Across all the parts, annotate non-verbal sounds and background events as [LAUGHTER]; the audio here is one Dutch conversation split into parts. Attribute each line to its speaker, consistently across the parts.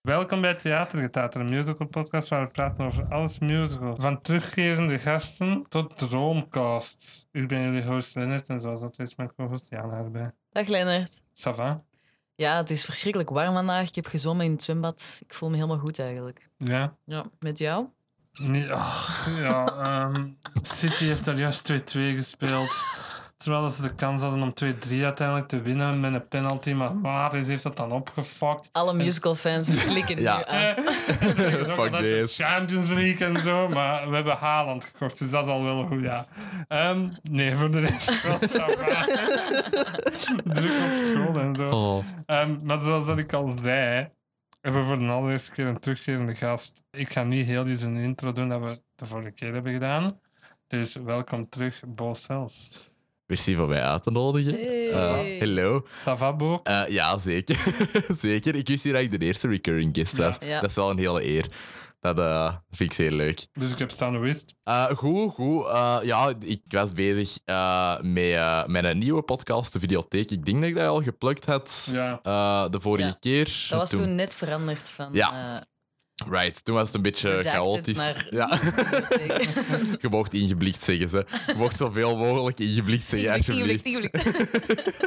Speaker 1: Welkom bij Theatergetater, een musical podcast waar we praten over alles musical. Van terugkerende gasten tot droomcasts. Ik ben jullie host Lennart en zoals altijd is mijn co-host Jana erbij.
Speaker 2: Dag Lennart.
Speaker 1: Ça va?
Speaker 2: Ja, het is verschrikkelijk warm vandaag. Ik heb gezwommen in het zwembad. Ik voel me helemaal goed eigenlijk.
Speaker 1: Ja?
Speaker 2: Ja. Met jou?
Speaker 1: Nee, ach, ja ehm, City heeft daar juist 2-2 gespeeld. Terwijl dat ze de kans hadden om 2-3 uiteindelijk te winnen met een penalty. Maar waar is, heeft dat dan opgefokt?
Speaker 2: Alle
Speaker 3: [LAUGHS]
Speaker 2: musicalfans klikken
Speaker 3: Ja.
Speaker 2: nu
Speaker 1: Eh,
Speaker 2: aan.
Speaker 1: ik denk ook
Speaker 3: Fuck
Speaker 1: dat de
Speaker 3: this.
Speaker 1: Champions League en zo, maar we hebben Haaland gekocht, dus dat is al wel goed, ja. Ehm, nee, voor de rest [LAUGHS] wel. ça va. Druk op school en zo.
Speaker 3: Oh.
Speaker 1: Ehm, maar zoals dat ik al zei, hebben we voor de allereerste keer een terugkerende gast. Ik ga niet heel die zijn intro doen dat we de vorige keer hebben gedaan. Dus welkom terug, Bo Sels.
Speaker 3: Merci voor mij uit te nodigen.
Speaker 2: Hey.
Speaker 3: Eh, Hallo.
Speaker 1: Ça va, Bo?
Speaker 3: Eh, ja, zeker. [LAUGHS] zeker. Ik wist hier dat ik de eerste recurring guest was.
Speaker 2: Ja. Ja.
Speaker 3: Dat is wel een hele eer. Dat eh, vind ik zeer leuk.
Speaker 1: Dus ik heb staan wist.
Speaker 3: Eh, goed, goed. Eh, ja, ik was bezig eh, met, eh, met een nieuwe podcast, de Videotheek. Ik denk dat ik dat al geplukt had
Speaker 1: Ja.
Speaker 3: eh, de vorige
Speaker 2: Ja.
Speaker 3: keer.
Speaker 2: Dat was toen net veranderd van...
Speaker 3: Ja.
Speaker 2: eh,
Speaker 3: Right, toen was het een beetje
Speaker 2: Redacted,
Speaker 3: chaotisch.
Speaker 2: maar-
Speaker 3: Ja. [LAUGHS] je mocht ingeblikt zeggen ze. Je mocht zoveel mogelijk ingeblikt zeggen,
Speaker 2: Tuurlijk,
Speaker 3: alsjeblieft.
Speaker 2: tuurlijk, tuurlijk.
Speaker 3: [LAUGHS]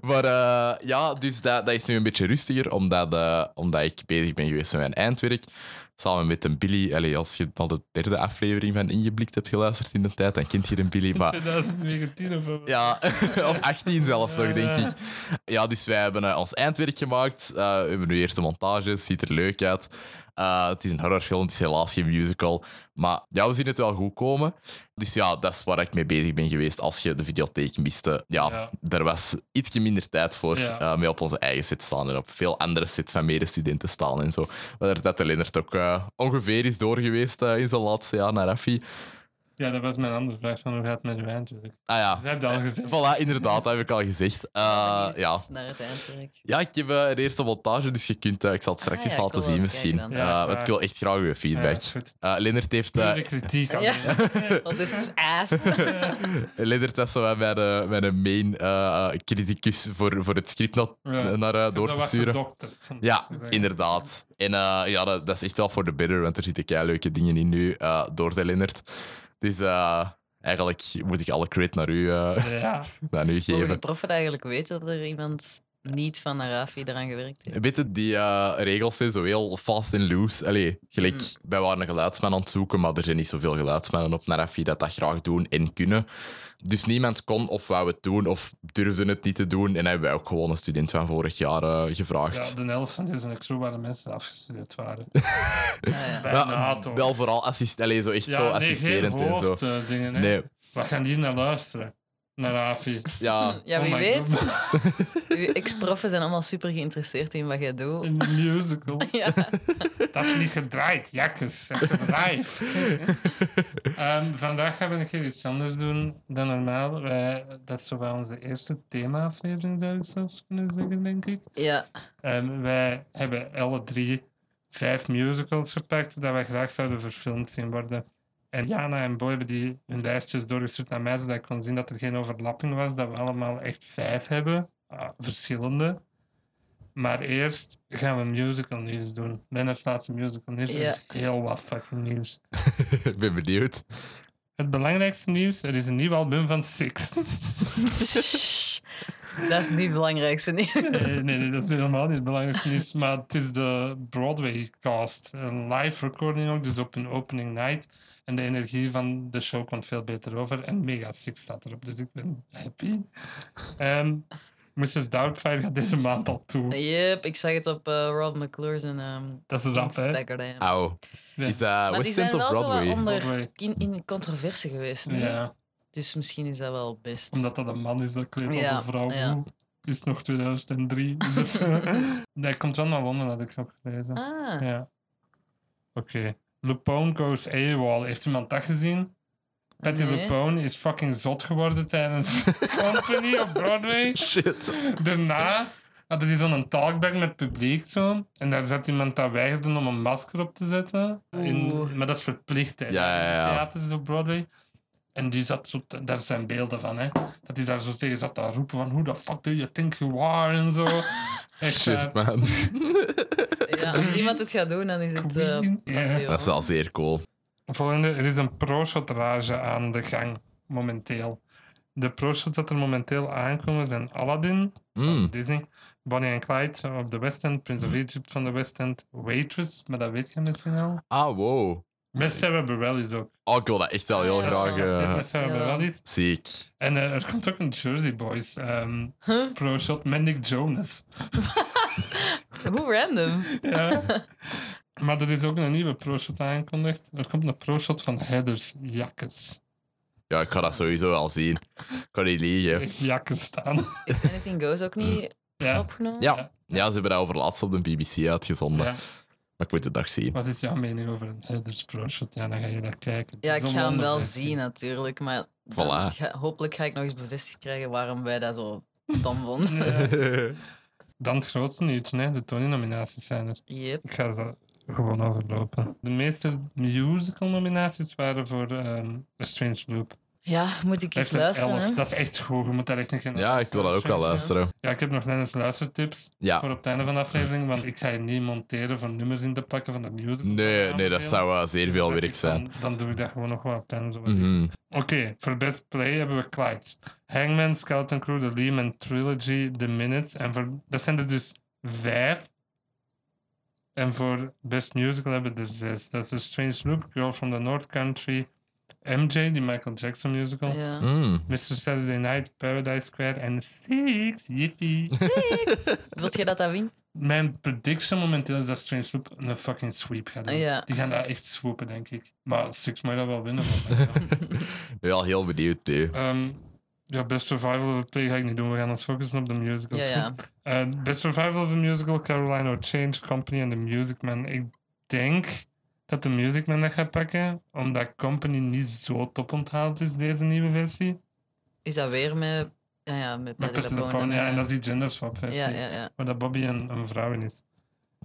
Speaker 3: Maar eh, ja, dus dat, dat is nu een beetje rustiger, omdat, eh, omdat ik bezig ben geweest met mijn eindwerk. Samen met een Billy. Allee, als je al de derde aflevering van Ingeblikt hebt geluisterd in de tijd, dan kent je een Billy. Maar
Speaker 1: 2019 of wat?
Speaker 3: Ah. ja, [LAUGHS] of 18 zelfs nog, denk ik. Ja, dus wij hebben eh, ons eindwerk gemaakt. Eh, we hebben nu eerst de montage, ziet er leuk uit. Eh, het is een horrorfilm, het is helaas geen musical. Maar ja, we zien het wel goed komen. Dus ja, dat is waar ik mee bezig ben geweest als je de videotheek miste. Ja,
Speaker 1: Ja.
Speaker 3: daar was ietsje minder tijd voor
Speaker 1: Ja.
Speaker 3: eh, mee op onze eigen set staan en op veel andere sets van medestudenten staan en zo. Waar dat de Lennart ook eh, ongeveer is door geweest eh, in zijn laatste jaar naar Raffi.
Speaker 1: Ja, dat was mijn andere vraag, van hoe gaat het met uw eindwerk?
Speaker 3: Ah ja,
Speaker 1: Ze hebben Dus al gezegd.
Speaker 3: Voilà, inderdaad, dat heb ik al gezegd.
Speaker 2: [LAUGHS]
Speaker 3: Eh,
Speaker 2: Niet
Speaker 3: ja.
Speaker 2: Naar het eindwerk.
Speaker 3: ja, ik heb eh, een eerste montage, dus je kunt, eh, ik zal het straks
Speaker 2: Ah,
Speaker 3: eens
Speaker 2: ja,
Speaker 3: laten
Speaker 2: ik wil
Speaker 3: zien
Speaker 2: wel eens
Speaker 3: misschien.
Speaker 2: kijken
Speaker 1: dan. Ja,
Speaker 3: Eh, want ik wil echt graag uw
Speaker 1: Ja,
Speaker 3: feedback.
Speaker 1: dat is goed.
Speaker 3: Eh, Lennart heeft... eh,
Speaker 1: Pure kritiek aan
Speaker 2: Ja.
Speaker 1: die-
Speaker 2: Want dit is
Speaker 3: [LAUGHS]
Speaker 2: ass.
Speaker 3: Lennart was zo wel mijn, eh, mijn main eh, eh, criticus voor, voor het script na-
Speaker 1: Ja.
Speaker 3: naar eh, [LAUGHS] door
Speaker 1: Dat
Speaker 3: te
Speaker 1: was
Speaker 3: sturen.
Speaker 1: gedokterd, om
Speaker 3: Ja,
Speaker 1: te zeggen.
Speaker 3: inderdaad. En eh, ja, dat, dat is echt wel voor de better, want er zitten kei leuke dingen in nu eh, door de Lennart. Dus eh, eigenlijk moet ik alle credit naar u, eh, [LAUGHS]
Speaker 1: Ja,
Speaker 3: naar u
Speaker 2: Mogen de
Speaker 3: geven.
Speaker 2: prof het eigenlijk weten dat er iemand niet van Arafi eraan gewerkt heeft?
Speaker 3: Weet je, die eh, regels zijn zo heel fast en loose. Allee, gelijk,
Speaker 2: Mm.
Speaker 3: wij waren een geluidsman aan het zoeken, maar er zijn niet zoveel geluidsmannen op Narafi dat dat graag doen en kunnen. Dus niemand kon of wou het doen of durfde het niet te doen. En hebben wij ook gewoon een student van vorig jaar eh, gevraagd.
Speaker 1: ja, de helft van deze crew waar de mensen afgestudeerd
Speaker 3: [LAUGHS]
Speaker 1: waren.
Speaker 2: Ah, ja.
Speaker 3: Ja,
Speaker 1: Bijna, toch?
Speaker 3: wel vooral assist, allee, zo echt zo
Speaker 1: Ja, nee, geen
Speaker 3: assisterend en zo.
Speaker 1: hoofddingen. Nee.
Speaker 3: Nee,
Speaker 1: We gaan hier naar luisteren. Naar Afi.
Speaker 3: ja. [LAUGHS]
Speaker 2: Ja,
Speaker 1: Oh
Speaker 2: wie
Speaker 1: my
Speaker 2: weet.
Speaker 1: God. [LAUGHS]
Speaker 2: Uw ex-proffen zijn allemaal super geïnteresseerd in wat jij doet.
Speaker 1: Een musical.
Speaker 2: Ja.
Speaker 1: Dat is niet gedraaid, jakkes. Dat is live.
Speaker 3: [LAUGHS]
Speaker 1: Ehm, vandaag gaan we een keer iets anders doen dan normaal. Wij, dat is zo wel onze eerste thema-aflevering, zou ik zelfs kunnen zeggen, denk ik.
Speaker 2: ja.
Speaker 1: Ehm, wij hebben alle drie vijf musicals gepakt dat wij graag zouden verfilmd zien worden. En Jana en Bo hebben die hun lijstjes doorgestuurd naar mij, zodat ik kon zien dat er geen overlapping was, dat we allemaal echt vijf hebben, Ah, verschillende. Maar eerst gaan we musical nieuws doen. Lennart's laatste musical nieuws er
Speaker 2: Ja.
Speaker 1: is heel wat fucking nieuws.
Speaker 3: Ik ben benieuwd.
Speaker 1: Het belangrijkste nieuws, er is een nieuw album van Six. [LAUGHS]
Speaker 2: Dat is niet het belangrijkste. niet.
Speaker 1: nee, Eh, nee, nee, dat is helemaal niet het belangrijkste nieuws. Maar het is de Broadway-cast. Een live recording ook, dus op een opening night. En de energie van de show komt veel beter over. En Mega Six staat erop, dus ik ben happy. Ehm Mrs. Doubtfire gaat deze maand al toe.
Speaker 2: Yep, ik zag het op eh, Rob McClure's en
Speaker 1: Dat is rap, hè?
Speaker 2: Instagram.
Speaker 3: Auw.
Speaker 1: Ja.
Speaker 3: Is dat
Speaker 2: maar die
Speaker 3: West
Speaker 2: zijn
Speaker 3: End of
Speaker 2: wel zo wat
Speaker 3: Broadway?
Speaker 2: onder
Speaker 1: Broadway.
Speaker 2: in, in controverse geweest. nee?
Speaker 1: Ja,
Speaker 2: Dus misschien is dat wel best.
Speaker 1: omdat dat een man is, dat kleedt als
Speaker 2: Ja,
Speaker 1: een vrouw.
Speaker 2: ja.
Speaker 1: Oeh, Is nog 2003.
Speaker 2: [LAUGHS]
Speaker 1: Dus, nee, komt wel naar Londen, had ik nog gelezen.
Speaker 2: Ah,
Speaker 1: Ja. Oké. Lupone goes AWOL. Heeft iemand dat gezien? Patty
Speaker 2: Nee.
Speaker 1: Lupone is fucking zot geworden
Speaker 2: [LAUGHS]
Speaker 1: tijdens Company op Broadway.
Speaker 3: Shit.
Speaker 1: Daarna hadden die zo'n talkback met publiek zo. En daar zat iemand dat weigerde om een masker op te zetten.
Speaker 2: Oeh.
Speaker 1: In, maar dat is verplicht, hè.
Speaker 3: Ja, ja, ja.
Speaker 1: Theater is op Broadway. En die zat zo, te- daar zijn beelden van, hè. Dat hij daar zo tegen zat te
Speaker 2: [LAUGHS]
Speaker 3: [LAUGHS]
Speaker 1: roepen van... Who the fuck do you think you are? En zo. Echt, eh,
Speaker 3: Shit, man.
Speaker 2: ja. Ja, als iemand het gaat doen, dan is het eh
Speaker 1: Queen. Ja.
Speaker 2: Patio.
Speaker 3: Dat is wel zeer cool.
Speaker 1: Volgende, er is een pro-shotrage aan de gang momenteel. De pro-shots dat er momenteel aankomen zijn Aladdin
Speaker 3: Mm.
Speaker 1: Disney, Bonnie and Clyde op de West End, Prince of Egypt van de West End, Waitress, maar dat weet je misschien al.
Speaker 3: Ah, wow.
Speaker 1: Met Sarah Bareilles ook.
Speaker 3: Oh, ik wil dat echt wel heel
Speaker 2: Ja,
Speaker 1: Dat is
Speaker 3: graag.
Speaker 1: wel gedateerd
Speaker 3: eh,
Speaker 1: met Sarah
Speaker 2: Ja.
Speaker 1: Bareilles.
Speaker 3: Ziek.
Speaker 1: En eh, er komt ook een Jersey Boys ehm,
Speaker 2: Huh?
Speaker 1: pro-shot met Nick Jonas.
Speaker 2: Hoe random.
Speaker 1: Ja. maar er is ook een nieuwe pro-shot aangekondigd. Er komt een pro-shot van Headers Jakkes.
Speaker 3: Ja, ik ga dat sowieso wel zien. Ik kan niet liegen.
Speaker 1: Echt jakken staan. [LAUGHS]
Speaker 2: Is Anything Goes ook niet
Speaker 1: ja.
Speaker 2: opgenomen?
Speaker 3: Mm. Ja. ja, ze hebben dat over laatst op de BBC uitgezonden.
Speaker 1: ja.
Speaker 3: Maar ik moet het dag zien.
Speaker 1: Wat is jouw mening over een headers pro-shot? Ja, dan ga je dat kijken. Het
Speaker 2: Ja,
Speaker 1: is
Speaker 2: ik
Speaker 1: een
Speaker 2: ga hem wel
Speaker 1: wonderversie.
Speaker 2: zien natuurlijk, maar dan
Speaker 3: Voilà.
Speaker 2: ga- hopelijk ga ik nog eens bevestigd krijgen waarom wij dat zo stom
Speaker 3: [LAUGHS]
Speaker 2: vonden.
Speaker 1: Ja. [LAUGHS] Dan het grootste nieuwtje, hè. de Tony-nominaties zijn er.
Speaker 2: Yep.
Speaker 1: Ik ga ze gewoon overlopen. De meeste musical-nominaties waren voor ehm A Strange Loop.
Speaker 2: Ja, moet ik
Speaker 1: Dat
Speaker 2: eens
Speaker 1: is een
Speaker 2: luisteren.
Speaker 1: elf.
Speaker 2: hè?
Speaker 1: Dat is echt goed. Je moet daar echt een keer naar
Speaker 3: Ja, ik wil dat ook wel
Speaker 1: luisteren.
Speaker 3: luisteren.
Speaker 1: Ja, ik heb nog net eens luistertips
Speaker 3: Ja.
Speaker 1: voor op het einde van de aflevering, want ik ga je niet monteren van nummers in te plakken van de musical.
Speaker 3: Nee, nee, dat zou eh, zeer veel
Speaker 1: Dan denk
Speaker 3: werk
Speaker 1: ik
Speaker 3: zijn.
Speaker 1: van, Dan doe ik dat gewoon nog wel op het einde. zo wat
Speaker 3: Mhm.
Speaker 1: Oké, voor Best Play hebben we Clyde. Hangman, Skeleton Crew, The Lehman Trilogy, The Minutes. En voor, dat zijn er dus vijf. En voor Best Musical hebben we er zes. Dat is A Strange Loop, Girl from the North Country, MJ, die Michael Jackson musical,
Speaker 2: Ja.
Speaker 3: Mm.
Speaker 1: Mr. Saturday Night, Paradise Square en Six,
Speaker 2: [LAUGHS]
Speaker 1: yippie.
Speaker 2: Wilt jij dat dat wint?
Speaker 1: Mijn prediction momenteel is dat Strange Loop een fucking sweep gaat doen.
Speaker 2: Ja.
Speaker 1: Die gaan daar echt swoepen, denk ik. Maar Six moet dat wel winnen volgens mij.
Speaker 3: Wel heel benieuwd, nee.
Speaker 1: Ehm, ja, Best Survival of the Play ga ik niet doen. We gaan ons focussen op de musicals.
Speaker 2: Ja, ja.
Speaker 1: Eh, Best Survival of the Musical, Caroline O'Change Company en The Music Man. Ik denk dat The Music Man dat gaat pakken, omdat Company niet zo top onthaald is, deze nieuwe versie.
Speaker 2: Is dat weer met, ja, ja, met
Speaker 1: Maar
Speaker 2: Patty
Speaker 1: Patty
Speaker 2: LaPone
Speaker 1: LaPone, ja, en
Speaker 2: eh,
Speaker 1: dat is die genderswap versie.
Speaker 2: ja, ja, ja.
Speaker 1: Waar dat Bobby een, een vrouw in is.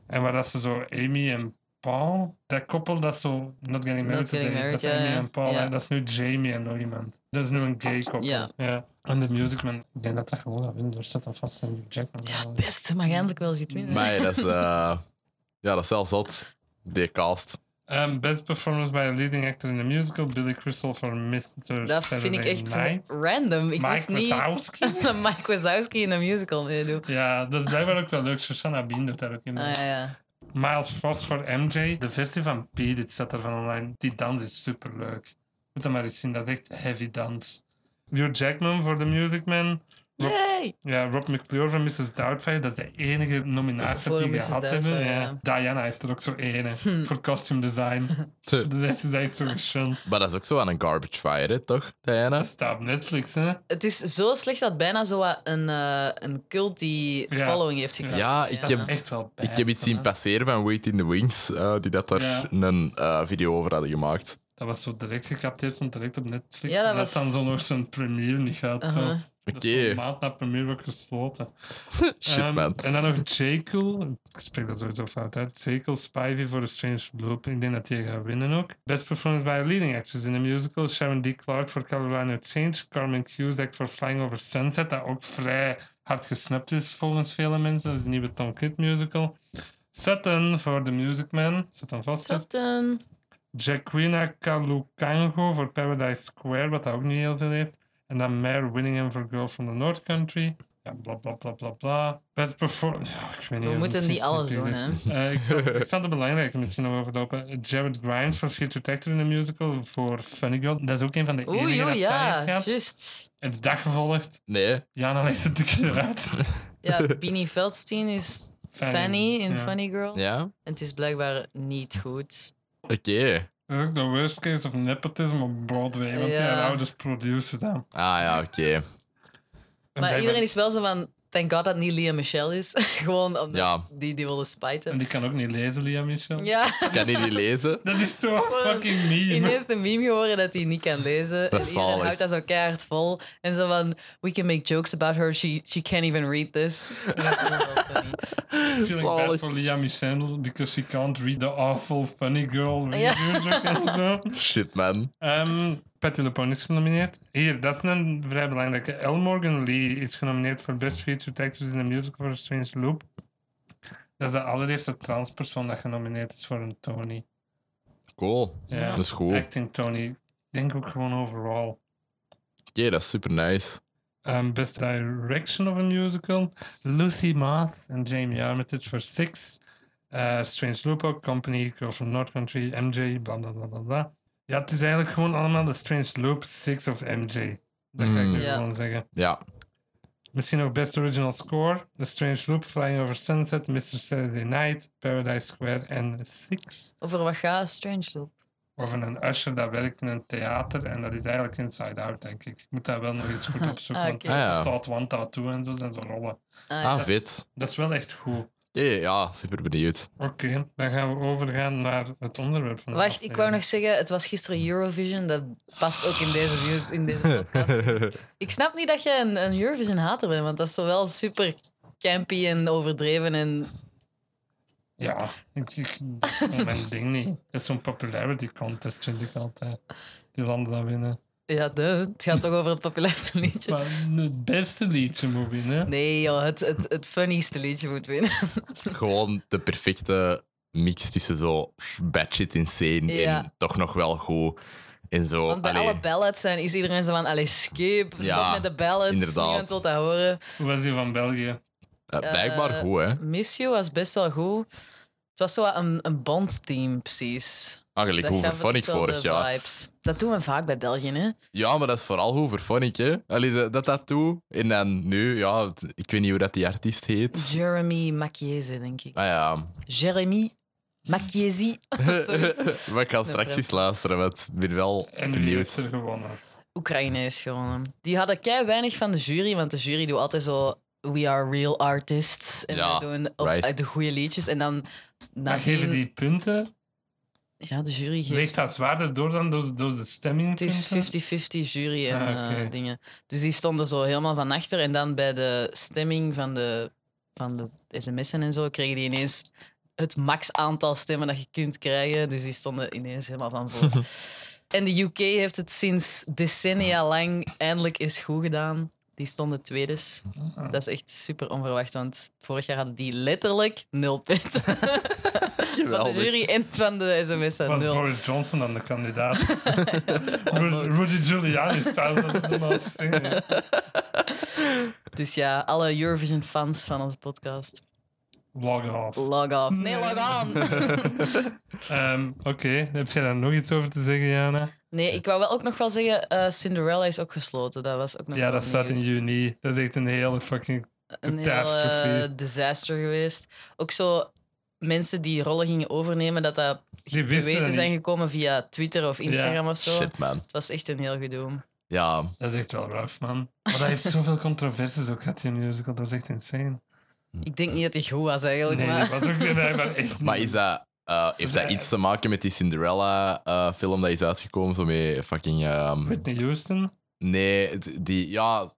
Speaker 1: En waar dat ze zo Amy en Paul, dat koppel dat zo Not Getting Married
Speaker 2: Not Getting
Speaker 1: Today, dat is
Speaker 2: Married, ja,
Speaker 1: Amy
Speaker 2: ja.
Speaker 1: en Paul
Speaker 2: Ja.
Speaker 1: en dat is nu Jamie en nog iemand. Dat is nu een gay koppel.
Speaker 2: Ja.
Speaker 1: En de Musicman, ik denk dat dat gewoon gaat winnen, daar staat dan vast in Jackman.
Speaker 2: Ja, het beste mag eindelijk wel zitten winnen.
Speaker 3: Maar ja, dat is... eh, ja, dat is wel zot. Die cast.
Speaker 1: Ehm, best performance by a leading actor in a musical, Billy Crystal voor Mr.
Speaker 2: [LAUGHS] Dat vind ik
Speaker 1: Saturday
Speaker 2: echt
Speaker 1: Night.
Speaker 2: random. Ik wist
Speaker 1: Mike
Speaker 2: niet
Speaker 1: Wazowski.
Speaker 2: [LAUGHS] dat Mike Wazowski in een musical meedoet.
Speaker 1: ja, dat is blijkbaar ook wel leuk. Shoshana Bean doet daar ook in. mee.
Speaker 2: Ah, ja, ja.
Speaker 1: Miles Frost voor MJ. De versie van P, dit staat er van online. Die dans is superleuk. Moet dat maar eens zien, dat is echt heavy dans. Hugh Jackman voor The Music Man. Rob-
Speaker 2: Yay!
Speaker 1: Ja, Rob McClure van Mrs. Doubtfire. Dat is de enige nominatie
Speaker 2: Voor
Speaker 1: die we
Speaker 2: Mrs.
Speaker 1: gehad hebben.
Speaker 2: Doubtfire, Hm.
Speaker 1: Ja. Diana heeft er ook zo ene. Voor costume
Speaker 2: [LAUGHS]
Speaker 1: design.
Speaker 3: Tch.
Speaker 1: De rest is echt zo geshunt.
Speaker 3: Maar dat is ook zo aan een garbage fire, hè, toch, Diana?
Speaker 1: Dat staat op Netflix, hè?
Speaker 2: Het is zo slecht dat bijna zo wat een, eh een cult die
Speaker 1: Ja.
Speaker 2: following heeft gekregen.
Speaker 3: Ja, ik
Speaker 1: Dat
Speaker 3: heb-
Speaker 1: is echt wel bad,
Speaker 3: Ik heb iets zien
Speaker 1: hè.
Speaker 3: passeren van Wait in the Wings, eh, die dat daar
Speaker 1: Ja.
Speaker 3: een eh, video over hadden gemaakt.
Speaker 1: Dat was zo direct gecapteerd, stond direct op Netflix.
Speaker 2: Ja, dat
Speaker 1: En
Speaker 2: was-
Speaker 1: dan zo nog zo'n premiere niet gaat. zo.
Speaker 2: Uh-huh.
Speaker 1: Dat is zo'n
Speaker 3: Oké.
Speaker 1: maand na premiere wordt gesloten.
Speaker 3: [LAUGHS] Shit,
Speaker 1: Ehm,
Speaker 3: man.
Speaker 1: En dan nog Jekyll. Ik spreek dat sowieso fout uit. Jekyll, Spivey voor The Strange Loop. Ik denk dat die gaat winnen ook. Best performance by a leading actress in a musical. Sharon D. Clarke voor Carolina Change. Carmen Cusack voor Flying Over Sunset. Dat ook vrij hard gesnapt is volgens vele mensen. Dat is een nieuwe Tom Kidd musical. Sutton voor The Music Man. Sutton Foster.
Speaker 2: Sutton.
Speaker 1: Jacquina Kalukango voor Paradise Square, wat dat ook niet heel veel heeft. En dan Mare Winningham voor Girl from the North Country. Ja, bla bla bla bla bla. Best perform... Ja, ik weet niet,
Speaker 2: We
Speaker 1: ja,
Speaker 2: moeten
Speaker 1: misschien
Speaker 2: niet alles
Speaker 1: klinkt
Speaker 2: doen,
Speaker 1: dit-
Speaker 2: hè.
Speaker 1: Eh, ik, zal, [LAUGHS] ik zal de belangrijke misschien nog overlopen. Jared Grimes voor Featured Actor in de Musical voor Funny Girl. Dat is ook een van de
Speaker 2: Oei,
Speaker 1: enige
Speaker 2: oei,
Speaker 1: dat daar
Speaker 2: ja,
Speaker 1: heeft gehad.
Speaker 2: juist.
Speaker 1: Het is dag gevolgd.
Speaker 3: Nee.
Speaker 1: Jana legt het een keer uit.
Speaker 3: [LAUGHS]
Speaker 2: Ja, Beanie Feldstein is Fanny, in
Speaker 1: ja.
Speaker 2: Funny Girl.
Speaker 3: Ja?
Speaker 2: En het is blijkbaar niet goed.
Speaker 3: Oké.
Speaker 1: Dat is ook de worst case of nepotism op Broadway. Want
Speaker 2: Ja.
Speaker 1: ja. ouders produceren dat.
Speaker 3: Ah ja, oké.
Speaker 1: En
Speaker 2: maar
Speaker 1: blijkbaar-
Speaker 2: iedereen is wel zo van, thank god dat het niet Lea Michelle is. [LAUGHS] Gewoon omdat
Speaker 3: Ja.
Speaker 2: die die willen
Speaker 1: En
Speaker 2: spijten.
Speaker 1: die kan ook niet lezen, Liam Michel.
Speaker 2: Ja, [LAUGHS]
Speaker 3: Kan je die lezen?
Speaker 1: Dat is zo fucking meme.
Speaker 2: ineens de meme gehoord dat hij niet kan lezen.
Speaker 3: Dat
Speaker 2: en
Speaker 3: is
Speaker 2: iedereen
Speaker 3: zalig.
Speaker 2: houdt dat zo keihard vol. En zo van, we can make jokes about her, she, she can't even read
Speaker 1: [LAUGHS]
Speaker 2: this.
Speaker 1: [LAUGHS] Feeling bad
Speaker 3: Zalig.
Speaker 1: for Lia Michel because she can't read the awful funny girl
Speaker 2: Ja.
Speaker 1: reviews ook en zo.
Speaker 3: Shit, man.
Speaker 1: Ehm, Patty LuPone is genomineerd. Hier, dat is een vrij belangrijke. El Morgan Lee is genomineerd voor Best Featured Actress in a Musical for Strange Loop. Dat is de allereerste transpersoon dat genomineerd is voor een Tony.
Speaker 3: Cool.
Speaker 1: Ja.
Speaker 3: Dat is cool. Oké,
Speaker 1: Acting Tony. Ik denk ook gewoon overall.
Speaker 3: dat is super nice.
Speaker 1: Um, best Direction of a Musical. Lucy Moss en Jamie Armitage voor Six. Eh, Strange Loop Company, Girl from North Country, MJ, bla bla bla bla bla. Ja, het is eigenlijk gewoon allemaal de Strange Loop, Six of MJ. Dat ga ik
Speaker 3: Mm.
Speaker 1: nu
Speaker 2: Hmm. Ja.
Speaker 1: gewoon zeggen.
Speaker 3: Ja,
Speaker 1: Misschien ook Best Original Score, The Strange Loop, Flying Over Sunset, Mr. Saturday Night, Paradise Square en Six.
Speaker 2: Over wat gaat Strange Loop?
Speaker 1: Over een usher dat werkt in een theater en dat is eigenlijk Inside Out, denk ik. Ik moet dat wel nog eens goed opzoeken,
Speaker 2: [LAUGHS] Ah,
Speaker 1: want
Speaker 2: oké.
Speaker 1: dat is
Speaker 3: Ah, ja.
Speaker 1: Thought One, Thought Two en zo zijn zo rollen.
Speaker 2: Ah, ja.
Speaker 3: ah, vet.
Speaker 1: Dat is wel echt goed.
Speaker 3: Ja, ja, ja, super benieuwd.
Speaker 1: Oké, dan gaan we overgaan naar het onderwerp van de
Speaker 2: Wacht, ik wou nog zeggen, het was gisteren Eurovision. Dat past ook in deze, views- in
Speaker 3: [LAUGHS]
Speaker 2: deze podcast. Ik snap niet dat jij een, een Eurovision-hater bent, want dat is zowel super campy en overdreven en...
Speaker 1: Ja, ik, ik, dat is gewoon mijn ding niet. Dat is zo'n popularity contest, vind ik altijd. Die landen dat winnen.
Speaker 2: Ja, duh, het gaat toch over het populairste liedje?
Speaker 1: Maar het beste liedje moet winnen.
Speaker 2: Nee joh, het, het, het funnieste liedje moet winnen.
Speaker 3: Oh, Gewoon de perfecte mix tussen zo batshit insane
Speaker 2: Ja.
Speaker 3: en toch nog wel goed. En zo.
Speaker 2: Want bij
Speaker 3: allee,
Speaker 2: alle ballads zijn, is iedereen zo van, allee, skip,
Speaker 3: Ja,
Speaker 2: stop met de ballads,
Speaker 3: inderdaad.
Speaker 2: niemand wil dat horen.
Speaker 1: Hoe was die van België?
Speaker 3: eh, blijkbaar
Speaker 2: eh,
Speaker 3: goed, hè?
Speaker 2: Miss You was best wel goed. Het was zo wat een, een Bond-theme, precies.
Speaker 3: Eigenlijk Ah, hoe
Speaker 2: gaf
Speaker 3: vervonnig
Speaker 2: echt wel
Speaker 3: vorig
Speaker 2: de
Speaker 3: jaar.
Speaker 2: vibes. Dat doen we vaak bij België, hè.
Speaker 3: Ja, maar dat is vooral hoe vervonnig, hè? Allee, dat dat, dat doe. En dan nu, ja, het- ik weet niet hoe dat die artiest heet.
Speaker 2: Jeremy Machiese, denk ik. [LAUGHS]
Speaker 3: Ah ja.
Speaker 2: Jeremy Machiesi. Zoiets.
Speaker 3: [LAUGHS] maar ik ga straks
Speaker 2: prem.
Speaker 3: eens luisteren, want ik ben wel
Speaker 2: Mm.
Speaker 1: En wie
Speaker 3: benieuwd.
Speaker 1: heeft er gewonnen?
Speaker 2: Oekraïne is gewonnen. Die hadden kei weinig van de jury, want de jury doet altijd zo... We are real artists. En
Speaker 3: Ja,
Speaker 2: we doen op,
Speaker 3: right.
Speaker 2: uit de goede liedjes. En dan...
Speaker 1: Maar geven die punten,
Speaker 2: Ja, de jury geeft...
Speaker 1: weegt dat zwaarder door dan door, door de stemming?
Speaker 2: Het is 50-50 jury en
Speaker 1: Ah, oké.
Speaker 2: eh, dingen. Dus die stonden zo helemaal van achter. En dan bij de stemming van de, van de sms'en en zo kregen die ineens het max aantal stemmen dat je kunt krijgen. Dus die stonden ineens helemaal van voor.
Speaker 1: [LAUGHS]
Speaker 2: en de UK heeft het sinds decennia
Speaker 1: Ah.
Speaker 2: lang eindelijk eens goed gedaan. Die stonden tweedes.
Speaker 1: Ah.
Speaker 2: Dat is echt super onverwacht, want vorig jaar hadden die letterlijk nul
Speaker 1: [LAUGHS]
Speaker 2: punten. van de
Speaker 3: Geweldig.
Speaker 2: jury en van de sms'en
Speaker 1: Was
Speaker 2: nul.
Speaker 1: Boris Johnson dan de
Speaker 2: [LAUGHS]
Speaker 1: kandidaat? Ru- Rudy Giuliani staat als een als singer.
Speaker 2: Dus ja, alle Eurovision-fans van onze podcast,
Speaker 1: Log off.
Speaker 2: log off. Nee, log
Speaker 1: [LAUGHS]
Speaker 2: on!
Speaker 1: Ehm, Oké, heb jij daar nog iets over te zeggen, Jana?
Speaker 2: Nee, ik wou wel ook nog wel zeggen, eh, Cinderella is ook gesloten. Dat was ook nog
Speaker 1: Ja,
Speaker 2: wel
Speaker 1: dat staat in
Speaker 2: nieuws.
Speaker 1: juni. Dat is echt een hele fucking...
Speaker 2: Een
Speaker 1: catastrophe.
Speaker 2: heel eh, disaster geweest. Ook zo mensen die rollen gingen overnemen, dat dat
Speaker 1: Die
Speaker 2: te
Speaker 1: wisten
Speaker 2: weten
Speaker 1: dat
Speaker 2: zijn
Speaker 1: niet.
Speaker 2: gekomen via Twitter of Instagram of zo.
Speaker 3: Shit, man.
Speaker 2: Het was echt een heel gedoe.
Speaker 3: Ja,
Speaker 1: Dat is echt wel rough, man. Maar dat heeft zoveel controversies ook gehad, die musical. Dat is echt insane.
Speaker 3: Mm.
Speaker 2: Ik denk niet dat hij goed was eigenlijk,
Speaker 1: Nee, dat
Speaker 2: maar...
Speaker 1: was ook weer blijkbaar echt
Speaker 3: maar
Speaker 1: niet.
Speaker 3: is dat, eh, heeft dat iets te maken met die Cinderella-film dat is uitgekomen? Zo met fucking. ehm,
Speaker 1: Whitney Houston?
Speaker 3: nee, het- die. Ja.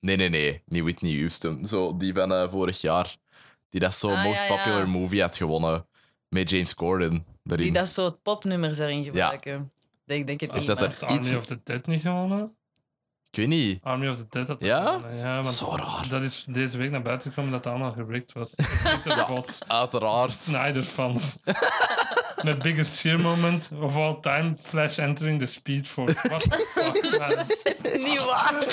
Speaker 3: Nee, nee, nee. Niet Whitney Houston. Zo, die van eh, vorig jaar. Die dat zo
Speaker 2: Ah,
Speaker 3: Most
Speaker 2: ja, ja.
Speaker 3: Popular Movie had gewonnen. Met James Corden. Daarin.
Speaker 2: Die dat soort popnummers daarin gebruiken. Nee, Ik denk het
Speaker 3: Of
Speaker 2: niet,
Speaker 3: dat
Speaker 2: maar- [LAUGHS]
Speaker 3: er-
Speaker 1: Heeft Army
Speaker 3: iets-
Speaker 1: of the Dead niet gewonnen?
Speaker 3: Ik weet niet.
Speaker 1: Army of the Dead had dat
Speaker 3: Ja?
Speaker 1: gewonnen, ja want
Speaker 3: Zo raar.
Speaker 1: dat is deze week naar buiten gekomen dat het allemaal gerikt
Speaker 3: [LAUGHS]
Speaker 1: was. Peter Bots,
Speaker 3: Uiteraard.
Speaker 1: Snyder-fans. Met biggest sheer moment of all time, Flash entering the Speed Force. What the fuck, man.
Speaker 2: niet waar.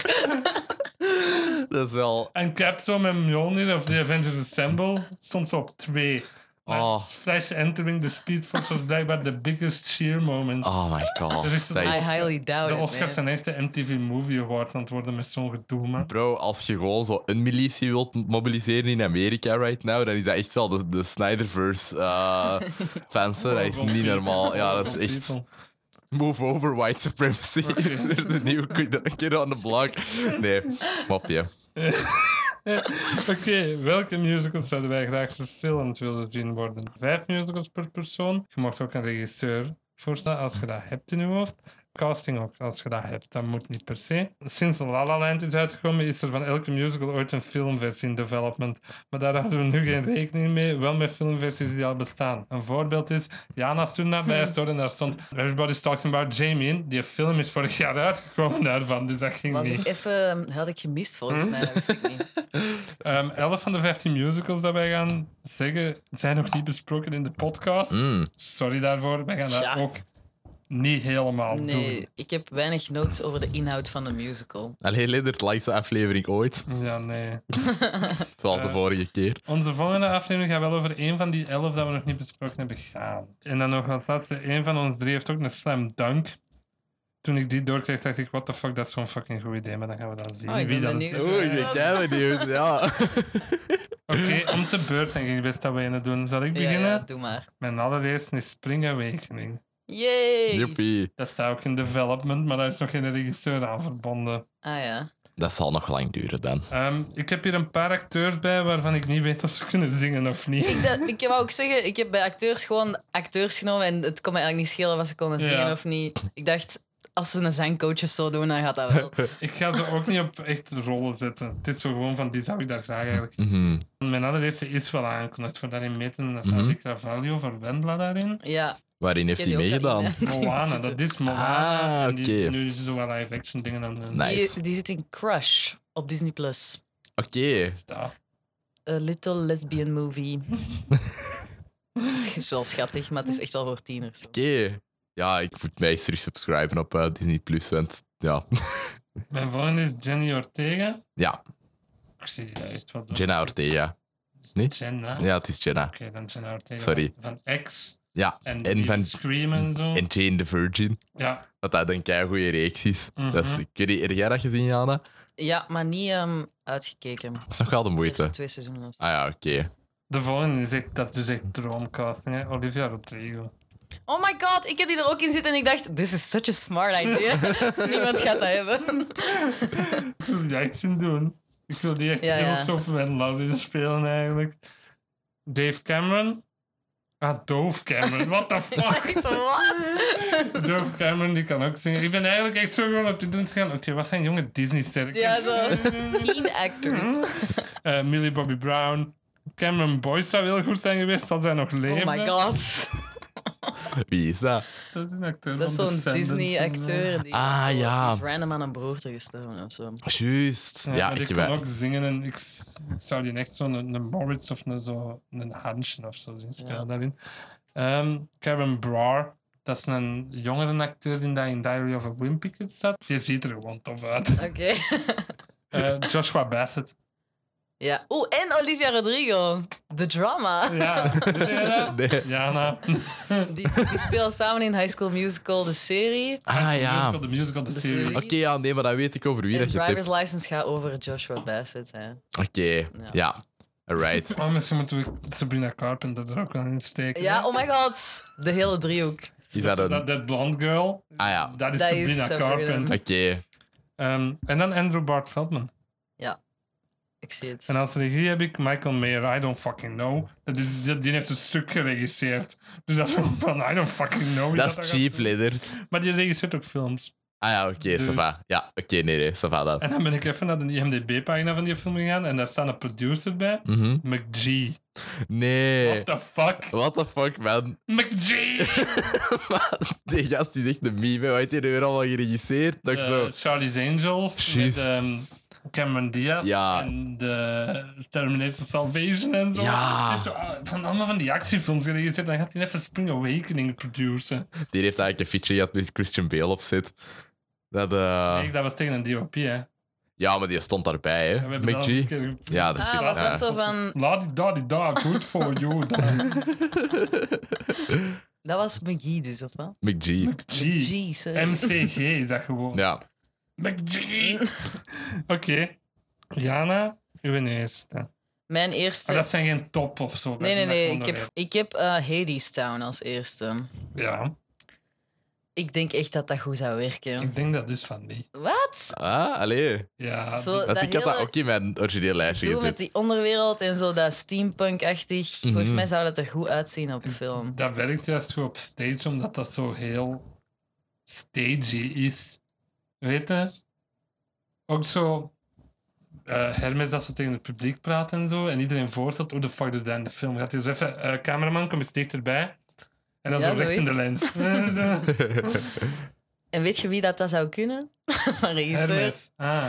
Speaker 3: Dat is wel.
Speaker 1: En Capcom en Mjolnir of The Avengers Assemble stond ze op 2.
Speaker 3: Oh.
Speaker 1: Flash entering the Speed Force was blijkbaar de biggest sheer moment.
Speaker 3: Oh my god.
Speaker 1: [LAUGHS] Dat is
Speaker 3: Dat
Speaker 2: I
Speaker 1: nice.
Speaker 3: is-
Speaker 2: highly doubt
Speaker 1: De
Speaker 2: it, Oh, man.
Speaker 1: Oscars zijn echt de MTV Movie Awards aan het worden met zo'n gedoe, man.
Speaker 3: Bro, als je gewoon zo een militie wilt mobiliseren in Amerika right now, dan is dat echt wel de, de Snyderverse [LAUGHS] eh fans. hè. Dat is
Speaker 1: [LAUGHS]
Speaker 3: niet normaal. Ja, dat is echt move over white
Speaker 1: [LAUGHS]
Speaker 3: supremacy. [LAUGHS] There's a new kid- kid on the block. Nee, mopje.
Speaker 1: [LAUGHS] Oké, welke musicals zouden wij graag verfilmd willen zien worden? Vijf musicals per persoon. Je mag ook een regisseur voorstellen als je dat hebt in je hoofd. casting ook, als je dat hebt. Dat moet niet per se. Sinds La La Land is uitgekomen, is er van elke musical ooit een filmversie in development. Maar daar houden we nu geen rekening mee, wel met filmversies die al bestaan. Een voorbeeld is, Jana stond daarbij stond en daar stond Everybody's Talking About Jamie in. Die film is vorig jaar uitgekomen daarvan, dus dat ging
Speaker 2: Was
Speaker 1: niet.
Speaker 2: ik even, had ik gemist
Speaker 3: Hm?
Speaker 2: volgens mij, dat wist ik niet.
Speaker 1: Ehm 11 van de 15 musicals dat wij gaan zeggen, zijn nog niet besproken in de podcast.
Speaker 3: Mm.
Speaker 1: Sorry daarvoor, wij gaan
Speaker 2: Tja.
Speaker 1: dat ook niet helemaal
Speaker 2: Nee, ik heb weinig notes over de inhoud van de musical.
Speaker 3: Allee, Lindert, langste aflevering ooit.
Speaker 1: doen. Ja, nee.
Speaker 3: Zoals de
Speaker 1: Eh.
Speaker 3: vorige keer.
Speaker 1: Onze volgende aflevering gaat wel over één van die 11 dat we nog niet besproken hebben gaan. En dan nog als laatste, één van ons drie heeft ook een slam dunk. Toen ik die doorkreeg, dacht ik, what the fuck, dat is zo'n fucking goed idee. Maar dan gaan we dan zien
Speaker 2: Oh, ik
Speaker 1: wie
Speaker 2: ben
Speaker 1: dat het
Speaker 2: benieuwd.
Speaker 1: is.
Speaker 2: Oeh, ik ben kei
Speaker 3: benieuwd. Ja.
Speaker 1: Oké, om te beurt denk ik best dat we een doen. Zal ik
Speaker 2: Ja,
Speaker 1: beginnen?
Speaker 2: ja, doe maar.
Speaker 1: Mijn allereerste is Spring Awakening.
Speaker 2: Yay!
Speaker 3: Joepie.
Speaker 1: Dat staat ook in development, maar daar is nog geen regisseur aan verbonden.
Speaker 2: Ah ja.
Speaker 3: Dat zal nog lang duren dan.
Speaker 1: Ehm, ik heb hier een paar acteurs bij waarvan ik niet weet of ze kunnen zingen of niet.
Speaker 2: Ik, dat, ik wou ook zeggen, ik heb bij acteurs gewoon acteurs genomen en het kon me eigenlijk niet schelen wat ze konden
Speaker 1: Ja.
Speaker 2: zingen of niet. Ik dacht, als ze een zangcoach of zo doen, dan gaat dat wel.
Speaker 1: Ik ga ze ook niet op echt rollen zetten. Het is zo gewoon van, die zou ik daar graag eigenlijk in zien.
Speaker 3: Mhm.
Speaker 1: Mijn allereerste is wel aangekondigd voor daarin mee te doen. Dat is
Speaker 3: Mhm.
Speaker 1: Andy Carvalho voor Wendla daarin.
Speaker 2: Ja,
Speaker 3: Waarin heeft
Speaker 2: ik
Speaker 3: hij
Speaker 2: heb die ook al
Speaker 3: meegedaan?
Speaker 2: in, hè.
Speaker 1: Moana, dat is Moana.
Speaker 3: Ah,
Speaker 1: En die-
Speaker 3: oké.
Speaker 1: Nu is ze wel live action dingen aan het doen.
Speaker 3: Nee. Nice.
Speaker 2: Die, die zit in Crush op Disney+. Plus.
Speaker 3: Oké.
Speaker 1: Sta.
Speaker 2: A little lesbian movie. Het is wel schattig, maar het is echt wel voor tieners.
Speaker 3: Oké. Ja, ik moet mij eens resubscriben op eh, Disney Plus, want ja.
Speaker 1: Mijn volgende is Jenny Ortega.
Speaker 3: ja,
Speaker 1: Ik zie die daar echt wel doen.
Speaker 3: Jenna Ortega.
Speaker 1: Is het
Speaker 3: niet?
Speaker 1: Jenna?
Speaker 3: Ja, het is Jenna.
Speaker 1: Oké, dan Jenna Ortega.
Speaker 3: Sorry.
Speaker 1: Van X.
Speaker 3: Ja,
Speaker 1: En,
Speaker 3: en van
Speaker 1: Scream en zo.
Speaker 3: en Jane the Virgin.
Speaker 1: Ja,
Speaker 3: Dat dat een keigoede reeks is. Dat is
Speaker 1: Mhm.
Speaker 3: ik weet niet, heb jij dat gezien, Jana?
Speaker 2: Ja, maar niet ehm, uitgekeken.
Speaker 3: Dat is nog wel de
Speaker 2: De eerste
Speaker 3: moeite.
Speaker 2: twee seizoenen. of zo.
Speaker 3: Ah ja, oké.
Speaker 1: de volgende is echt, dat is dus echt droomcasting. Hè? Olivia Rodrigo.
Speaker 2: Oh my god, ik heb die er ook in zitten en ik dacht, this is such a
Speaker 1: [LAUGHS]
Speaker 2: smart idea. Niemand gaat dat hebben.
Speaker 1: Ik wil die echt zien doen. Ik wil die echt
Speaker 2: Ja,
Speaker 1: heel
Speaker 2: ja.
Speaker 1: soft Wendla zien spelen eigenlijk. Dave Cameron. Ah, Dove Cameron. What
Speaker 2: [LAUGHS]
Speaker 1: the fuck?
Speaker 2: Echt, wat?
Speaker 1: Dove Cameron, die kan ook zingen. Ik ben eigenlijk echt zo gewoon op dit moment gaan. Oké, wat zijn jonge Disney-sterren?
Speaker 2: Ja, zo. Teen actors. Oh
Speaker 1: Eh, Millie Bobby Brown. Cameron Boyce zou heel goed zijn geweest als hij nog
Speaker 2: Oh
Speaker 1: leefde.
Speaker 2: my god.
Speaker 3: Wie is dat?
Speaker 1: Dat is een acteur
Speaker 2: Dat is
Speaker 1: van
Speaker 2: zo'n
Speaker 1: Descendants.
Speaker 2: Disney-acteur. die
Speaker 3: Ah,
Speaker 2: zo
Speaker 3: ja.
Speaker 2: is random aan een broer tegenstellen of zo.
Speaker 3: Juist.
Speaker 1: Ja,
Speaker 3: Ja,
Speaker 1: maar
Speaker 3: ik
Speaker 1: die
Speaker 3: weet-
Speaker 1: kan
Speaker 3: [LAUGHS]
Speaker 1: ook zingen en ik, s- ik zou die echt zo'n een, Moritz of een, zo, een Hansje of zo zien spelen
Speaker 2: Ja.
Speaker 1: daarin. Ehm, Karen Brar, dat is een jongere acteur die daar in Diary of a Wimpy Kid zat. Die ziet er gewoon tof uit.
Speaker 3: [LAUGHS]
Speaker 2: Oké. [LAUGHS]
Speaker 1: Eh, Joshua Bassett.
Speaker 2: Ja. Oeh, en Olivia Rodrigo. The drama.
Speaker 1: Ja, [LAUGHS] weet je dat?
Speaker 3: Nee.
Speaker 1: Jana.
Speaker 2: Die, die spelen samen in High School Musical, de serie.
Speaker 3: Ah ja.
Speaker 1: De [LAUGHS] musical, de
Speaker 3: Oké,
Speaker 1: musical, de
Speaker 2: De
Speaker 1: serie.
Speaker 2: serie.
Speaker 3: ja, nee, maar dan weet ik over wie
Speaker 2: En
Speaker 3: dat je het hebt.
Speaker 2: Driver's License gaat over Joshua Bassett. Hè.
Speaker 3: Oké, ja. Alright.
Speaker 1: Maar Oh, misschien moeten we Sabrina Carpenter er ook aan insteken.
Speaker 2: Ja,
Speaker 1: hè?
Speaker 2: oh my god. De hele driehoek.
Speaker 3: Is dat een...
Speaker 1: Dus dat, dat blonde girl,
Speaker 3: Ah ja, oké.
Speaker 1: dat is
Speaker 2: Dat is
Speaker 1: Sabrina
Speaker 2: Sabrina.
Speaker 1: Carpenter. Ehm, en dan Andrew Bart Feldman.
Speaker 2: Ik zie het.
Speaker 1: En als regie heb ik Michael Mayer, I don't fucking know. Dat is, dat, die heeft een stuk geregisseerd. Dus dat is ook van, I don't fucking know. wie
Speaker 3: Dat
Speaker 1: daar
Speaker 3: is
Speaker 1: gaat
Speaker 3: cheap,
Speaker 1: doen.
Speaker 3: Leonard.
Speaker 1: Maar die regisseert ook films.
Speaker 3: Ah ja, oké,
Speaker 1: Dus-
Speaker 3: ça va. Ja, oké, nee, nee, ça va dan.
Speaker 1: En dan ben ik even naar de IMDb-pagina van die film gegaan en daar staat een producer bij.
Speaker 3: Mhm.
Speaker 1: McG.
Speaker 3: Nee.
Speaker 1: What the fuck?
Speaker 3: What the fuck, man?
Speaker 1: McG!
Speaker 3: [LAUGHS] die gast die zegt de meme. hè. Wat heeft hij nu weer allemaal geregisseerd? Dat ik
Speaker 1: Eh,
Speaker 3: zo...
Speaker 1: Charlie's Angels.
Speaker 3: Juist.
Speaker 1: Met ehm, Cameron Diaz.
Speaker 3: Ja.
Speaker 1: En de Terminator Salvation en zo.
Speaker 3: Ja.
Speaker 1: En zo, ah, van allemaal van die actiefilms geregisseerd. Dan gaat hij even Spring Awakening produceren.
Speaker 3: Die heeft eigenlijk een feature gehad met Christian Bale op zit. Dat, eh,
Speaker 1: Kijk, dat was tegen een DOP, hè.
Speaker 3: Ja, maar die stond daarbij,
Speaker 1: Ja, we
Speaker 3: hè.
Speaker 1: hebben dat al
Speaker 3: McG.
Speaker 1: een keer-
Speaker 3: Ja, dat
Speaker 2: Ah,
Speaker 3: is...
Speaker 2: was
Speaker 3: ja.
Speaker 2: dat zo van...
Speaker 1: La di da di da, good for you.
Speaker 3: [LAUGHS]
Speaker 1: Dan.
Speaker 2: Dat was McGee dus, of wat?
Speaker 3: McG.
Speaker 1: G.
Speaker 2: McGee, sorry.
Speaker 1: MCG is dat gewoon.
Speaker 3: Ja.
Speaker 1: McG. [LAUGHS] Oké. Jana, uw eerste.
Speaker 2: Mijn eerste...
Speaker 1: Maar Ah, dat zijn geen top of zo.
Speaker 2: Nee, nee,
Speaker 1: dat
Speaker 2: nee.
Speaker 1: mag
Speaker 2: Ik heb,
Speaker 1: onderwerp.
Speaker 2: ik heb eh, Hades Town als eerste.
Speaker 1: Ja,
Speaker 2: Ik denk echt dat dat goed zou werken.
Speaker 1: ik denk dat dus van die.
Speaker 2: Wat?
Speaker 3: Ah, allee.
Speaker 1: Ja,
Speaker 2: Zo,
Speaker 1: die-
Speaker 3: Want
Speaker 2: Dat
Speaker 3: ik had dat
Speaker 2: hele-
Speaker 3: ook in mijn origineel lijstje
Speaker 2: Doe met
Speaker 3: gezet.
Speaker 2: die onderwereld en zo, dat steampunk-achtig. Volgens
Speaker 1: Mhm.
Speaker 2: mij zou dat er goed uitzien op film.
Speaker 1: dat werkt juist goed op stage, omdat dat zo heel stagey is. Weet je? Ook zo... eh, Hermes dat zo tegen het publiek praat en zo. En iedereen voorstelt, hoe de fuck doet dat in de film? Gaat hij zo even... eh, cameraman, kom eens dichterbij. En dan
Speaker 2: Ja,
Speaker 1: zo recht in de
Speaker 2: [LAUGHS]
Speaker 1: lens. [LAUGHS]
Speaker 2: En weet je wie dat, dat zou kunnen? [LAUGHS] Een regisseur.
Speaker 1: Hermes. Ah.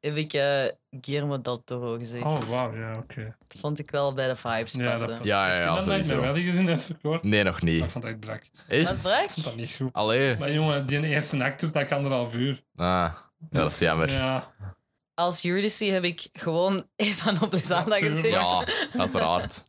Speaker 2: Heb ik eh Guillermo del Toro gezegd.
Speaker 1: Oh, wauw. Ja, oké.
Speaker 2: Dat vond ik wel bij de vibes
Speaker 1: Ja,
Speaker 2: passen.
Speaker 1: dat
Speaker 3: [LAUGHS] Ja, Ah, ja,
Speaker 1: Heeft
Speaker 3: ja,
Speaker 1: iemand dat ik nog
Speaker 3: sowieso.
Speaker 1: wel gezien heb verkoord?
Speaker 3: Nee, nog
Speaker 1: Maar ik vond
Speaker 3: niet.
Speaker 1: dat echt brak. Ik
Speaker 2: Wat
Speaker 3: Echt?
Speaker 2: vraag?
Speaker 1: vond dat niet goed.
Speaker 3: Allee.
Speaker 1: Maar jongen, die eerste act doet dat anderhalf uur.
Speaker 3: Ah, ja, dat is jammer. Ja,
Speaker 1: Ja,
Speaker 2: Als Eurydice heb ik gewoon [LAUGHS] Eva Noblezana
Speaker 1: Natuurlijk.
Speaker 2: gezegd.
Speaker 3: uiteraard.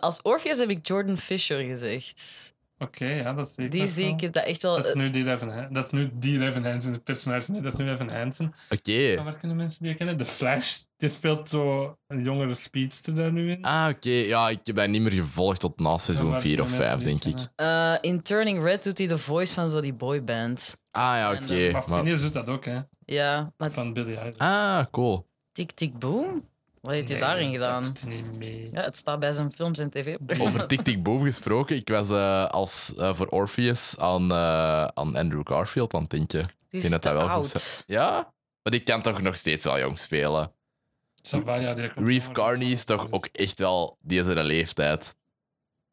Speaker 2: Als Orpheus heb ik Jordan Fisher gezegd.
Speaker 1: oké, ja, dat zie ik.
Speaker 2: Die
Speaker 1: nog
Speaker 2: zie
Speaker 1: wel.
Speaker 2: ik heb dat echt wel... eh,
Speaker 1: Dat is nu die Evan, Han- dat is nu die Evan Hansen, het personage. Nee, dat is nu Evan Hansen.
Speaker 3: Oké.
Speaker 1: Van waar kunnen mensen die kennen? De Flash. Die speelt zo een jongere speedster daar nu in.
Speaker 3: Ah, oké. Ja, ik heb dat niet meer gevolgd tot na seizoen
Speaker 1: Waar
Speaker 3: 4 of
Speaker 1: kunnen
Speaker 3: 5,
Speaker 1: mensen die
Speaker 3: denk ik.
Speaker 1: kennen?
Speaker 2: eh, in Turning Red doet hij de voice van zo die boyband.
Speaker 3: Ah, ja, oké.
Speaker 2: En eh, dan-
Speaker 1: Maar
Speaker 3: maar-
Speaker 1: Phineas doet dat ook, hè?
Speaker 2: Ja, maar
Speaker 1: Van Billy Eilish.
Speaker 3: Ah, cool.
Speaker 2: Tik Tik Boom? Wat heeft hij daarin gedaan?
Speaker 1: Dat doet hij niet mee.
Speaker 2: Ja, het staat bij zijn films en tv. [LAUGHS]
Speaker 3: Over Tik Tik Boom gesproken. Ik was eh, als, eh, voor Orpheus aan, eh, aan Andrew Garfield aan het denken.
Speaker 2: Die
Speaker 3: Ik denk dat dat wel goed
Speaker 2: oud.
Speaker 3: zou- Ja? Maar die kan toch nog steeds wel jong spelen.
Speaker 1: Savaria, die komt
Speaker 3: Reeve
Speaker 1: ook-
Speaker 3: Carney is toch ook echt wel die zijn leeftijd.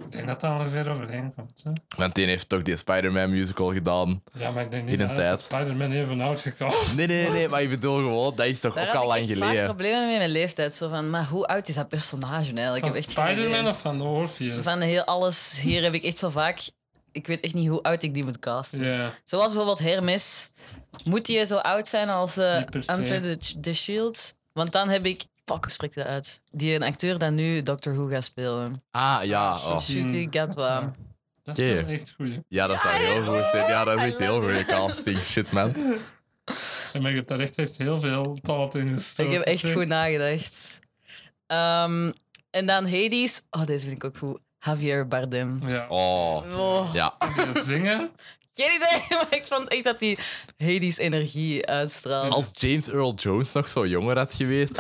Speaker 1: Ik denk dat dat ongeveer overheen komt. Hè?
Speaker 3: Want die heeft toch die Spider-Man musical gedaan.
Speaker 1: Ja, maar ik denk
Speaker 3: In
Speaker 1: niet
Speaker 3: een
Speaker 1: dat
Speaker 3: tijd.
Speaker 1: Spider-Man even oud gekomen.
Speaker 3: Nee, nee, nee, maar ik bedoel gewoon, dat is toch
Speaker 2: Daar
Speaker 3: ook al
Speaker 2: had ik
Speaker 3: lang
Speaker 2: echt vaak
Speaker 3: geleden.
Speaker 2: problemen mee met leeftijd. Zo van, maar hoe oud is dat personage nou eigenlijk?
Speaker 1: Van
Speaker 2: Ik heb echt geen idee.
Speaker 1: Spider-Man of van Orpheus?
Speaker 2: Van heel alles hier heb ik echt zo vaak... Ik weet echt niet hoe oud ik die moet casten.
Speaker 1: Ja,
Speaker 2: Zoals bijvoorbeeld Hermes. Moet die zo oud zijn als eh
Speaker 1: Niet per se.
Speaker 2: Andre the, the Shield? Want dan heb ik... Fuck, hoe spreekt dat uit? Die een acteur dat nu Doctor Who gaat spelen.
Speaker 3: Ah, ja.
Speaker 1: Ah,
Speaker 3: Oh.
Speaker 1: shit.
Speaker 2: Shooty Gatwa.
Speaker 1: dat
Speaker 3: Oké.
Speaker 1: is wel echt goed.
Speaker 3: Ja, dat zou heel goed zijn. Ja, dat is
Speaker 2: I
Speaker 3: echt heel
Speaker 2: love
Speaker 3: goede casting. Shit, man.
Speaker 1: En maar ik heb daar echt, echt heel veel talent in
Speaker 2: Ik
Speaker 1: gestoken.
Speaker 2: heb echt
Speaker 1: zeg.
Speaker 2: goed nagedacht. Ehm, en dan Hades. Oh, deze vind ik ook goed. Javier Bardem.
Speaker 1: Ja.
Speaker 3: Oh.
Speaker 2: Oh,
Speaker 3: Ja.
Speaker 1: Die zingen.
Speaker 2: Geen idee, [LAUGHS] maar ik vond echt dat die Hades-energie uitstraalt.
Speaker 3: [LAUGHS] Als James Earl Jones nog zo jonger had geweest,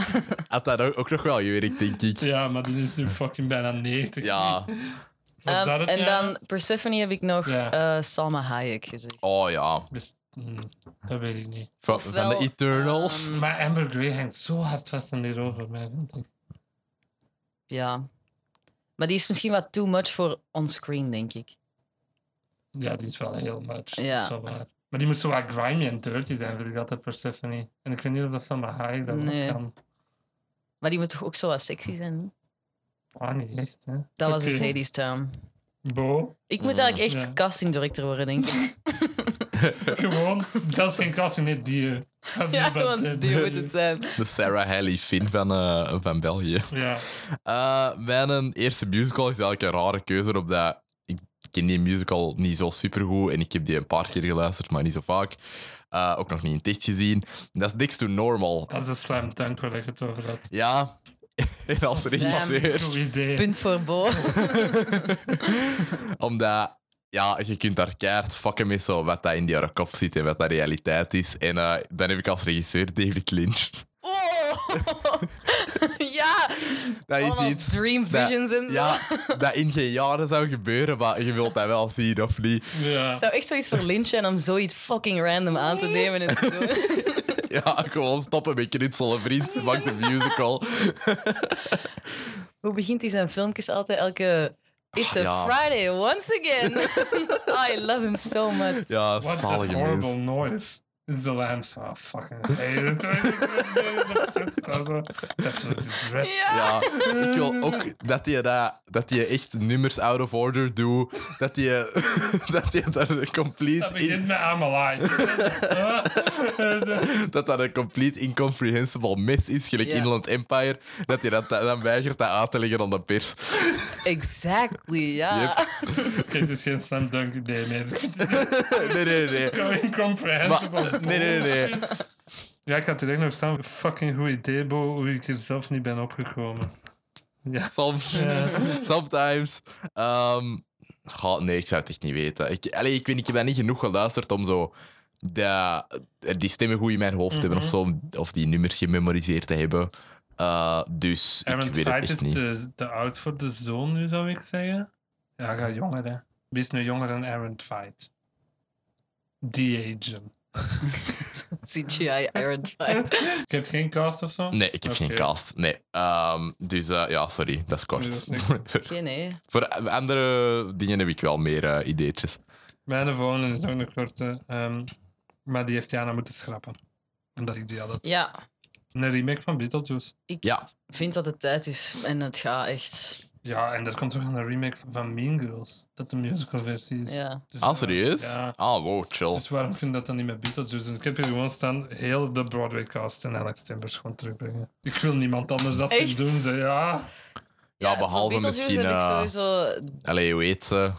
Speaker 3: had dat ook, ook nog wel gewerkt, denk ik.
Speaker 1: Ja, maar die is nu fucking bijna 90.
Speaker 3: Ja.
Speaker 1: Was
Speaker 2: Ehm,
Speaker 1: dat het
Speaker 2: en
Speaker 1: jaar?
Speaker 2: dan Persephone heb ik nog
Speaker 1: Ja.
Speaker 2: eh, Salma Hayek gezegd.
Speaker 3: Oh ja.
Speaker 1: Dus, hm, dat weet ik niet.
Speaker 3: Van, van de
Speaker 2: Ofwel,
Speaker 3: Eternals.
Speaker 2: ehm,
Speaker 1: Maar Amber Grey hangt zo hard vast aan die rol voor mij, vind ik.
Speaker 2: Ja. Maar die is misschien wat too much voor onscreen, denk ik.
Speaker 1: Ja, die is wel heel much.
Speaker 2: Ja.
Speaker 1: Ja. Zo waar. Maar die moet zo wat grimy en dirty zijn, vind ik altijd, Persephone. En ik weet niet of dat Salma Hayek dat wel
Speaker 2: Nee.
Speaker 1: kan.
Speaker 2: Maar die moet toch ook zo wat sexy zijn? niet?
Speaker 1: Ah, niet echt, hè.
Speaker 2: Dat was
Speaker 1: Oké.
Speaker 2: dus Hades Town.
Speaker 1: Bo,
Speaker 2: [LAUGHS] Ik moet eigenlijk echt
Speaker 1: Ja.
Speaker 2: casting director worden, denk [LAUGHS] ik.
Speaker 1: gewoon. Zelfs geen casting, nee, die. eh, have
Speaker 2: ja,
Speaker 1: you but
Speaker 2: want
Speaker 1: dead
Speaker 2: die moet
Speaker 1: baby.
Speaker 2: het zijn.
Speaker 3: De Sarah Haley Finn van, eh, van België.
Speaker 1: Ja.
Speaker 3: Eh, mijn eerste musical is eigenlijk een rare keuze, omdat ik ken die musical niet zo supergoed en ik heb die een paar keer geluisterd, maar niet zo vaak. Eh, ook nog niet in het echt gezien. Dat is Next to Normal.
Speaker 1: Dat is een slam dunk waar ik het over had.
Speaker 3: Ja, [LAUGHS] en als
Speaker 1: Goed
Speaker 3: regisseur.
Speaker 1: idee.
Speaker 2: Punt voor [LAUGHS] Bo.
Speaker 3: Omdat, ja, je kunt daar keihard fucken met zo wat dat in die haar kop zit en wat dat realiteit is. En eh, dan heb ik als regisseur David Lynch. [LAUGHS]
Speaker 2: Oh! [LAUGHS] ja!
Speaker 3: Dat is
Speaker 2: Allemaal
Speaker 3: iets...
Speaker 2: dream
Speaker 3: dat-
Speaker 2: visions en zo.
Speaker 3: Ja, [LAUGHS] dat in geen jaren zou gebeuren, maar je wilt dat wel zien, of niet? [LAUGHS]
Speaker 1: Ja.
Speaker 2: Het zou echt zoiets voor Lynch zijn om zoiets fucking random aan te nemen en te [LAUGHS] doen.
Speaker 3: Ja, gewoon stoppen met knutselen, vriend. Maak de musical.
Speaker 2: Hoe begint hij zijn filmpjes altijd elke... It's a
Speaker 3: ja.
Speaker 2: Friday once again. [LAUGHS] I love him so much.
Speaker 3: Ja,
Speaker 1: What's that
Speaker 3: zalige
Speaker 1: horrible
Speaker 3: mens.
Speaker 1: noise? It's the lamps. Oh, fucking [LAUGHS] hate it. It's
Speaker 3: [LAUGHS]
Speaker 1: absolutely dreadful.
Speaker 2: Ja.
Speaker 3: Ja, ik wil ook dat je, dat, dat je echt nummers out of order doet. Dat je, [LAUGHS] dat je daar een
Speaker 1: Dat
Speaker 3: complete, in,
Speaker 1: begint met I'm
Speaker 3: [LAUGHS]
Speaker 1: Ah, alive.
Speaker 3: dat dat een complete incomprehensible mess is, gelijk
Speaker 2: Ja.
Speaker 3: Inland Empire. Dat je dat dan weigert dat uit te leggen aan de pers.
Speaker 2: Exactly, ja.
Speaker 3: Yep.
Speaker 1: Oké, het is geen slam dunk idee meer.
Speaker 3: Nee, nee, nee. [LAUGHS] Maar,
Speaker 1: Incomprehensible.
Speaker 3: nee, nee, nee.
Speaker 1: Ja, ik had direct nog staan. Fucking goed idee, Bo, hoe ik er zelf niet ben opgekomen.
Speaker 3: Soms.
Speaker 1: Ja.
Speaker 3: Sometimes. Ehm, goh, nee, ik zou het echt niet weten. Ik, allee, ik, weet, niet, ik heb daar niet genoeg geluisterd om zo de, die stemmen goed in mijn hoofd te hebben of
Speaker 1: Mhm.
Speaker 3: zo. om- Of die nummers gememoriseerd te hebben. Eh, dus ik
Speaker 1: Aaron
Speaker 3: weet
Speaker 1: Fight
Speaker 3: het
Speaker 1: is
Speaker 3: echt niet.
Speaker 1: te, te oud voor de zoon nu, zou ik zeggen. Ja, ga jonger, hè. Wie is nu jonger dan Aaron Fight? de-agen.
Speaker 2: CGI Iron Fight.
Speaker 1: Je hebt geen cast of zo?
Speaker 3: Nee, ik heb geen
Speaker 1: Oké.
Speaker 3: cast. Nee. Ehm, dus eh, ja, sorry, dat is kort.
Speaker 1: Nee, dat
Speaker 3: [LAUGHS]
Speaker 2: Geen nee.
Speaker 3: Voor andere dingen heb ik wel meer eh, ideetjes.
Speaker 1: Mijn volgende is ook een korte. ehm, maar die heeft Jana moeten schrappen. Omdat ik die had. het.
Speaker 2: Ja,
Speaker 1: Een remake van Beetlejuice.
Speaker 2: ik
Speaker 3: Ja.
Speaker 2: vind dat het tijd is en het gaat echt.
Speaker 1: Ja, en er komt ook een remake van- van Mean Girls. Dat de musical versie is.
Speaker 2: Ja.
Speaker 1: Dus,
Speaker 3: Ah,
Speaker 1: eh,
Speaker 3: serieus?
Speaker 1: Ja.
Speaker 3: Ah, wow, chill.
Speaker 1: Dus waarom kun je dat dan niet met Beetlejuice doen? Ik heb hier gewoon staan, heel de Broadway-cast en Alex Timbers gewoon terugbrengen. Ik wil niemand anders dat zien
Speaker 2: Echt?
Speaker 1: doen. Ze. Ja.
Speaker 3: Ja,
Speaker 2: van
Speaker 3: behalve
Speaker 2: Beetlejuice
Speaker 3: misschien...
Speaker 2: heb ik
Speaker 3: eh,
Speaker 2: sowieso...
Speaker 3: Allee, eh, hoe heet ze?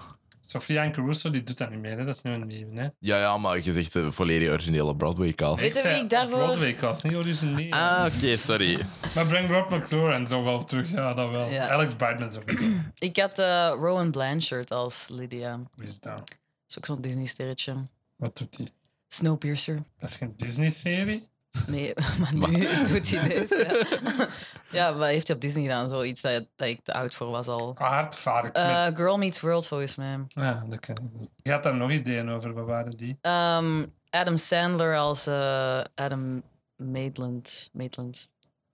Speaker 1: Sofia en Caruso, die doet dat niet meer. Hè. Dat is nu een nieuwe. Hè.
Speaker 3: Ja, ja, maar je zegt de volledig originele Broadway-cast.
Speaker 2: Weet je
Speaker 1: Ik zei
Speaker 2: wie ik daarvoor-
Speaker 1: Broadway-cast, niet origineel.
Speaker 3: Ah, oké, sorry.
Speaker 1: Maar breng Rob McClure en zo wel terug. Ja, dat wel.
Speaker 2: Ja.
Speaker 1: Alex Brightman sowieso.
Speaker 2: Ik had eh, Rowan Blanchard als Lydia. Dat
Speaker 1: Wie is dat?
Speaker 2: is ook zo'n Disney-sterretje.
Speaker 1: Wat doet hij?
Speaker 2: Snowpiercer.
Speaker 1: Dat is geen Disney-serie?
Speaker 2: Nee, [LAUGHS] maar nu
Speaker 3: Maar-
Speaker 2: doet hij deze.
Speaker 3: [LAUGHS]
Speaker 2: Ja. ja, wat heeft hij op Disney gedaan? Zoiets dat, dat ik te oud voor was al.
Speaker 1: Aardvark.
Speaker 2: Eh, Girl Meets World, volgens mij.
Speaker 1: Ja, dat ken ik niet. Je had daar nog ideeën over, wat waren die?
Speaker 2: Ehm, Adam Sandler als eh, Adam Maitland. Maitland.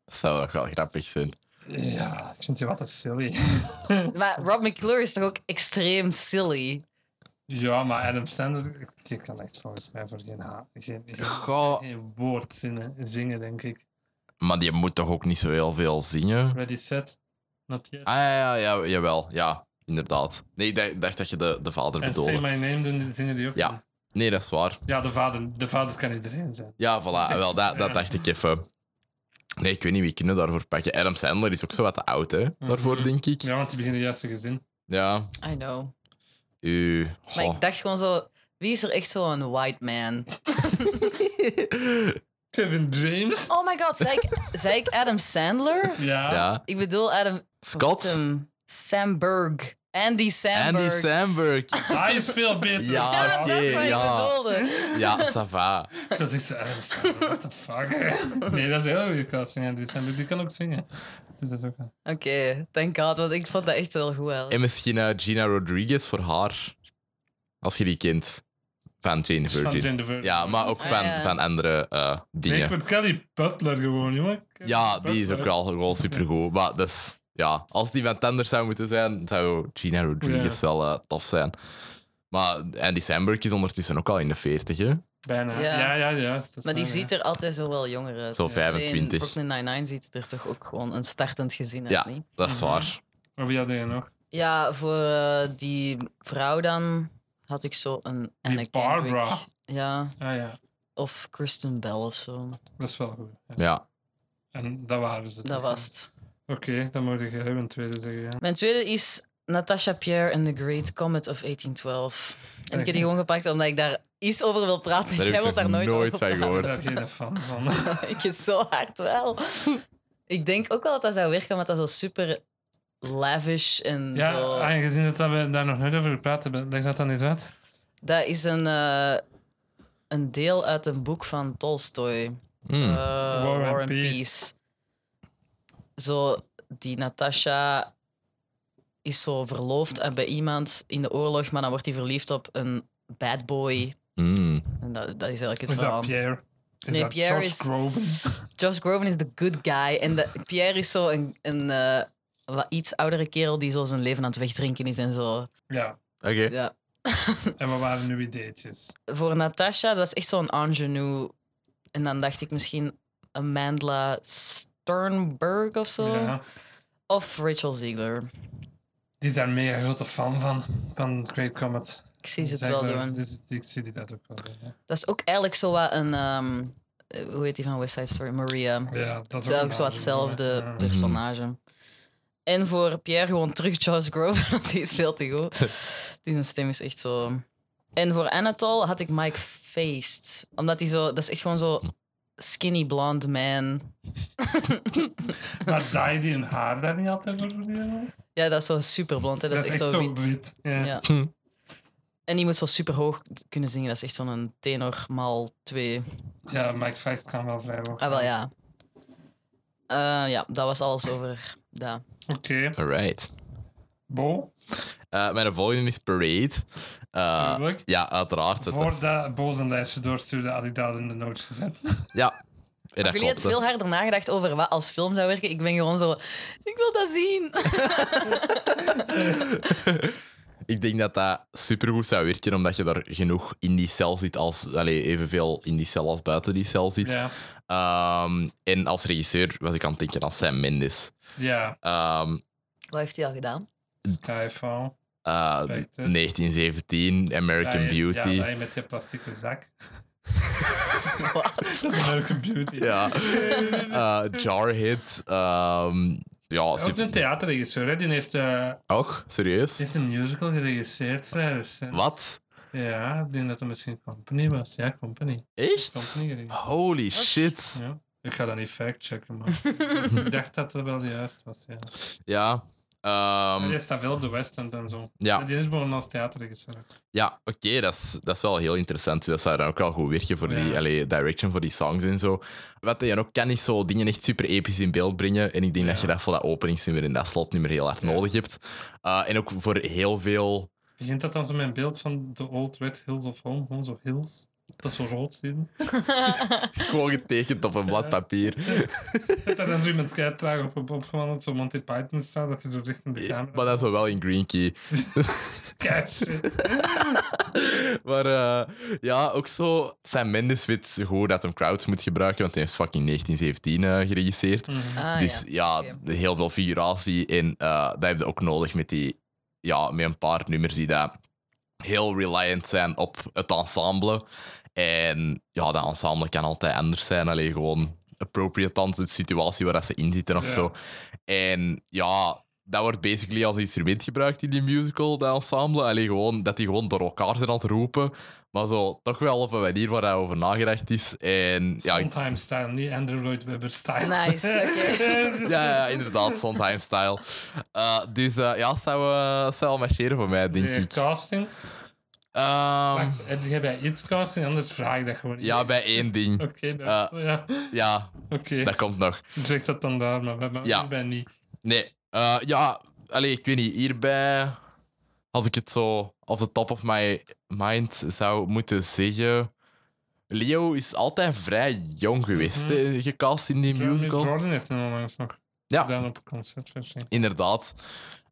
Speaker 3: Dat zou nog wel grappig zijn.
Speaker 1: Ja, ik vind die wat een silly.
Speaker 2: Maar Rob McClure is toch ook extreem silly?
Speaker 1: ja, maar Adam Sandler, die kan echt volgens mij voor geen, ha- geen, geen,
Speaker 3: Goh,
Speaker 1: geen woord zinnen, zingen, denk ik.
Speaker 3: maar die moet toch ook niet zo heel veel zingen?
Speaker 1: Ready, set, not yet.
Speaker 3: Ah, ja, ja, ja, jawel. Ja, inderdaad. Nee, ik dacht, dacht dat je de, de vader
Speaker 1: en Say
Speaker 3: bedoelde.
Speaker 1: My Name doen, zingen die ook
Speaker 3: Ja.
Speaker 1: niet.
Speaker 3: Nee, dat is waar.
Speaker 1: Ja, de vader, de vader kan iedereen zijn.
Speaker 3: Ja, voilà. Wel, dat, dat dacht ik even. Nee, ik weet niet wie kunnen daarvoor pakken. Adam Sandler is ook zo wat te oud, hè? Daarvoor, denk ik.
Speaker 1: Mhm. Ja, want die beginnen juist te gezin.
Speaker 3: Ja.
Speaker 2: I know.
Speaker 3: U.
Speaker 2: Maar
Speaker 3: goh.
Speaker 2: ik dacht gewoon zo... Wie is er echt zo'n white man?
Speaker 1: Kevin James?
Speaker 2: Oh my god, zei
Speaker 3: [LAUGHS]
Speaker 2: ik, zei ik Adam Sandler?
Speaker 1: Ja.
Speaker 3: Ja.
Speaker 2: Ik bedoel Adam...
Speaker 3: Scott.
Speaker 2: Sam Samberg. Andy Samberg.
Speaker 3: Andy
Speaker 2: [LAUGHS]
Speaker 3: Samberg.
Speaker 1: Hij is veel beter.
Speaker 3: Ja,
Speaker 2: Ja, dat is
Speaker 3: Oké,
Speaker 2: wat ik
Speaker 3: ja.
Speaker 2: bedoelde.
Speaker 3: Ja, ça va.
Speaker 1: Ik was echt zo, "Ah, Adam Sandler, what the
Speaker 2: [LAUGHS]
Speaker 1: fuck? Nee, dat is een hele goede casting. Andy Samberg, die kan ook zingen. Dus dat is ook...
Speaker 2: Oké, thank god, want ik vond dat echt wel goed. Wel.
Speaker 3: En misschien eh, Gina Rodriguez voor haar. Als je die kent. Van Jane
Speaker 1: Van
Speaker 3: Virgin.
Speaker 1: Jane the Virgin.
Speaker 3: Ja, maar ook
Speaker 2: Ah,
Speaker 3: van,
Speaker 2: ja.
Speaker 3: van andere eh,
Speaker 1: Nee, ik
Speaker 3: dingen.
Speaker 1: word Kelly Butler gewoon, jongen. Kelly
Speaker 3: Ja, die is ook
Speaker 1: Butler.
Speaker 3: wel gewoon supergoed. Maar dat is- ja, als die van Tender zou moeten zijn, zou Gina Rodriguez wel eh, tof zijn. Maar Andy Samberg is ondertussen ook al in de 40, hè?
Speaker 1: Bijna.
Speaker 2: Ja.
Speaker 1: Ja, ja, juist. dat is
Speaker 2: maar die
Speaker 1: waar,
Speaker 2: ziet er altijd zo wel jonger uit.
Speaker 3: Zo 25.
Speaker 2: In Brooklyn Nine-Nine ziet het er toch ook gewoon een startend gezin uit,
Speaker 3: Ja,
Speaker 2: niet?
Speaker 3: dat is
Speaker 1: Mhm.
Speaker 3: waar.
Speaker 1: ja. Wie had je nog?
Speaker 2: Ja, voor eh, die vrouw dan had ik zo een Anna
Speaker 1: Die Barbara.
Speaker 2: Kendrick. Ja,
Speaker 1: Ah ja,
Speaker 2: of Kristen Bell of zo.
Speaker 1: dat is wel goed. Ja.
Speaker 3: Ja.
Speaker 1: En dat waren ze.
Speaker 2: Dat was het.
Speaker 1: Oké, dan moet ik even een tweede zeggen. Ja.
Speaker 2: Mijn tweede is Natasha Pierre and the Great Comet of 1812. En ik heb die gewoon gepakt omdat ik daar iets over wil praten.
Speaker 3: Daar
Speaker 2: Jij
Speaker 3: heb ik
Speaker 2: wilt
Speaker 3: nog
Speaker 2: daar nooit,
Speaker 3: nooit
Speaker 2: over
Speaker 3: van
Speaker 2: praten. [LAUGHS] Oh,
Speaker 1: Ik ben
Speaker 3: gehoord.
Speaker 1: daar geen fan van.
Speaker 2: Ik is zo hard wel. Ik denk ook wel dat dat zou werken, omdat dat zo super lavish en zo...
Speaker 1: Ja, aangezien dat we daar nog nooit over gepraat hebben, leg dat dan eens uit.
Speaker 2: Dat is een, eh, een deel uit een boek van Tolstoy.
Speaker 3: Hmm.
Speaker 2: eh, War, and Peace. Zo, die Natasha is zo verloofd en bij iemand in de oorlog, maar dan wordt hij verliefd op een bad boy.
Speaker 3: Hmm.
Speaker 2: En dat, dat is eigenlijk het
Speaker 1: Is
Speaker 2: verhaal.
Speaker 1: dat Pierre? Is
Speaker 2: Nee,
Speaker 1: dat
Speaker 2: Pierre
Speaker 1: Josh
Speaker 2: is-
Speaker 1: Groban?
Speaker 2: Josh Groban is de good guy. En de, Pierre is zo een, een eh, wat iets oudere kerel die zo zijn leven aan het wegdrinken is en zo.
Speaker 1: Ja,
Speaker 3: Oké.
Speaker 2: Ja.
Speaker 1: en wat waren nu ideetjes?
Speaker 2: Voor Natasha, dat is echt zo'n ingenue. En dan dacht ik misschien Amanda Sternberg of zo.
Speaker 1: Ja.
Speaker 2: Of Rachel Ziegler.
Speaker 1: Die is daar mega grote fan van, van Great Comet.
Speaker 2: Ik zie ze het wel doen.
Speaker 1: Dus ik zie die dat ook wel doen. Ja,
Speaker 2: Dat is ook eigenlijk zo wat een... ehm, eh, hoe heet die van West Side Story? Maria.
Speaker 1: ja dat
Speaker 2: Dat is ook zo
Speaker 1: een
Speaker 2: hetzelfde
Speaker 1: aandoening, hè.
Speaker 2: personage. En voor Pierre gewoon terug Josh Groban, [LAUGHS] want die is veel te [LAUGHS] goed. Die zijn stem is echt zo... En voor Anatol had ik Mike Feist. Omdat hij zo... Dat is echt gewoon zo skinny blonde man.
Speaker 1: Ja. Maar daaien die hun haar daar niet altijd voor? doen?
Speaker 2: Ja, dat is zo super blond. Hè? Dat, is echt, zo wit.
Speaker 1: Ja.
Speaker 2: Ja.
Speaker 3: Hm.
Speaker 2: En die moet zo super hoog kunnen zingen. Dat is echt zo'n tenor maal twee.
Speaker 1: Ja, Mike Feist kan wel vrij hoog.
Speaker 2: Ah, wel ja. Eh, ja, dat was alles over dat.
Speaker 1: Oké,
Speaker 3: Alright.
Speaker 1: Bo.
Speaker 3: Eh, Eh, mijn volgende is Parade. Eh,
Speaker 1: Tuurlijk.
Speaker 3: ja, uiteraard. Het-
Speaker 1: Voor dat bozenlijstje doorstuurde, had ik dat in de notes
Speaker 3: [LAUGHS]
Speaker 1: gezet.
Speaker 3: Ja, en dat
Speaker 2: Hebben jullie
Speaker 3: klopt.
Speaker 2: het veel harder nagedacht over wat als film zou werken? Ik ben gewoon zo... Ik wil dat zien.
Speaker 3: [LAUGHS] Ik denk dat dat supergoed zou werken, omdat je daar genoeg in die cel zit als... Allee, evenveel in die cel als buiten die cel zit.
Speaker 1: ja.
Speaker 3: Ehm, en als regisseur was ik aan het denken aan Sam Mendes.
Speaker 1: ja,
Speaker 3: Ehm,
Speaker 2: [LAUGHS] Wat heeft hij al gedaan?
Speaker 1: Skyfall.
Speaker 3: eh,
Speaker 1: Perfect, hè?
Speaker 3: 1917, American
Speaker 1: Dat je-
Speaker 3: Beauty.
Speaker 1: Ja, dat je met je plastieke zak.
Speaker 2: [LAUGHS]
Speaker 1: [LAUGHS]
Speaker 2: Wat?
Speaker 1: American Beauty. [LAUGHS]
Speaker 3: Ja. Eh, Jarhead. ehm, ja,
Speaker 1: Ook een
Speaker 3: super.
Speaker 1: theaterregisseur, hè? Die heeft, eh,
Speaker 3: Och, serieus?
Speaker 1: die heeft een musical geregisseerd vrij recent.
Speaker 3: Wat?
Speaker 1: Ja, ik denk dat het misschien Company was. Ja, Company.
Speaker 3: Echt?
Speaker 1: Company geregisseerd.
Speaker 3: Holy shit.
Speaker 1: Ja. Ik ga dat niet factchecken, maar ik dacht dat het wel juist was. Ja.
Speaker 3: Ja. ehm,
Speaker 1: die staat veel op de West End en zo.
Speaker 3: Ja.
Speaker 1: Die is begonnen als theaterregisseur.
Speaker 3: ja, oké, dat, is, dat is wel heel interessant. Dat zou dan ook wel goed werken voor die
Speaker 1: Ja.
Speaker 3: allee, direction, voor die songs en zo. Wat je dan ook kan, is zo dingen echt super episch in beeld brengen. En ik denk dat je
Speaker 1: Ja.
Speaker 3: dat voor dat openingsnummer en dat slotnummer heel hard
Speaker 1: Ja.
Speaker 3: nodig hebt. Eh, en ook voor heel veel... [LAUGHS]
Speaker 1: Begint dat dan zo met een beeld van de Old Red Hills of Home? Gewoon zo hills. Dat is zo rood zien.
Speaker 3: Gewoon getekend op een blad papier.
Speaker 1: Dat daar dan zo iemand kei traag op, op opgewandeld, zo Monty Python staat, dat hij zo richting de camera...
Speaker 3: Maar dat is wel wel in Green Key. [LAUGHS]
Speaker 1: Kei shit.
Speaker 3: Maar eh, ja, ook zo. Sam Mendes weet goed dat hem crowds moet gebruiken, want hij heeft fucking 1917 eh, geregisseerd.
Speaker 2: [LAUGHS]
Speaker 1: Mhm.
Speaker 2: Ah,
Speaker 3: dus
Speaker 2: ja.
Speaker 3: ja,
Speaker 2: oké.
Speaker 3: heel veel figuratie. En eh, dat heb je ook nodig met, die, ja, met een paar nummers die daar heel reliant zijn op het ensemble. En ja, dat ensemble kan altijd anders zijn. Alleen gewoon appropriate aan de situatie waar dat ze in zitten of
Speaker 1: Ja.
Speaker 3: zo. En ja, dat wordt basically als instrument gebruikt in die musical, dat ensemble. Alleen gewoon dat die gewoon door elkaar zijn aan het roepen. Maar zo toch wel op een manier waar daar over nagedacht is. En ja, ik-
Speaker 1: Sometimes style, niet Andrew Lloyd Webber style. [LAUGHS]
Speaker 2: [LAUGHS] Nice, oké.
Speaker 3: ja, ja, inderdaad, sometime style. Eh, dus eh, ja, zou, eh, zou wel marcheren voor mij, denk
Speaker 1: Eh,
Speaker 3: ik.
Speaker 1: casting?
Speaker 3: Ehm,
Speaker 1: Wacht, heb jij bij iets casting? Anders vraag ik dat gewoon.
Speaker 3: ja, bij één ding.
Speaker 1: Oké, bij-
Speaker 3: Eh,
Speaker 1: oh, ja.
Speaker 3: Ja,
Speaker 1: Oké.
Speaker 3: dat komt nog.
Speaker 1: Zeg dat dan daar, maar bij mij
Speaker 3: Ja.
Speaker 1: bij niet.
Speaker 3: Nee, eh, ja, allee, ik weet niet. Hierbij, als ik het zo off the top of my mind zou moeten zeggen. Leo is altijd vrij jong geweest,
Speaker 1: Mhm.
Speaker 3: hè, gecast in die
Speaker 1: Jeremy
Speaker 3: musical.
Speaker 1: Jordan heeft hem onlangs nog
Speaker 3: Ja.
Speaker 1: gedaan op een concertversie.
Speaker 3: Inderdaad.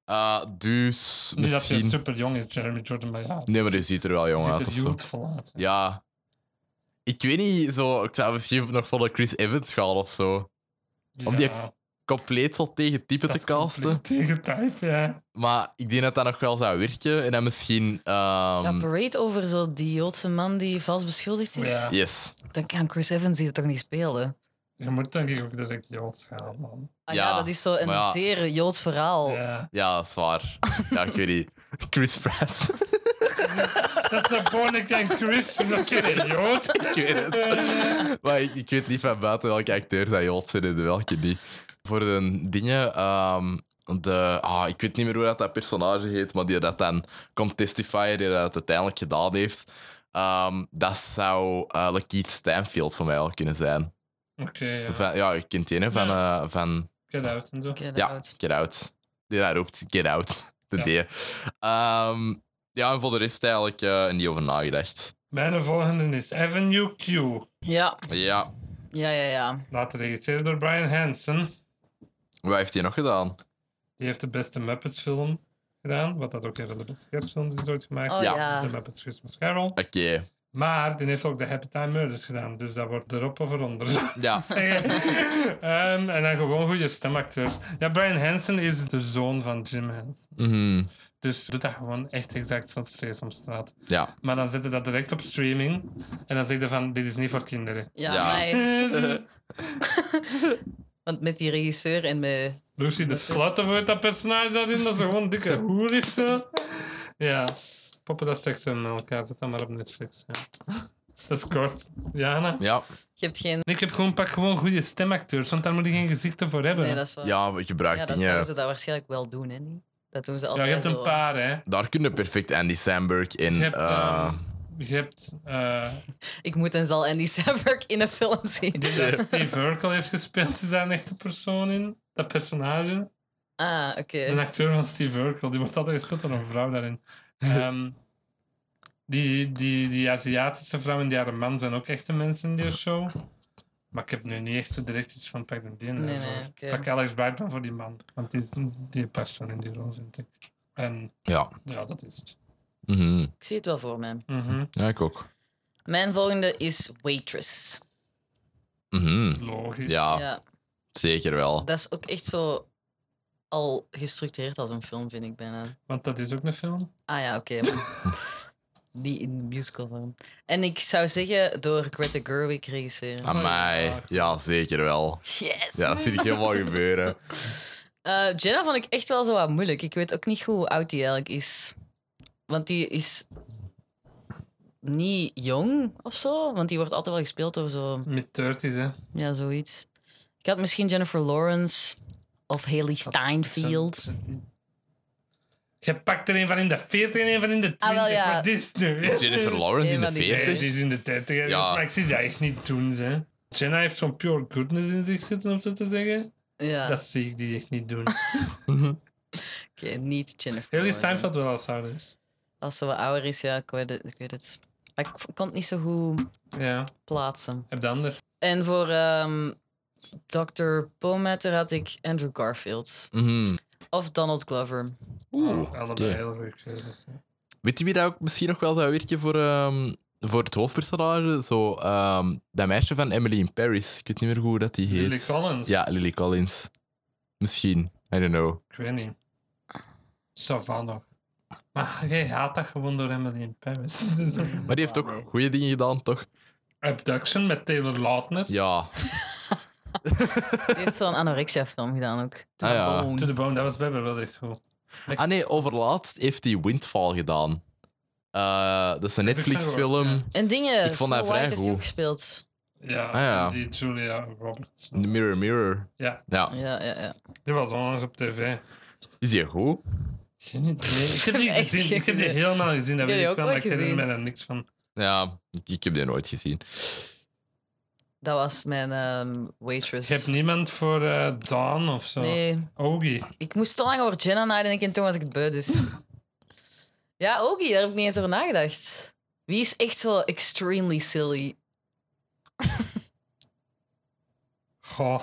Speaker 3: Eh, dus
Speaker 1: Niet dat hij
Speaker 3: misschien.
Speaker 1: super jong is, Jeremy Jordan, maar ja.
Speaker 3: Nee, maar die ziet er wel jong
Speaker 1: hij
Speaker 3: uit
Speaker 1: ziet
Speaker 3: of
Speaker 1: er
Speaker 3: zo.
Speaker 1: youthful uit. hè.
Speaker 3: Ja. Ik weet niet, zo, ik zou misschien nog voor de Chris Evans gaan of zo. Om die
Speaker 1: Ja,
Speaker 3: Compleet zo tegen type
Speaker 1: dat
Speaker 3: te
Speaker 1: is
Speaker 3: casten.
Speaker 1: compleet Tegen type, ja.
Speaker 3: Maar ik denk dat dat nog wel zou werken. En dan misschien.
Speaker 2: Ja,
Speaker 3: ehm,
Speaker 2: Parade over zo die Joodse man die vals beschuldigd is.
Speaker 1: Ja.
Speaker 3: yes.
Speaker 2: Dan kan Chris Evans die toch niet spelen?
Speaker 1: Je moet denk ik ook direct Joods gaan, man.
Speaker 2: Ah, ja,
Speaker 3: Ja,
Speaker 2: dat is zo een
Speaker 3: maar ja.
Speaker 2: zeer Joods
Speaker 3: Oh.
Speaker 2: verhaal.
Speaker 1: Ja.
Speaker 3: Ja, dat is waar. Ja, ik weet
Speaker 1: [LAUGHS]
Speaker 3: niet. Chris Pratt.
Speaker 1: Dat is een Bonnik en Chris, dat is geen idioot.
Speaker 3: ik weet [LAUGHS] het. Maar ik, ik weet niet van buiten welke acteurs dat Jolt zijn en welke niet. Voor de dingen. ehm, de, ah, ik weet niet meer hoe dat, dat personage heet, maar die dat dan komt testifier, die dat uiteindelijk gedaan heeft. Ehm, dat zou eh Lakeith Stanfield voor mij wel kunnen zijn.
Speaker 1: Oké, ja.
Speaker 3: Van, ja, je kent die, hè, van, eh, van
Speaker 1: Get out en zo.
Speaker 2: Oké, dat
Speaker 3: ja,
Speaker 2: houdt.
Speaker 3: Get Out. Die daar roept, Get Out. [LAUGHS] De
Speaker 1: Ja.
Speaker 3: D. Ehm, ja, en voor de rest eigenlijk eh, niet over nagedacht.
Speaker 1: Mijn volgende is Avenue Q.
Speaker 2: ja,
Speaker 3: Ja,
Speaker 2: ja, ja. ja.
Speaker 1: Later regisseren door Brian Hansen.
Speaker 3: wat heeft hij nog gedaan?
Speaker 1: Die heeft de beste Muppets film gedaan. Wat dat ook een van de beste kerstfilms is ooit gemaakt.
Speaker 2: Oh
Speaker 3: Ja.
Speaker 2: ja.
Speaker 1: De Muppets Christmas Carol.
Speaker 3: Oké,
Speaker 1: Maar die heeft ook de Happy Time Murders gedaan. Dus dat wordt erop of eronder. [LAUGHS] zou ik
Speaker 3: ja.
Speaker 1: zeggen.
Speaker 2: [LAUGHS]
Speaker 1: Ehm, en dan gewoon goede stemacteurs. Ja, Brian Hansen is de zoon van Jim Henson.
Speaker 3: mhm,
Speaker 1: Dus doet dat gewoon echt exact zoals Sesamstraat.
Speaker 3: ja.
Speaker 1: Maar dan zet je dat direct op streaming. En dan zeg je van, dit is niet voor
Speaker 2: [LAUGHS]
Speaker 1: kinderen. Eh,
Speaker 2: Ja,
Speaker 3: Ja.
Speaker 2: maar- want met die regisseur en met...
Speaker 1: Lucy de Slut of hoe dat personage daarin, dat is gewoon dikke hoer is. Zo. Ja, poppen dat straks in elkaar, zet dat maar op Netflix. Ja. Dat is kort. Jana?
Speaker 3: Ja,
Speaker 2: Je hebt geen...
Speaker 1: Ik heb gewoon, pak gewoon goede stemacteurs, want daar moet je geen gezichten voor hebben.
Speaker 2: Nee, dat is waar.
Speaker 3: ja, we
Speaker 2: Ja,
Speaker 3: gebruikt
Speaker 2: dat
Speaker 3: dingen.
Speaker 2: zouden ze dat waarschijnlijk wel doen, hè? niet? Dat doen ze
Speaker 1: ja,
Speaker 2: altijd
Speaker 1: je hebt
Speaker 2: zo.
Speaker 1: een paar, hè.
Speaker 3: Daar kunnen perfect Andy Samberg in.
Speaker 1: Je hebt,
Speaker 3: eh,
Speaker 1: ehm, je hebt eh,
Speaker 2: Ik moet en zal Andy [LAUGHS] Samberg in een film zien.
Speaker 1: dat Steve Urkel heeft gespeeld, is daar een echte persoon in, dat personage.
Speaker 2: Ah, oké.
Speaker 1: De acteur van Steve Urkel, die wordt altijd gespeeld door een vrouw daarin. Ehm, die, die, die Aziatische vrouw en die haar man zijn ook echte mensen in die show. Maar ik heb nu niet echt zo direct iets van Pak de Dien.
Speaker 2: Nee,
Speaker 1: daarvoor.
Speaker 2: nee, oké.
Speaker 1: Pak Alex Brightman voor die man. Want die, is, die past wel in die rol, vind ik. En
Speaker 3: Ja.
Speaker 1: ja, dat is het.
Speaker 3: Mhm.
Speaker 2: Ik zie het wel voor mij.
Speaker 1: Mhm.
Speaker 3: Ja, ik ook.
Speaker 2: Mijn volgende is Waitress.
Speaker 3: Mhm.
Speaker 1: Logisch.
Speaker 3: Ja,
Speaker 2: Ja,
Speaker 3: zeker wel.
Speaker 2: dat is ook echt zo al gestructureerd als een film, vind ik bijna.
Speaker 1: Want dat is ook een film.
Speaker 2: Ah ja, oké.
Speaker 3: [LAUGHS]
Speaker 2: maar- Die in musical vorm. En ik zou zeggen door Greta Gerwig regisseren.
Speaker 3: Amai. Ja, zeker wel.
Speaker 2: Yes!
Speaker 3: Ah. Ja, dat zie ik helemaal gebeuren.
Speaker 2: Eh, Jenna vond ik echt wel zo wat moeilijk. Ik weet ook niet goed hoe oud die eigenlijk is. Want die is niet jong of zo. Want die wordt altijd wel gespeeld door zo,
Speaker 1: Mid-30s, hè.
Speaker 2: ja, zoiets. Ik had misschien Jennifer Lawrence of Haley Steinfeld.
Speaker 1: Je pakt er een van in de 40 en een van in de 20.
Speaker 2: Ah, wel, ja.
Speaker 1: Wat is het nu?
Speaker 3: Jennifer Lawrence in de
Speaker 2: Nee,
Speaker 1: Nee,
Speaker 3: 40.
Speaker 1: die is in de 30.
Speaker 3: Ja.
Speaker 1: Maar ik zie dat echt niet doen, hè. Jenna heeft zo'n pure goodness in zich zitten, om zo te zeggen.
Speaker 2: Ja,
Speaker 1: Dat zie ik die echt niet doen.
Speaker 2: oké, niet Jennifer.
Speaker 3: Oh
Speaker 1: Haley
Speaker 2: Lawrence.
Speaker 1: Steinfeld wel als ouders.
Speaker 2: Als ze wat ouder is, ja, ik weet het. Ik, weet het. Maar ik v- kon het niet zo goed
Speaker 1: Ja,
Speaker 2: plaatsen.
Speaker 1: heb de ander.
Speaker 2: En voor ehm Dr. Pometter had ik Andrew Garfield.
Speaker 3: Mhm.
Speaker 2: Of Donald Glover.
Speaker 3: Oeh,
Speaker 1: allebei
Speaker 3: oké.
Speaker 1: heel goede keuzes. hè.
Speaker 3: Weet je wie dat ook misschien nog wel zou werken voor, ehm, voor het hoofdpersonage? Zo, ehm, dat meisje van Emily in Paris. Ik weet niet meer hoe dat die
Speaker 1: Lily
Speaker 3: heet.
Speaker 1: Collins?
Speaker 3: Ja, Lily Collins. Misschien. I don't know.
Speaker 1: Ik weet niet. Savannah. nog. Maar jij haat dat gewoon door Emily in
Speaker 3: [LAUGHS]
Speaker 1: Paris.
Speaker 3: Maar die heeft ook goede dingen gedaan, toch?
Speaker 1: Abduction met Taylor Lautner.
Speaker 3: Ja.
Speaker 2: Die heeft zo'n anorexia-film gedaan ook.
Speaker 3: Ah, ja.
Speaker 1: To the Bone, dat was bij mij wel echt goed.
Speaker 3: [LAUGHS] Ah nee, overlaatst heeft hij Windfall gedaan. Eh, dat is een
Speaker 1: Heb ik
Speaker 3: Netflix-film.
Speaker 1: gehoord,
Speaker 2: En dingen,
Speaker 3: Ik
Speaker 2: Snow
Speaker 3: vond haar vrij
Speaker 2: eh, White heeft die ook
Speaker 3: goed.
Speaker 2: gespeeld.
Speaker 1: Ja,
Speaker 3: Ah, ja.
Speaker 1: die Julia Roberts.
Speaker 3: The Mirror Mirror.
Speaker 1: Ja.
Speaker 3: Ja.
Speaker 2: Ja, ja, ja.
Speaker 1: Die was onlangs op tv.
Speaker 3: Is die goed?
Speaker 1: Geen idee. Ik heb die
Speaker 2: [LAUGHS] Echt
Speaker 1: gezien.
Speaker 2: geen
Speaker 1: Ik heb die
Speaker 2: idee.
Speaker 1: helemaal gezien. Dat
Speaker 2: Ik
Speaker 1: weet
Speaker 2: heb die
Speaker 1: ik
Speaker 2: ook
Speaker 1: wel, maar ik
Speaker 2: ooit
Speaker 1: herinner me
Speaker 2: gezien.
Speaker 1: daar niks van.
Speaker 3: Ja, ik, ik heb die nooit gezien.
Speaker 2: Dat was mijn ehm, waitress.
Speaker 1: Ik heb niemand voor eh Dawn of zo.
Speaker 2: Nee,
Speaker 1: Ogie.
Speaker 2: ik moest te lang over Jenna nadenken en toen was ik het beu,
Speaker 3: [LAUGHS]
Speaker 2: dus... ja, Ogie, daar heb ik niet eens over nagedacht. Wie is echt zo extremely silly?
Speaker 1: Goh.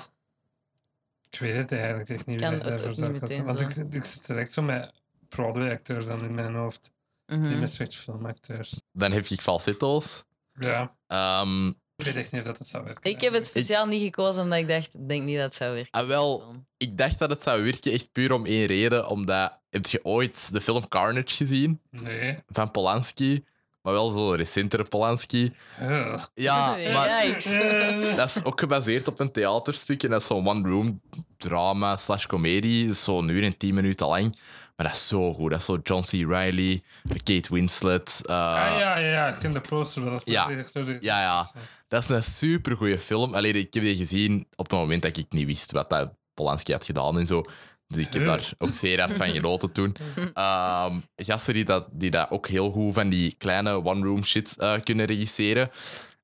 Speaker 1: Ik weet het eigenlijk echt niet
Speaker 2: Kan
Speaker 1: meer. eh,
Speaker 2: het ook niet meteen
Speaker 1: Want
Speaker 2: zo.
Speaker 1: ik, ik zit direct zo met Broadway-acteurs dan in mijn hoofd.
Speaker 2: Mhm.
Speaker 1: Niet met slecht filmacteurs.
Speaker 3: Dan heb ik falsetto's.
Speaker 1: Ja.
Speaker 3: Ehm,
Speaker 1: Ik weet echt niet of dat het zou werken.
Speaker 2: Ik heb het speciaal niet gekozen omdat ik dacht, ik denk niet dat het zou werken.
Speaker 3: ah, wel, ik dacht dat het zou werken echt puur om één reden. Omdat, heb je ooit de film Carnage gezien?
Speaker 1: Nee.
Speaker 3: Van Polanski? Maar wel zo'n recentere Polanski.
Speaker 1: Ugh.
Speaker 3: Ja, maar
Speaker 2: Yikes.
Speaker 3: [LAUGHS]
Speaker 1: Eh,
Speaker 3: dat is ook gebaseerd op een theaterstuk. En dat is zo'n one-room drama slash comedie. Dus Zo'n uur en tien minuten lang. Maar dat is zo goed. Dat is zo John C. Reilly, Kate Winslet. eh,
Speaker 1: ah ja, ja, ja. Ik ken de poster wel. Dat is
Speaker 3: Ja.
Speaker 1: prachtig door de-
Speaker 3: Ja, ja. Dat is een supergoeie film. Alleen ik heb die gezien op het moment dat ik niet wist wat dat Polanski had gedaan en zo. Dus ik heb daar ook zeer hard van genoten toen. Ehm gasten die dat, die dat ook heel goed van die kleine one-room shit eh, kunnen regisseren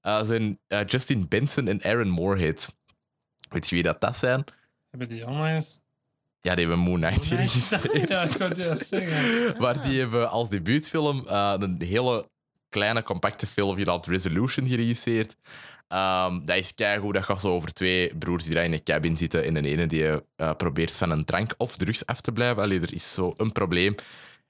Speaker 3: eh, zijn eh, Justin Benson en Aaron Moorhead. Weet je wie dat, dat zijn?
Speaker 1: Hebben die online?
Speaker 3: [LAUGHS] Ja, die hebben Moon Knight geregisseerd.
Speaker 1: [LAUGHS] Ja, ik wou het juist zeggen.
Speaker 3: [LAUGHS] Maar die hebben als debuutfilm eh, een hele kleine, compacte film genaamd Resolution geregisseerd. Ehm, dat is keigoed. Dat gaat zo over twee broers die daar in een cabin zitten. En de ene die eh, probeert van een drank of drugs af te blijven. Allee, er is zo een probleem.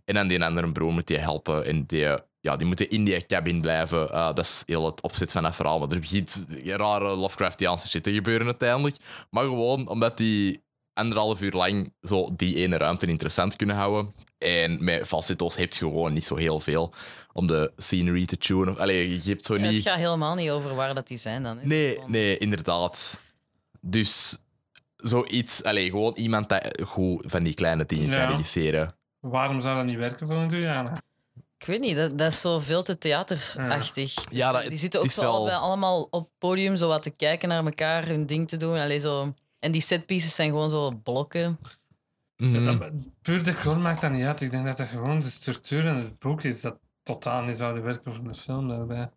Speaker 3: En dan die andere broer moet je helpen. En die, ja, die moeten in die cabin blijven. Eh, dat is heel het opzet van dat verhaal. Maar er begint rare Lovecraftiaanse shit te gebeuren uiteindelijk. Maar gewoon omdat die anderhalf uur lang zo die ene ruimte interessant kunnen houden. En met falsetto's heb je gewoon niet zo heel veel om de scenery te tunen. Allee, je hebt zo
Speaker 2: Ja, het
Speaker 3: niet...
Speaker 2: gaat helemaal niet over waar dat die zijn dan. hè.
Speaker 3: Nee,
Speaker 2: Gewoon-
Speaker 3: nee, inderdaad. Dus zoiets, allee, gewoon iemand dat goed van die kleine dingen
Speaker 1: Ja.
Speaker 3: kan regisseren.
Speaker 1: Waarom zou dat niet werken volgens u, Jana?
Speaker 2: Ik weet niet, dat, dat is zo veel te theaterachtig. Dus,
Speaker 3: Ja,
Speaker 2: eh,
Speaker 3: dat-
Speaker 2: die
Speaker 3: het
Speaker 2: zitten ook
Speaker 3: is
Speaker 2: zo
Speaker 3: wel-
Speaker 2: allebei allemaal op het podium zo wat te kijken naar elkaar, hun ding te doen. Allee, zo... En die setpieces zijn gewoon zo blokken.
Speaker 1: Ja,
Speaker 2: Hmm.
Speaker 3: Mhm.
Speaker 1: dat, puur decor maakt dat niet uit. Ik denk dat dat gewoon de structuur in het boek is dat totaal niet zouden werken voor een film daarbij.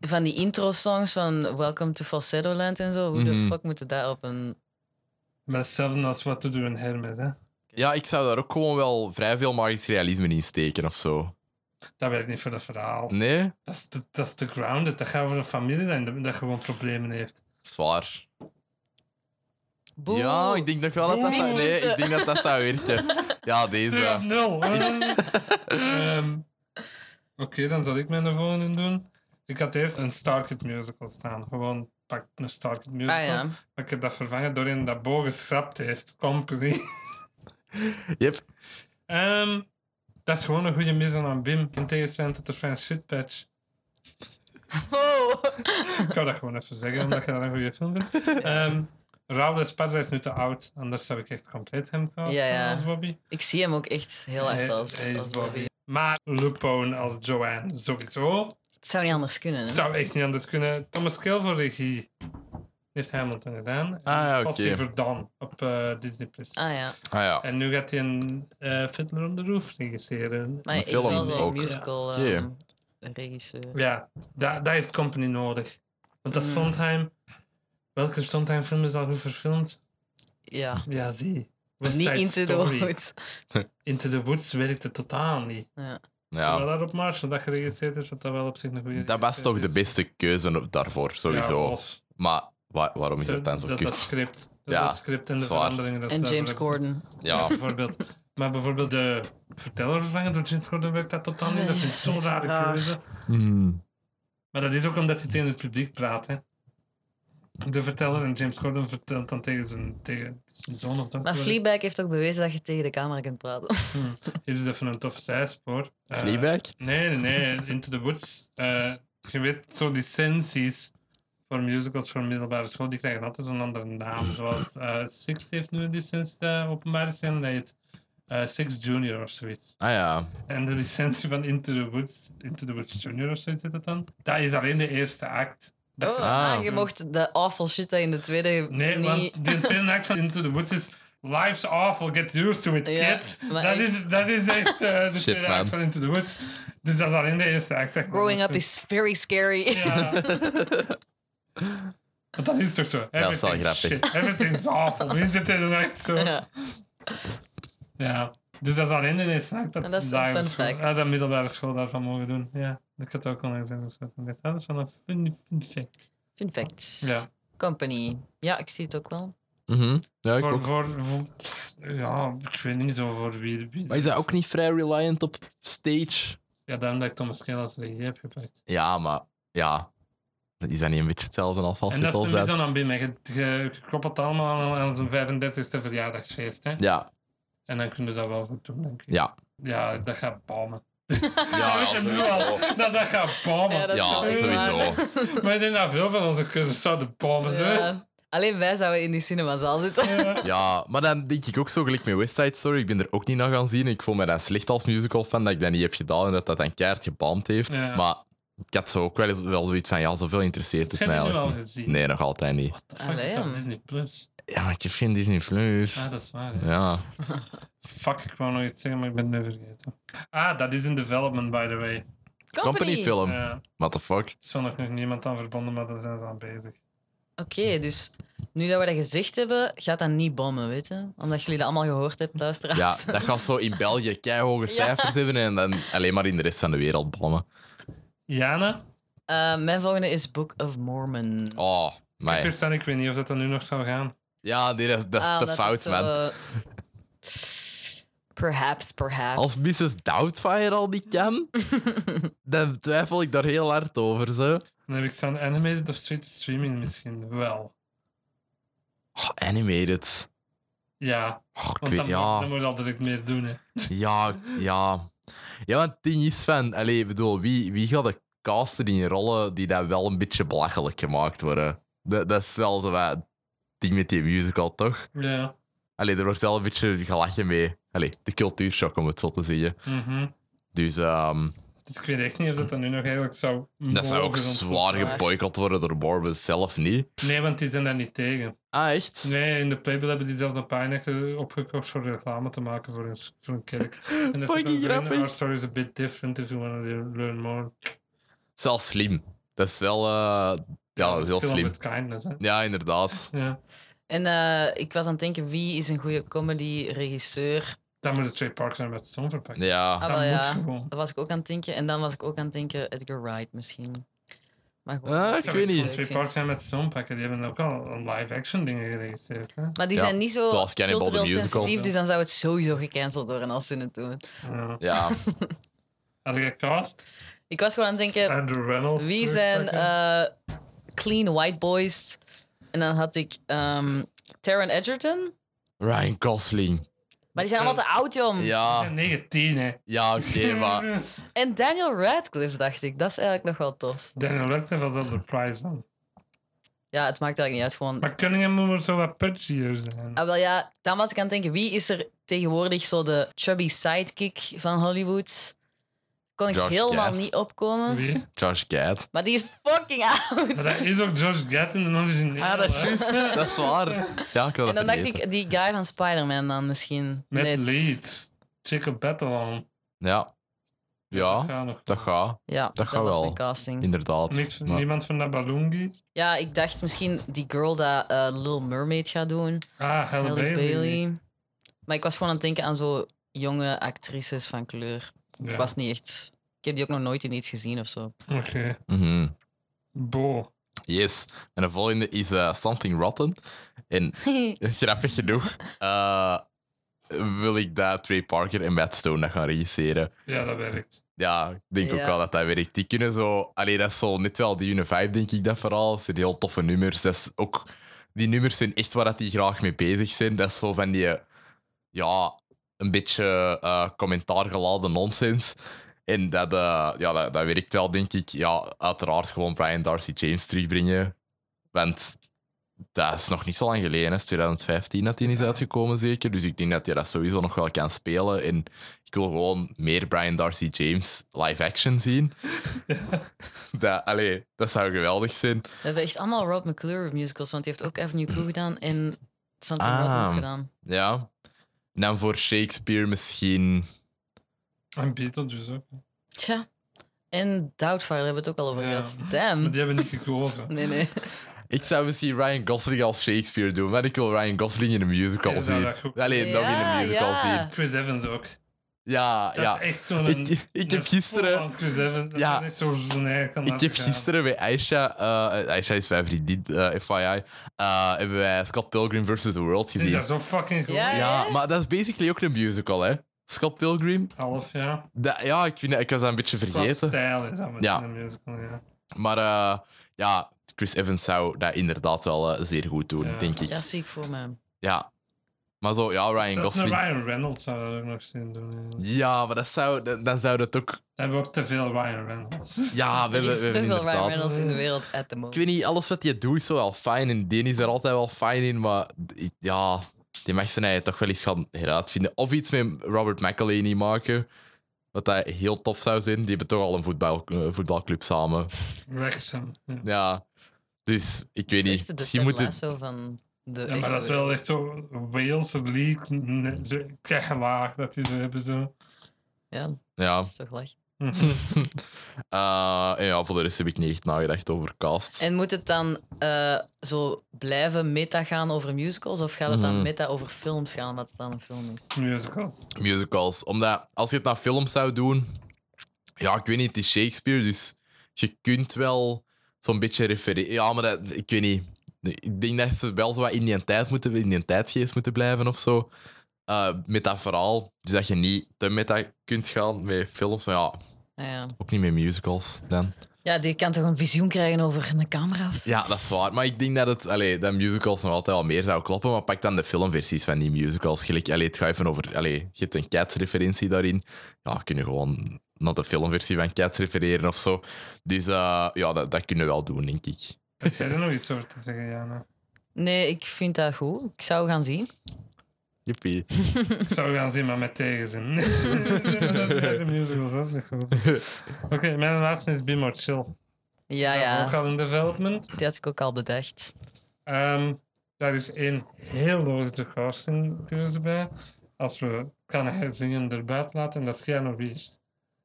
Speaker 2: Van die intro-songs van Welcome to Falsetto Land en zo. Hoe
Speaker 3: Mhm.
Speaker 2: de fuck moeten daar op een...
Speaker 1: Maar hetzelfde als wat te doen in Hermes, hè?
Speaker 2: Oké.
Speaker 3: Ja, ik zou daar ook gewoon wel vrij veel magisch realisme in steken of zo.
Speaker 1: Dat werkt niet voor dat verhaal.
Speaker 2: Hmm.
Speaker 3: Nee?
Speaker 1: Dat is te, dat is te grounded. Dat gaat over een familie dat, dat gewoon problemen heeft.
Speaker 3: Zwaar.
Speaker 2: Boe.
Speaker 3: Ja, ik denk nog wel dat dat zou...
Speaker 2: Boe.
Speaker 3: Nee, ik denk dat dat zou werken. Ja,
Speaker 1: 2 of
Speaker 3: deze.
Speaker 1: 0. [LAUGHS] Ehm, Oké, dan zal ik mijn volgende doen. Ik had eerst een Starkid musical staan. Gewoon pak een Starkid musical.
Speaker 2: Ah ja.
Speaker 3: [LAUGHS]
Speaker 1: Maar ik heb dat vervangen door een dat Bo geschrapt heeft.
Speaker 3: [LAUGHS]
Speaker 1: Company.
Speaker 3: Yep.
Speaker 1: Ehm, dat is gewoon een goede mis aan Bim. In tegenstelling tot de French Shitpatch.
Speaker 2: Oh.
Speaker 1: Ik wou dat gewoon even zeggen, omdat je dat een goede film vindt.
Speaker 3: [LAUGHS]
Speaker 1: Ehm Raúl Esparza is nu te oud, anders zou ik echt compleet hem casten
Speaker 2: Ja, ja.
Speaker 1: als Bobby.
Speaker 2: Ik zie hem ook echt heel
Speaker 1: Hij-
Speaker 2: erg als,
Speaker 1: hij is
Speaker 2: als Bobby.
Speaker 1: Maar Lupone als Joanne, sowieso.
Speaker 2: Het zou niet anders kunnen.
Speaker 1: Het
Speaker 2: Hè?
Speaker 1: zou echt niet anders kunnen. Thomas Kill voor regie heeft Hamilton gedaan. En
Speaker 3: Ah, ja, oké.
Speaker 1: Fosse voor Dan op eh, Disney+. Plus.
Speaker 2: Ah ja.
Speaker 3: Ah ja.
Speaker 1: En nu gaat hij een eh Fiddler on the Roof regisseren.
Speaker 2: Maar
Speaker 3: Een
Speaker 2: ik is wel
Speaker 3: film
Speaker 2: zo'n
Speaker 3: ook.
Speaker 2: musical
Speaker 3: Ja.
Speaker 2: ehm, regisseur.
Speaker 1: Ja, dat, dat heeft Company nodig. Want dat
Speaker 2: Mm.
Speaker 1: Sondheim... Welke Sondheim film is al goed verfilmd?
Speaker 2: Ja.
Speaker 1: Ja, zie. West
Speaker 2: Niet
Speaker 1: Side
Speaker 2: into the
Speaker 1: Story.
Speaker 2: woods.
Speaker 1: Into the Woods werkte totaal niet. Terwijl
Speaker 3: ja.
Speaker 1: dat op Marshall dat geregistreerd is, wat dat wel op zich een goede...
Speaker 3: Dat was toch de beste keuze op- daarvoor,
Speaker 1: Ja,
Speaker 3: sowieso.
Speaker 1: los.
Speaker 3: Maar wa- waarom is dat dan zo
Speaker 1: dat is dat
Speaker 3: kut?
Speaker 1: script. Dat
Speaker 3: Ja,
Speaker 1: is dat script en de
Speaker 3: zwaar.
Speaker 1: veranderingen. dat
Speaker 2: En
Speaker 1: staat
Speaker 2: James
Speaker 1: erop.
Speaker 2: Corden.
Speaker 3: Ja.
Speaker 1: [LAUGHS] bijvoorbeeld. Maar bijvoorbeeld de verteller vervangen door James Corden werkt dat totaal niet. Dat vind ik
Speaker 2: Dat
Speaker 1: zo'n
Speaker 2: is
Speaker 1: rare
Speaker 2: raar.
Speaker 1: keuze. Maar dat is ook omdat hij tegen het publiek praat, hè. De verteller en James Corden vertelt dan tegen zijn, tegen zijn zoon of dochter.
Speaker 2: Maar Fleabag heeft ook bewezen dat je tegen de camera kunt
Speaker 3: [LAUGHS]
Speaker 2: praten.
Speaker 1: Hier is even een toffe zijspoor. Eh,
Speaker 3: Fleabag?
Speaker 1: Nee, nee, nee. [LAUGHS] Into the Woods. Eh, je weet, zo licenties voor musicals voor middelbare school, die krijgen altijd zo'n andere naam. Zoals eh Six heeft nu een licentie eh, openbaar is en dat heet eh, Six Junior of zoiets. [LAUGHS]
Speaker 3: Ah ja.
Speaker 1: En de licentie van Into the Woods, Into the Woods Junior of zoiets zit het dan. Dat is alleen de eerste act. Dat
Speaker 2: Oh,
Speaker 3: Ah.
Speaker 2: ah, je mocht de awful shit dat in de tweede
Speaker 1: Nee,
Speaker 2: niet...
Speaker 1: want de tweede act van Into the Woods is Life's awful, get used to it,
Speaker 2: Ja,
Speaker 1: kid.
Speaker 2: maar
Speaker 1: Dat
Speaker 2: echt-
Speaker 1: is, dat is echt eh, de tweede
Speaker 3: man.
Speaker 1: act van Into the Woods. Dus dat is alleen de eerste act. dat ik
Speaker 2: Growing
Speaker 1: nog
Speaker 2: up is very scary.
Speaker 1: moet doen. Ja. Want dat is toch zo?
Speaker 3: dat is wel
Speaker 1: Everything's
Speaker 3: grappig.
Speaker 1: shit, Everything's awful. Niet de tweede act zo. Ja.
Speaker 2: [LAUGHS] Ja.
Speaker 1: Dus dat is alleen de eerste act dat,
Speaker 2: En dat is een
Speaker 1: daar
Speaker 2: fun
Speaker 1: school,
Speaker 2: fact.
Speaker 1: ah, dat middelbare school daarvan mogen doen. Ja, ik had ook onlangs in geschoten. Ah, Dat is wel een fun, fun fact.
Speaker 2: Fun facts.
Speaker 1: Ja.
Speaker 2: Company. Ja, ik zie het ook wel.
Speaker 3: Mhm. Ja, ik
Speaker 1: voor,
Speaker 3: ook.
Speaker 1: voor, voor- pff, ja, ik weet niet zo voor wie. wie-
Speaker 3: Maar is dat ook niet vrij reliant op stage?
Speaker 1: Ja, daarom dat ik Thomas Kill als regie heb gepakt.
Speaker 3: Ja, maar ja. Is dat niet een beetje hetzelfde als
Speaker 1: en dat
Speaker 3: Fastball
Speaker 1: is de
Speaker 3: zijn?
Speaker 1: Bison aan Bim. hè. Je, je, je koppelt allemaal aan, aan zijn 35e verjaardagsfeest. Hè? [LAUGHS]
Speaker 3: Ja,
Speaker 1: En dan kunnen we dat wel goed doen, denk ik.
Speaker 3: ja.
Speaker 1: Ja, dat gaat palmen. [LAUGHS]
Speaker 3: Ja,
Speaker 1: Ik nu al [LAUGHS] dat dat gaat palmen.
Speaker 2: Ja, dat
Speaker 3: Ja,
Speaker 2: is wel waar.
Speaker 3: sowieso.
Speaker 1: Maar ik denk dat veel van onze keuzes zouden palmen
Speaker 2: [LAUGHS]
Speaker 1: zijn.
Speaker 2: Ja. Alleen wij zouden in die cinemazaal zitten.
Speaker 3: Ja, maar dan denk ik ook zo gelijk met West Side Story. Ik ben er ook niet naar gaan zien. Ik voel me dan slecht als musical fan dat ik dat niet heb gedaan en dat dat dan keihard gebaamd heeft.
Speaker 1: Ja.
Speaker 3: Maar ik had zo ook wel, eens- wel zoiets van, ja, zoveel
Speaker 1: Heb
Speaker 3: interesseert het
Speaker 1: je
Speaker 3: mij
Speaker 1: die nu al
Speaker 3: eigenlijk niet.
Speaker 1: gezien?
Speaker 3: Nee, nog altijd niet.
Speaker 1: The fuck is dat op
Speaker 2: Allee.
Speaker 1: Disney Plus?
Speaker 3: Ja, maar ik heb geen Disney Plus.
Speaker 1: Ah, dat is waar. hè.
Speaker 3: Ja.
Speaker 1: Fuck, ik wou nog iets zeggen, maar ik ben het nu vergeten. Ah, dat is in development, by the way.
Speaker 3: [LAUGHS] Company, film.
Speaker 1: Ja,
Speaker 3: What the fuck?
Speaker 1: er is wel nog nog niemand aan verbonden, maar daar zijn ze aan bezig.
Speaker 2: Oké, dus nu dat we dat gezegd hebben, gaat dat niet bommen, weet je? Omdat jullie dat allemaal gehoord hebben, [LAUGHS]
Speaker 3: Ja,
Speaker 2: luisteraars.
Speaker 3: dat gaat zo in België [LAUGHS] keihoge cijfers hebben en dan alleen maar in de rest van de wereld bommen.
Speaker 1: Jana?
Speaker 2: Eh, mijn volgende is Book of Mormon.
Speaker 3: Oh,
Speaker 1: Ik
Speaker 3: maar
Speaker 1: wist dat, ik weet niet of dat dan nu nog zou gaan.
Speaker 3: Ja, nee, dat, dat is
Speaker 2: Ah,
Speaker 3: te
Speaker 2: omdat
Speaker 3: fout,
Speaker 2: het zo,
Speaker 3: man.
Speaker 2: eh, Perhaps, perhaps.
Speaker 3: Als
Speaker 2: [LAUGHS]
Speaker 3: Mrs. Doubtfire al die kan, dan twijfel ik daar heel hard over. Zo.
Speaker 1: Dan heb ik staan animated of straight to streaming misschien wel.
Speaker 3: Oh, animated.
Speaker 1: Ja,
Speaker 3: Oh, ik
Speaker 1: want
Speaker 3: weet,
Speaker 1: dan,
Speaker 3: ja,
Speaker 1: Moet, dan moet je al direct meer doen. Hè.
Speaker 3: ja, ja. Ja, want het ding is van... Allee, ik bedoel, wie, wie gaat de casten in rollen die dat wel een beetje belachelijk gemaakt worden? Dat, dat is wel zo wat het ding met die musical, toch?
Speaker 1: Ja.
Speaker 3: Allee, er wordt wel een beetje gelachen mee. Allee, de cultuurshock, om het zo te zeggen.
Speaker 1: mhm.
Speaker 3: Dus ehm,
Speaker 1: Dus ik weet echt niet of dat dan nu nog eigenlijk zou.
Speaker 3: dat zou ook
Speaker 1: mogen, want-
Speaker 3: zwaar geboycott worden door Morbus zelf niet.
Speaker 1: Nee, want die zijn daar niet tegen.
Speaker 3: Ah, echt?
Speaker 1: Nee, in de Playbill hebben die zelfs een pijnlijke opgekocht voor reclame te maken voor een, voor een kerk. En dat
Speaker 3: Fucking
Speaker 1: zit dan zo in,
Speaker 3: grappig.
Speaker 1: Our story is a bit different if you want to learn more.
Speaker 3: Dat is wel slim. Dat is wel... eh, ja, dat is heel
Speaker 1: Kill 'em
Speaker 3: slim.
Speaker 1: with kindness, hè.
Speaker 3: Ja, inderdaad.
Speaker 1: Ja.
Speaker 2: En eh, ik was aan het denken, wie is een goede comedy-regisseur?
Speaker 1: Dan moeten twee parks naar met zon verpakken.
Speaker 3: Ja.
Speaker 2: Ah,
Speaker 1: Dat
Speaker 2: wel,
Speaker 1: moet
Speaker 2: ja.
Speaker 1: gewoon.
Speaker 2: Dat was ik ook aan het denken. En dan was ik ook aan het denken, Edgar Wright misschien. Maar goed.
Speaker 3: Ah, ik
Speaker 1: Zou
Speaker 3: weet
Speaker 1: gewoon
Speaker 3: niet.
Speaker 1: Twee
Speaker 2: Ik vind-
Speaker 1: parks naar met zon pakken. Die hebben ook al een live-action dingen geregisseerd. Hè?
Speaker 2: Maar die
Speaker 3: Ja,
Speaker 2: zijn niet zo
Speaker 3: zoals Cannibal the
Speaker 2: cultureel
Speaker 3: Musical.
Speaker 2: sensitief,
Speaker 1: Ja.
Speaker 2: dus dan zou het sowieso gecanceld worden als ze het doen.
Speaker 1: Ja.
Speaker 3: Ja.
Speaker 1: Had je cast?
Speaker 2: Ik was gewoon aan het denken,
Speaker 1: Andrew Reynolds.
Speaker 2: Eh, wie zijn
Speaker 1: terugpakken?
Speaker 2: eh, clean white boys? En dan had ik ehm Taron Edgerton.
Speaker 3: Ryan Gosling.
Speaker 2: Maar die zijn allemaal te oud, jong.
Speaker 1: Die
Speaker 3: Ja,
Speaker 1: zijn 19, hè?
Speaker 3: ja oké,
Speaker 1: [LAUGHS]
Speaker 3: maar...
Speaker 2: En Daniel Radcliffe, dacht ik. Dat is eigenlijk nog wel tof.
Speaker 1: Daniel Radcliffe was al de prize dan.
Speaker 2: Ja, het maakt eigenlijk niet uit. Gewoon...
Speaker 1: Maar Cunningham moet maar zo wat pudgier zijn.
Speaker 2: Ah, wel ja, dan was ik aan het denken, wie is er tegenwoordig zo de chubby sidekick van Hollywood? Kon ik
Speaker 3: Josh
Speaker 2: helemaal
Speaker 3: Gad.
Speaker 2: niet opkomen.
Speaker 1: Wie?
Speaker 3: Josh Gad.
Speaker 2: Maar die is fucking
Speaker 1: Maar
Speaker 2: oud.
Speaker 1: dat is ook Josh Gad in de originele.
Speaker 3: Ah, dat is [LAUGHS]
Speaker 1: hè?
Speaker 3: juist. Dat is
Speaker 1: [LAUGHS]
Speaker 3: waar. Ja, ik wil
Speaker 2: En
Speaker 3: dat
Speaker 2: dan dacht
Speaker 3: vergeten.
Speaker 2: ik, die guy van Spider-Man dan misschien.
Speaker 1: Met
Speaker 2: net.
Speaker 1: Leeds. Jacob Batalon.
Speaker 3: Ja. Ja,
Speaker 1: Ga nog.
Speaker 3: dat gaat.
Speaker 2: Ja, dat,
Speaker 3: gaat
Speaker 2: was
Speaker 3: wel.
Speaker 2: mijn casting.
Speaker 3: Inderdaad.
Speaker 1: Niks,
Speaker 3: Maar-
Speaker 1: Niemand van Nabalungi.
Speaker 2: Ja, ik dacht misschien die girl dat eh, Little Mermaid gaat doen.
Speaker 1: Ah, Halle
Speaker 2: Halle
Speaker 1: Bailey.
Speaker 2: Bailey. Maar ik was gewoon aan het denken aan zo jonge actrices van kleur.
Speaker 1: Ja.
Speaker 2: Ik was niet echt... Ik heb die ook nog nooit in iets gezien of zo. [LAUGHS]
Speaker 1: Oké.
Speaker 3: Mhm.
Speaker 1: Bo.
Speaker 3: Yes. En de volgende is eh, Something Rotten. En [LAUGHS] grappig genoeg eh, wil ik dat Trey Parker en Matt Stone dat gaan regisseren.
Speaker 1: Ja, dat werkt.
Speaker 3: Ja, ik denk ook
Speaker 2: Ja.
Speaker 3: wel dat dat werkt. Die kunnen zo... Allee, dat is zo net wel die hun vibe, denk ik, dat vooral. Het zijn heel toffe nummers. Dat is ook... Die nummers zijn echt waar dat die graag mee bezig zijn. Dat is zo van die... Ja, een beetje eh commentaargeladen nonsens. En dat, eh, ja, dat, dat werkt wel, denk ik. Ja, uiteraard gewoon Brian Darcy James terugbrengen. Want dat is nog niet zo lang geleden. hè. 2015 dat die is uitgekomen, zeker. Dus ik denk dat je dat sowieso nog wel kan spelen. En ik wil gewoon meer Brian Darcy James live
Speaker 1: [LAUGHS]
Speaker 3: action zien. dat, allee, dat zou geweldig zijn.
Speaker 2: We hebben echt allemaal Rob McClure musicals, want die heeft ook Avenue Q gedaan en Something
Speaker 3: Mm. Ah.
Speaker 2: Rotten gedaan.
Speaker 3: Ja. En dan voor Shakespeare misschien.
Speaker 1: En Beetlejuice ook.
Speaker 2: Tja. En Doubtfire daar hebben we het ook al over
Speaker 1: Ja.
Speaker 2: gehad.
Speaker 1: Maar
Speaker 2: Damn.
Speaker 1: die hebben niet gekozen.
Speaker 2: Nee, nee.
Speaker 3: Ik zou misschien Ryan Gosling als Shakespeare doen, maar ik wil Ryan Gosling in een musical
Speaker 1: Ja, zou
Speaker 3: zien.
Speaker 1: dat goed-
Speaker 3: Allee, nog in
Speaker 2: Ja,
Speaker 3: een musical
Speaker 2: ja.
Speaker 3: zien.
Speaker 1: Chris Evans ook.
Speaker 3: Ja,
Speaker 1: Dat
Speaker 3: ja.
Speaker 1: is echt zo'n...
Speaker 3: Ik- ik heb
Speaker 1: een
Speaker 3: gisteren-
Speaker 1: full-on Chris Evans. Dat
Speaker 3: Ja.
Speaker 1: is echt zo zijn eigen
Speaker 3: Ik heb gisteren bij Aisha, eh Aisha is mijn vriendin, eh, FYI, eh, hebben wij Scott Pilgrim vs. The World
Speaker 1: Die is
Speaker 3: gezien.
Speaker 1: dat zo fucking goed.
Speaker 2: Ja.
Speaker 3: Ja,
Speaker 2: Hè?
Speaker 3: maar dat is basically ook een musical, hè? Scott Pilgrim.
Speaker 1: Half, ja.
Speaker 3: Dat- ja, ik, vind, dat- ik was dat een beetje
Speaker 1: Qua
Speaker 3: vergeten.
Speaker 1: stijl is dat met
Speaker 3: Ja.
Speaker 1: een musical, ja.
Speaker 3: Maar eh, ja, Chris Evans zou dat inderdaad wel eh, zeer goed doen,
Speaker 1: Ja.
Speaker 3: denk ik.
Speaker 2: Ja, zie ik voor
Speaker 3: Ah,
Speaker 2: me.
Speaker 3: Ja. Maar zo, ja, Ryan
Speaker 1: Zelfs
Speaker 3: Gosling.
Speaker 1: een Ryan Reynolds zou dat ook nog zin doen. ja.
Speaker 3: Ja, maar dat zou, dan, dan zou dat ook...
Speaker 1: We hebben ook te veel Ryan Reynolds. [LAUGHS]
Speaker 3: Ja, we
Speaker 2: Er
Speaker 3: hebben,
Speaker 2: is
Speaker 3: we
Speaker 2: te
Speaker 3: hebben
Speaker 2: veel Ryan
Speaker 3: inderdaad...
Speaker 2: Reynolds in de wereld at the moment.
Speaker 3: Ik weet niet, alles wat je doet is zo wel fijn. En Danny is er altijd wel fijn in, maar ik- ja... Die mag zijn eigen toch wel eens gaan heruitvinden. Of iets met Robert McElhaney maken. Wat dat heel tof zou zijn. Die hebben toch al een voetbal, eh, voetbalclub samen.
Speaker 1: Wrexham. Ja.
Speaker 3: Ja. Dus, ik
Speaker 2: Het
Speaker 3: weet
Speaker 2: is
Speaker 3: niet.
Speaker 2: echt de
Speaker 3: Misschien
Speaker 2: Ted
Speaker 3: moet het...
Speaker 2: Lasso van de
Speaker 1: Ja, maar
Speaker 2: echte
Speaker 1: dat is wel echt zo Wales League. nee, zo- Kijk, laag dat die zo hebben. Zo.
Speaker 2: wereld. Ja,
Speaker 3: Ja.
Speaker 2: dat is toch lach.
Speaker 3: [LAUGHS] Eh, en ja, voor de rest heb ik niet echt nagedacht over cast.
Speaker 2: En moet het dan eh, zo blijven meta gaan over musicals? Of gaat het dan
Speaker 3: Mhm.
Speaker 2: meta over films gaan, omdat het dan een film is?
Speaker 1: Musicals.
Speaker 3: Musicals. Omdat als je het naar films zou doen... Ja, ik weet niet, het is Shakespeare, dus je kunt wel zo'n beetje refereren. Ja, maar dat, ik weet niet. Ik denk dat ze wel zo wat in die tijd moeten, in die tijdgeest moeten blijven of zo. Eh, met dat verhaal. Dus dat je niet te meta kunt gaan met films. Maar ja,
Speaker 2: Nou ja.
Speaker 3: ook niet met musicals dan.
Speaker 2: ja, die kan toch een visioen krijgen over een camera? of zo?
Speaker 3: Ja, dat is waar. Maar ik denk dat, het, allee, dat musicals nog altijd wel meer zou kloppen. Maar pak dan de filmversies van die musicals. Gelijk, allee, het gaat even over... Allee, je hebt een Cats-referentie daarin. Ja, kun je gewoon naar de filmversie van Cats refereren of zo. Dus eh, ja, dat, dat kunnen we wel doen, denk ik.
Speaker 1: Heb jij er nog iets over te zeggen, Jana?
Speaker 2: Nee, ik vind dat goed. Ik zou gaan zien.
Speaker 3: [LAUGHS] Jippie.
Speaker 1: Ik zou gaan zien, maar met tegenzin.
Speaker 3: [LAUGHS]
Speaker 1: dat is bij de musicals, dat is niet zo goed. Oké, mijn laatste is Be More Chill.
Speaker 2: Ja,
Speaker 3: Ah,
Speaker 1: Dat is ook
Speaker 2: ja.
Speaker 1: al in development.
Speaker 2: Die had ik ook al bedacht.
Speaker 1: Ehm, daar is één heel logische castingkeuze bij. Als we kan herzingen erbij laten, en dat is Keanu Reeves.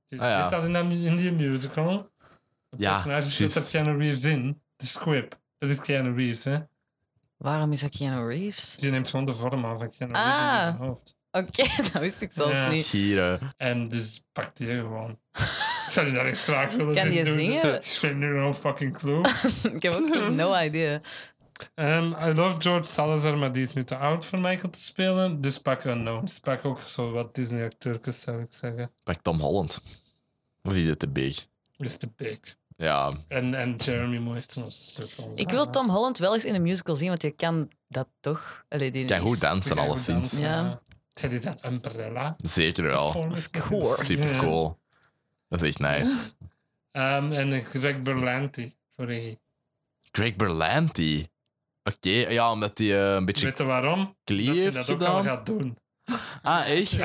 Speaker 1: Je
Speaker 3: Ah, ja.
Speaker 1: zit al in, dat mu- in die musical. Het
Speaker 3: Ja,
Speaker 1: personage speelt
Speaker 3: juist.
Speaker 1: dat Keanu Reeves in. De squib. Dat is Keanu Reeves, hè.
Speaker 2: Waarom is dat Keanu Reeves?
Speaker 1: Die neemt gewoon de vorm aan van Keanu
Speaker 2: Ah.
Speaker 1: Reeves in zijn hoofd.
Speaker 2: Oké, [LAUGHS] dat wist ik zelfs
Speaker 1: Ja.
Speaker 2: niet.
Speaker 3: Gieren.
Speaker 1: En dus pakt die gewoon. [LAUGHS] Ik zou die daar echt graag willen
Speaker 2: Kan
Speaker 1: zien
Speaker 2: die
Speaker 1: doen, zo.
Speaker 2: zingen?
Speaker 1: Ik vind nu no fucking clue.
Speaker 2: ik heb ook no idea.
Speaker 1: Ehm, I love George Salazar, maar die is nu te oud voor Michael te spelen. Dus pak Unknowns. Pak ook zo wat Disney-acteurs, zou ik zeggen.
Speaker 3: Pak Tom Holland. Of is het te big?
Speaker 1: Is te big.
Speaker 3: Ja,
Speaker 1: En, en Jeremy moet echt zo'n stuk
Speaker 2: Ik wil Tom Holland wel eens in een musical zien, want je kan dat toch. Allee, die
Speaker 3: kijk
Speaker 2: is-
Speaker 3: hoe dansen alleszins.
Speaker 2: Ja.
Speaker 1: Dit is een umbrella.
Speaker 3: Zeker wel.
Speaker 1: Of
Speaker 2: course.
Speaker 3: Super cool. Dat is echt nice.
Speaker 1: Ehm, en Greg Berlanti voor regie.
Speaker 3: Greg Berlanti. Oké, ja, omdat hij eh, een beetje
Speaker 1: Weet je waarom?
Speaker 3: klee
Speaker 1: dat hij
Speaker 3: heeft
Speaker 1: dat ook al
Speaker 3: gedaan.
Speaker 1: gaat doen.
Speaker 3: Ah, echt?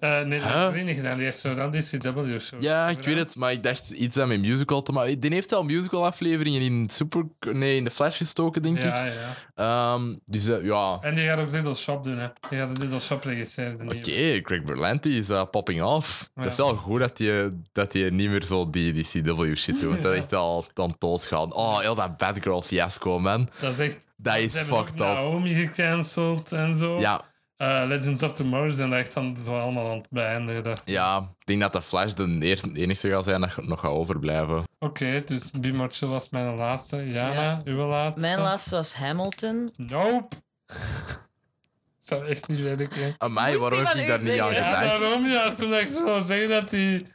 Speaker 1: Eh, nee, dat
Speaker 3: Huh?
Speaker 1: heeft hij niet gedaan. Die heeft zo dan die CW-show.
Speaker 3: Ja, ik weet het, maar ik dacht iets aan mijn musical te maken. Die heeft al musical-afleveringen in, Super... nee, in de Flash gestoken, denk ik.
Speaker 1: Ja, ja.
Speaker 3: Ehm, dus eh, ja, oké,
Speaker 1: En die gaat ook Little Shop doen, hè. Die gaat de Little Shop regisseren. de nieuwe.
Speaker 3: Greg Berlanti is eh, popping off.
Speaker 1: Ja.
Speaker 3: Dat is wel goed dat hij dat die niet meer zo die, die CW-shit
Speaker 1: [LAUGHS]
Speaker 3: doet. Dat is echt al dan doodgaan. Oh, heel dat Batgirl-fiasco, man.
Speaker 1: Dat is echt...
Speaker 3: Dat is
Speaker 1: ze hebben ook
Speaker 3: fucked up.
Speaker 1: Naomi gecanceld en zo.
Speaker 3: Ja,
Speaker 1: Eh, Legends of Tomorrow zijn daar echt dan zo allemaal aan het beëindigen. dat-
Speaker 3: ja, ik denk dat de Flash de eerste, enige gaat zijn dat nog gaat overblijven.
Speaker 1: Oké, dus Be More Chill was mijn laatste. Jana,
Speaker 2: Ja.
Speaker 1: uw laatste?
Speaker 2: Mijn laatste was Hamilton.
Speaker 1: Nope. [LAUGHS] ik zou echt niet weten. hè.
Speaker 3: Amai,
Speaker 2: Moest
Speaker 3: waarom
Speaker 2: die
Speaker 3: heb
Speaker 2: van
Speaker 3: ik
Speaker 2: u
Speaker 3: daar niet aan
Speaker 2: zeggen?
Speaker 1: Ja,
Speaker 3: gedacht?
Speaker 1: daarom ja. Toen dacht ik zou zeggen dat hij...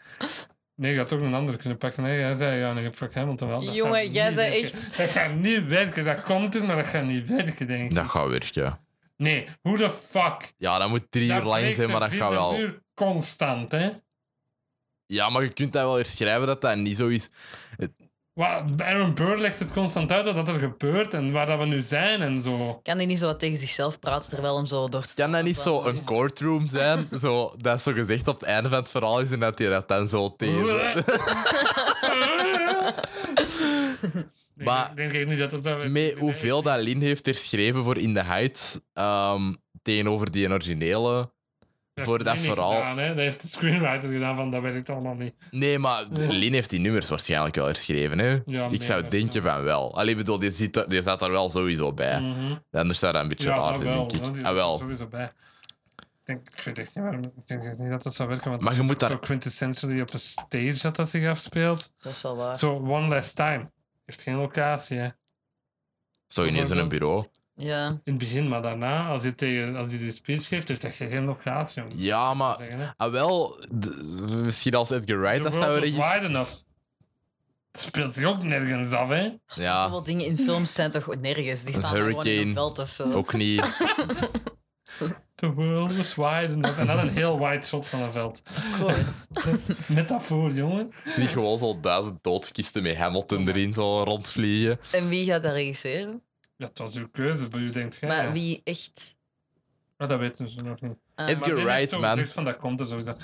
Speaker 1: Nee, je had ook een ander kunnen pakken. Nee, jij zei, ja, nee, ik pak Hamilton wel. Dat
Speaker 2: Jongen,
Speaker 1: gaat
Speaker 2: jij
Speaker 1: niet
Speaker 2: zei
Speaker 1: werken. Dat gaat niet werken. Dat komt er, maar dat gaat niet werken, denk ik.
Speaker 3: Dat gaat werken.
Speaker 1: Nee, hoe de fuck?
Speaker 3: Ja, dat moet drie uur lang
Speaker 1: breekt
Speaker 3: zijn,
Speaker 1: de
Speaker 3: maar dat gaat
Speaker 1: vierde
Speaker 3: wel.
Speaker 1: muur constant, hè.
Speaker 3: Ja, maar je kunt dat wel weer schrijven dat dat niet zo is.
Speaker 1: Wa- Aaron Burr legt het constant uit wat dat er gebeurt en waar dat we nu zijn en zo.
Speaker 2: Kan die niet zo wat tegen zichzelf praten terwijl hem zo door het
Speaker 3: Kan dat niet zo een courtroom zijn?
Speaker 1: [LAUGHS]
Speaker 3: Zo, dat zo gezegd op het einde van het verhaal is en dat hij dat dan zo [LAUGHS] tegen. Maar-
Speaker 1: ik denk ik niet dat dat zou
Speaker 3: Met hoeveel dat Lin heeft herschreven voor In the Heights ehm, tegenover die originele.
Speaker 1: heeft
Speaker 3: voor dat
Speaker 1: Lin niet
Speaker 3: verhaal.
Speaker 1: Gedaan, hè? Dat heeft de screenwriter gedaan van dat werkt allemaal niet.
Speaker 3: Nee, maar
Speaker 1: Ja.
Speaker 3: Lin heeft die nummers waarschijnlijk wel herschreven. Hè?
Speaker 1: Ja,
Speaker 3: Ik
Speaker 1: nee,
Speaker 3: zou
Speaker 1: dat-
Speaker 3: denken van wel. Alleen bedoel, die, zit er- die zat er wel sowieso bij.
Speaker 1: Mhm.
Speaker 3: Anders zou dat een beetje raar
Speaker 1: dat
Speaker 3: zijn, denk
Speaker 1: hè.
Speaker 3: ik.
Speaker 1: Die is
Speaker 3: Ah,
Speaker 1: er
Speaker 3: wel.
Speaker 1: Sowieso bij. Ik, denk, ik weet echt niet waarom. Ik denk echt niet dat dat zou werken. Want
Speaker 3: Maar
Speaker 1: dat
Speaker 3: je
Speaker 1: is
Speaker 3: moet
Speaker 1: ook
Speaker 3: daar-
Speaker 1: zo quintessentially op een stage dat dat zich afspeelt.
Speaker 2: Dat is wel waar.
Speaker 1: Zo, One Last Time. Heeft geen locatie, hè.
Speaker 3: Zo ineens in een bureau.
Speaker 2: Ja.
Speaker 1: In het begin, maar daarna, als hij, tegen, als hij die speech geeft, heeft hij geen locatie. Om te
Speaker 3: Ja, maar
Speaker 1: zeggen, hè.
Speaker 3: Ah, wel, d- misschien als Edgar Wright
Speaker 1: The
Speaker 3: dat zou
Speaker 1: world is
Speaker 3: regisseren.
Speaker 1: wide enough. Het speelt zich ook nergens af, hè?
Speaker 3: Ja,
Speaker 2: Zoveel dingen in films zijn toch nergens. Die
Speaker 3: Een
Speaker 2: staan gewoon in
Speaker 3: hurricane. Oh.
Speaker 2: een veld of zo.
Speaker 3: ook niet.
Speaker 1: The world is wide enough. En dan een heel wide shot van een veld.
Speaker 2: Of course.
Speaker 1: Metafoor, jongen.
Speaker 3: niet gewoon zo duizend doodskisten met Hamilton erin zo rondvliegen.
Speaker 2: En wie gaat dat regisseren?
Speaker 1: Ja, het was uw keuze, maar u denkt, ja,
Speaker 2: Maar wie echt?
Speaker 1: Maar dat weten ze nog niet.
Speaker 2: Ah.
Speaker 3: Edgar-
Speaker 1: Maar
Speaker 3: You're
Speaker 1: men heeft
Speaker 3: right,
Speaker 1: zo
Speaker 3: man.
Speaker 1: gezegd Van, dat komt er sowieso.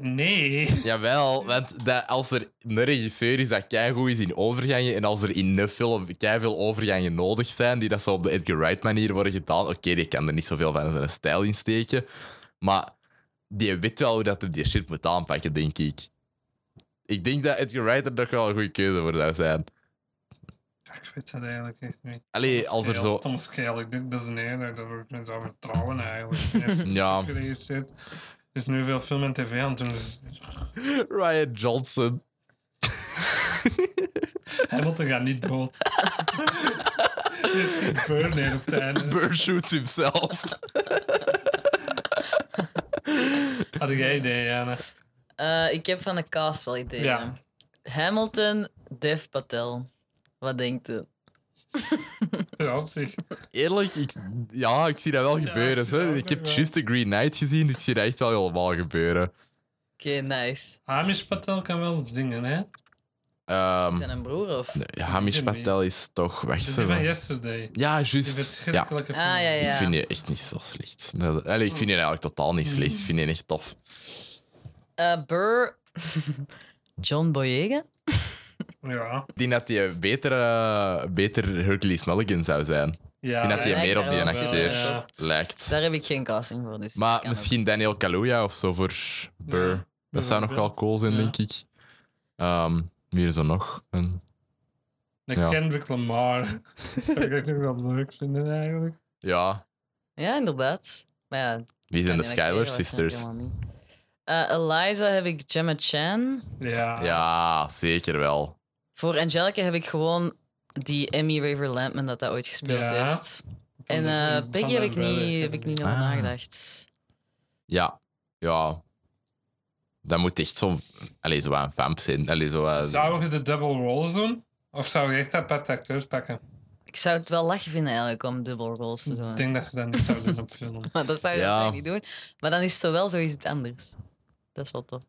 Speaker 1: Nee.
Speaker 3: Jawel, want dat, als er een regisseur is dat keigoed is in overgangen en als er in een film keiveel overgangen nodig zijn die dat zo op de Edgar Wright manier worden gedaan, oké, die kan er niet zoveel van zijn stijl in steken, maar die weet wel hoe dat hij die shit moet aanpakken, denk ik. Ik denk dat Edgar Wright er nog wel een goede keuze voor zou zijn.
Speaker 1: Ik weet dat eigenlijk echt niet.
Speaker 3: Allee, als er
Speaker 1: Scale,
Speaker 3: zo...
Speaker 1: Tom Scale, ik denk dat is een hele dat wordt men zou vertrouwen eigenlijk.
Speaker 3: [LAUGHS]
Speaker 1: Die heeft
Speaker 3: Ja.
Speaker 1: stuk geregisseerd. Er is nu veel film en tv aan het doen. Dus
Speaker 3: Ryan Johnson.
Speaker 1: Hamilton gaat niet dood. [LAUGHS] Er is geen burn-in op het einde.
Speaker 3: Burr shoots himself.
Speaker 1: Had jij idee, Jana?
Speaker 2: Eh, ik heb van de cast wel ideeën.
Speaker 1: Ja.
Speaker 2: Hamilton, Dev Patel. Wat denkt u?
Speaker 1: Ja, op zich.
Speaker 3: Eerlijk, ik, ja, ik zie dat wel
Speaker 1: Ja, ik
Speaker 3: gebeuren.
Speaker 1: zie dat
Speaker 3: hè.
Speaker 1: ook
Speaker 3: Ik heb
Speaker 1: wel.
Speaker 3: juist de Green Knight gezien, dus ik zie dat echt al helemaal gebeuren.
Speaker 2: Oké, nice.
Speaker 1: Hamish Patel kan wel zingen, hè?
Speaker 3: Ehm,
Speaker 2: Zijn een broer of?
Speaker 3: nee, Hamish
Speaker 1: Ik ben
Speaker 3: Patel is toch weg.
Speaker 1: Dus die van Yesterday.
Speaker 3: Ja,
Speaker 1: Die
Speaker 3: juist. Ja.
Speaker 1: verschrikkelijke
Speaker 2: Ah,
Speaker 1: film.
Speaker 2: ja, ja.
Speaker 3: Ik vind je echt niet zo slecht. Nee, dat- Allee, ik
Speaker 1: Oh.
Speaker 3: vind je eigenlijk totaal niet slecht. Ik vind je echt tof.
Speaker 2: Eh, Burr. [LAUGHS] John Boyega?
Speaker 1: Ja.
Speaker 3: Ik denk dat hij beter, eh, beter Hercules Mulligan zou zijn. Ik
Speaker 1: Ja,
Speaker 3: denk dat hij
Speaker 2: ja,
Speaker 3: meer op die
Speaker 2: ja, ja,
Speaker 3: acteur
Speaker 1: ja.
Speaker 3: lijkt.
Speaker 2: Daar heb ik geen casting voor. Dus dat
Speaker 3: Maar
Speaker 2: kan
Speaker 3: misschien Daniel Kaluuya of zo voor Burr.
Speaker 1: Ja,
Speaker 3: Dat zou nog wel
Speaker 1: bijvoorbeeld.
Speaker 3: cool zijn,
Speaker 1: Ja.
Speaker 3: denk ik. Ehm, wie is er nog? Een
Speaker 1: Een
Speaker 3: Ja.
Speaker 1: Kendrick
Speaker 2: [LAUGHS]
Speaker 1: Lamar. Zou ik echt nog wel leuk vinden eigenlijk.
Speaker 3: Ja,
Speaker 2: Ja, inderdaad. Maar ja,
Speaker 3: wie zijn
Speaker 2: kan
Speaker 3: de
Speaker 2: die dat
Speaker 3: Skylar
Speaker 2: keren?
Speaker 3: Sisters?
Speaker 2: Waarschijnlijk helemaal niet. Eh, Eliza heb ik Gemma Chan.
Speaker 1: Ja.
Speaker 3: Ja, zeker wel.
Speaker 2: Voor Angelica heb ik gewoon die Emmy Raver Lampman dat dat ooit gespeeld
Speaker 1: Ja.
Speaker 2: heeft.
Speaker 1: Van
Speaker 2: En
Speaker 1: de-
Speaker 2: eh
Speaker 1: van
Speaker 2: Peggy
Speaker 1: de
Speaker 2: heb ik
Speaker 1: Umbrella
Speaker 2: niet, heb
Speaker 1: Academy.
Speaker 2: ik niet over
Speaker 3: Ah.
Speaker 2: nagedacht.
Speaker 3: Ja, ja. Dat moet echt zo'n... Allee, zo wat een vamp zijn. Allee, zo wat-
Speaker 1: Zou je de double rolls doen? Of zou je echt apart acteurs pakken?
Speaker 2: Ik zou het wel lachen vinden eigenlijk om dubbel roles te doen.
Speaker 1: Ik denk dat je dat niet zou doen op
Speaker 2: [LAUGHS]
Speaker 1: film.
Speaker 2: Maar dat zou je
Speaker 3: Ja.
Speaker 2: waarschijnlijk niet doen. Maar dan is het zo wel zoiets iets anders. Dat is wel tof.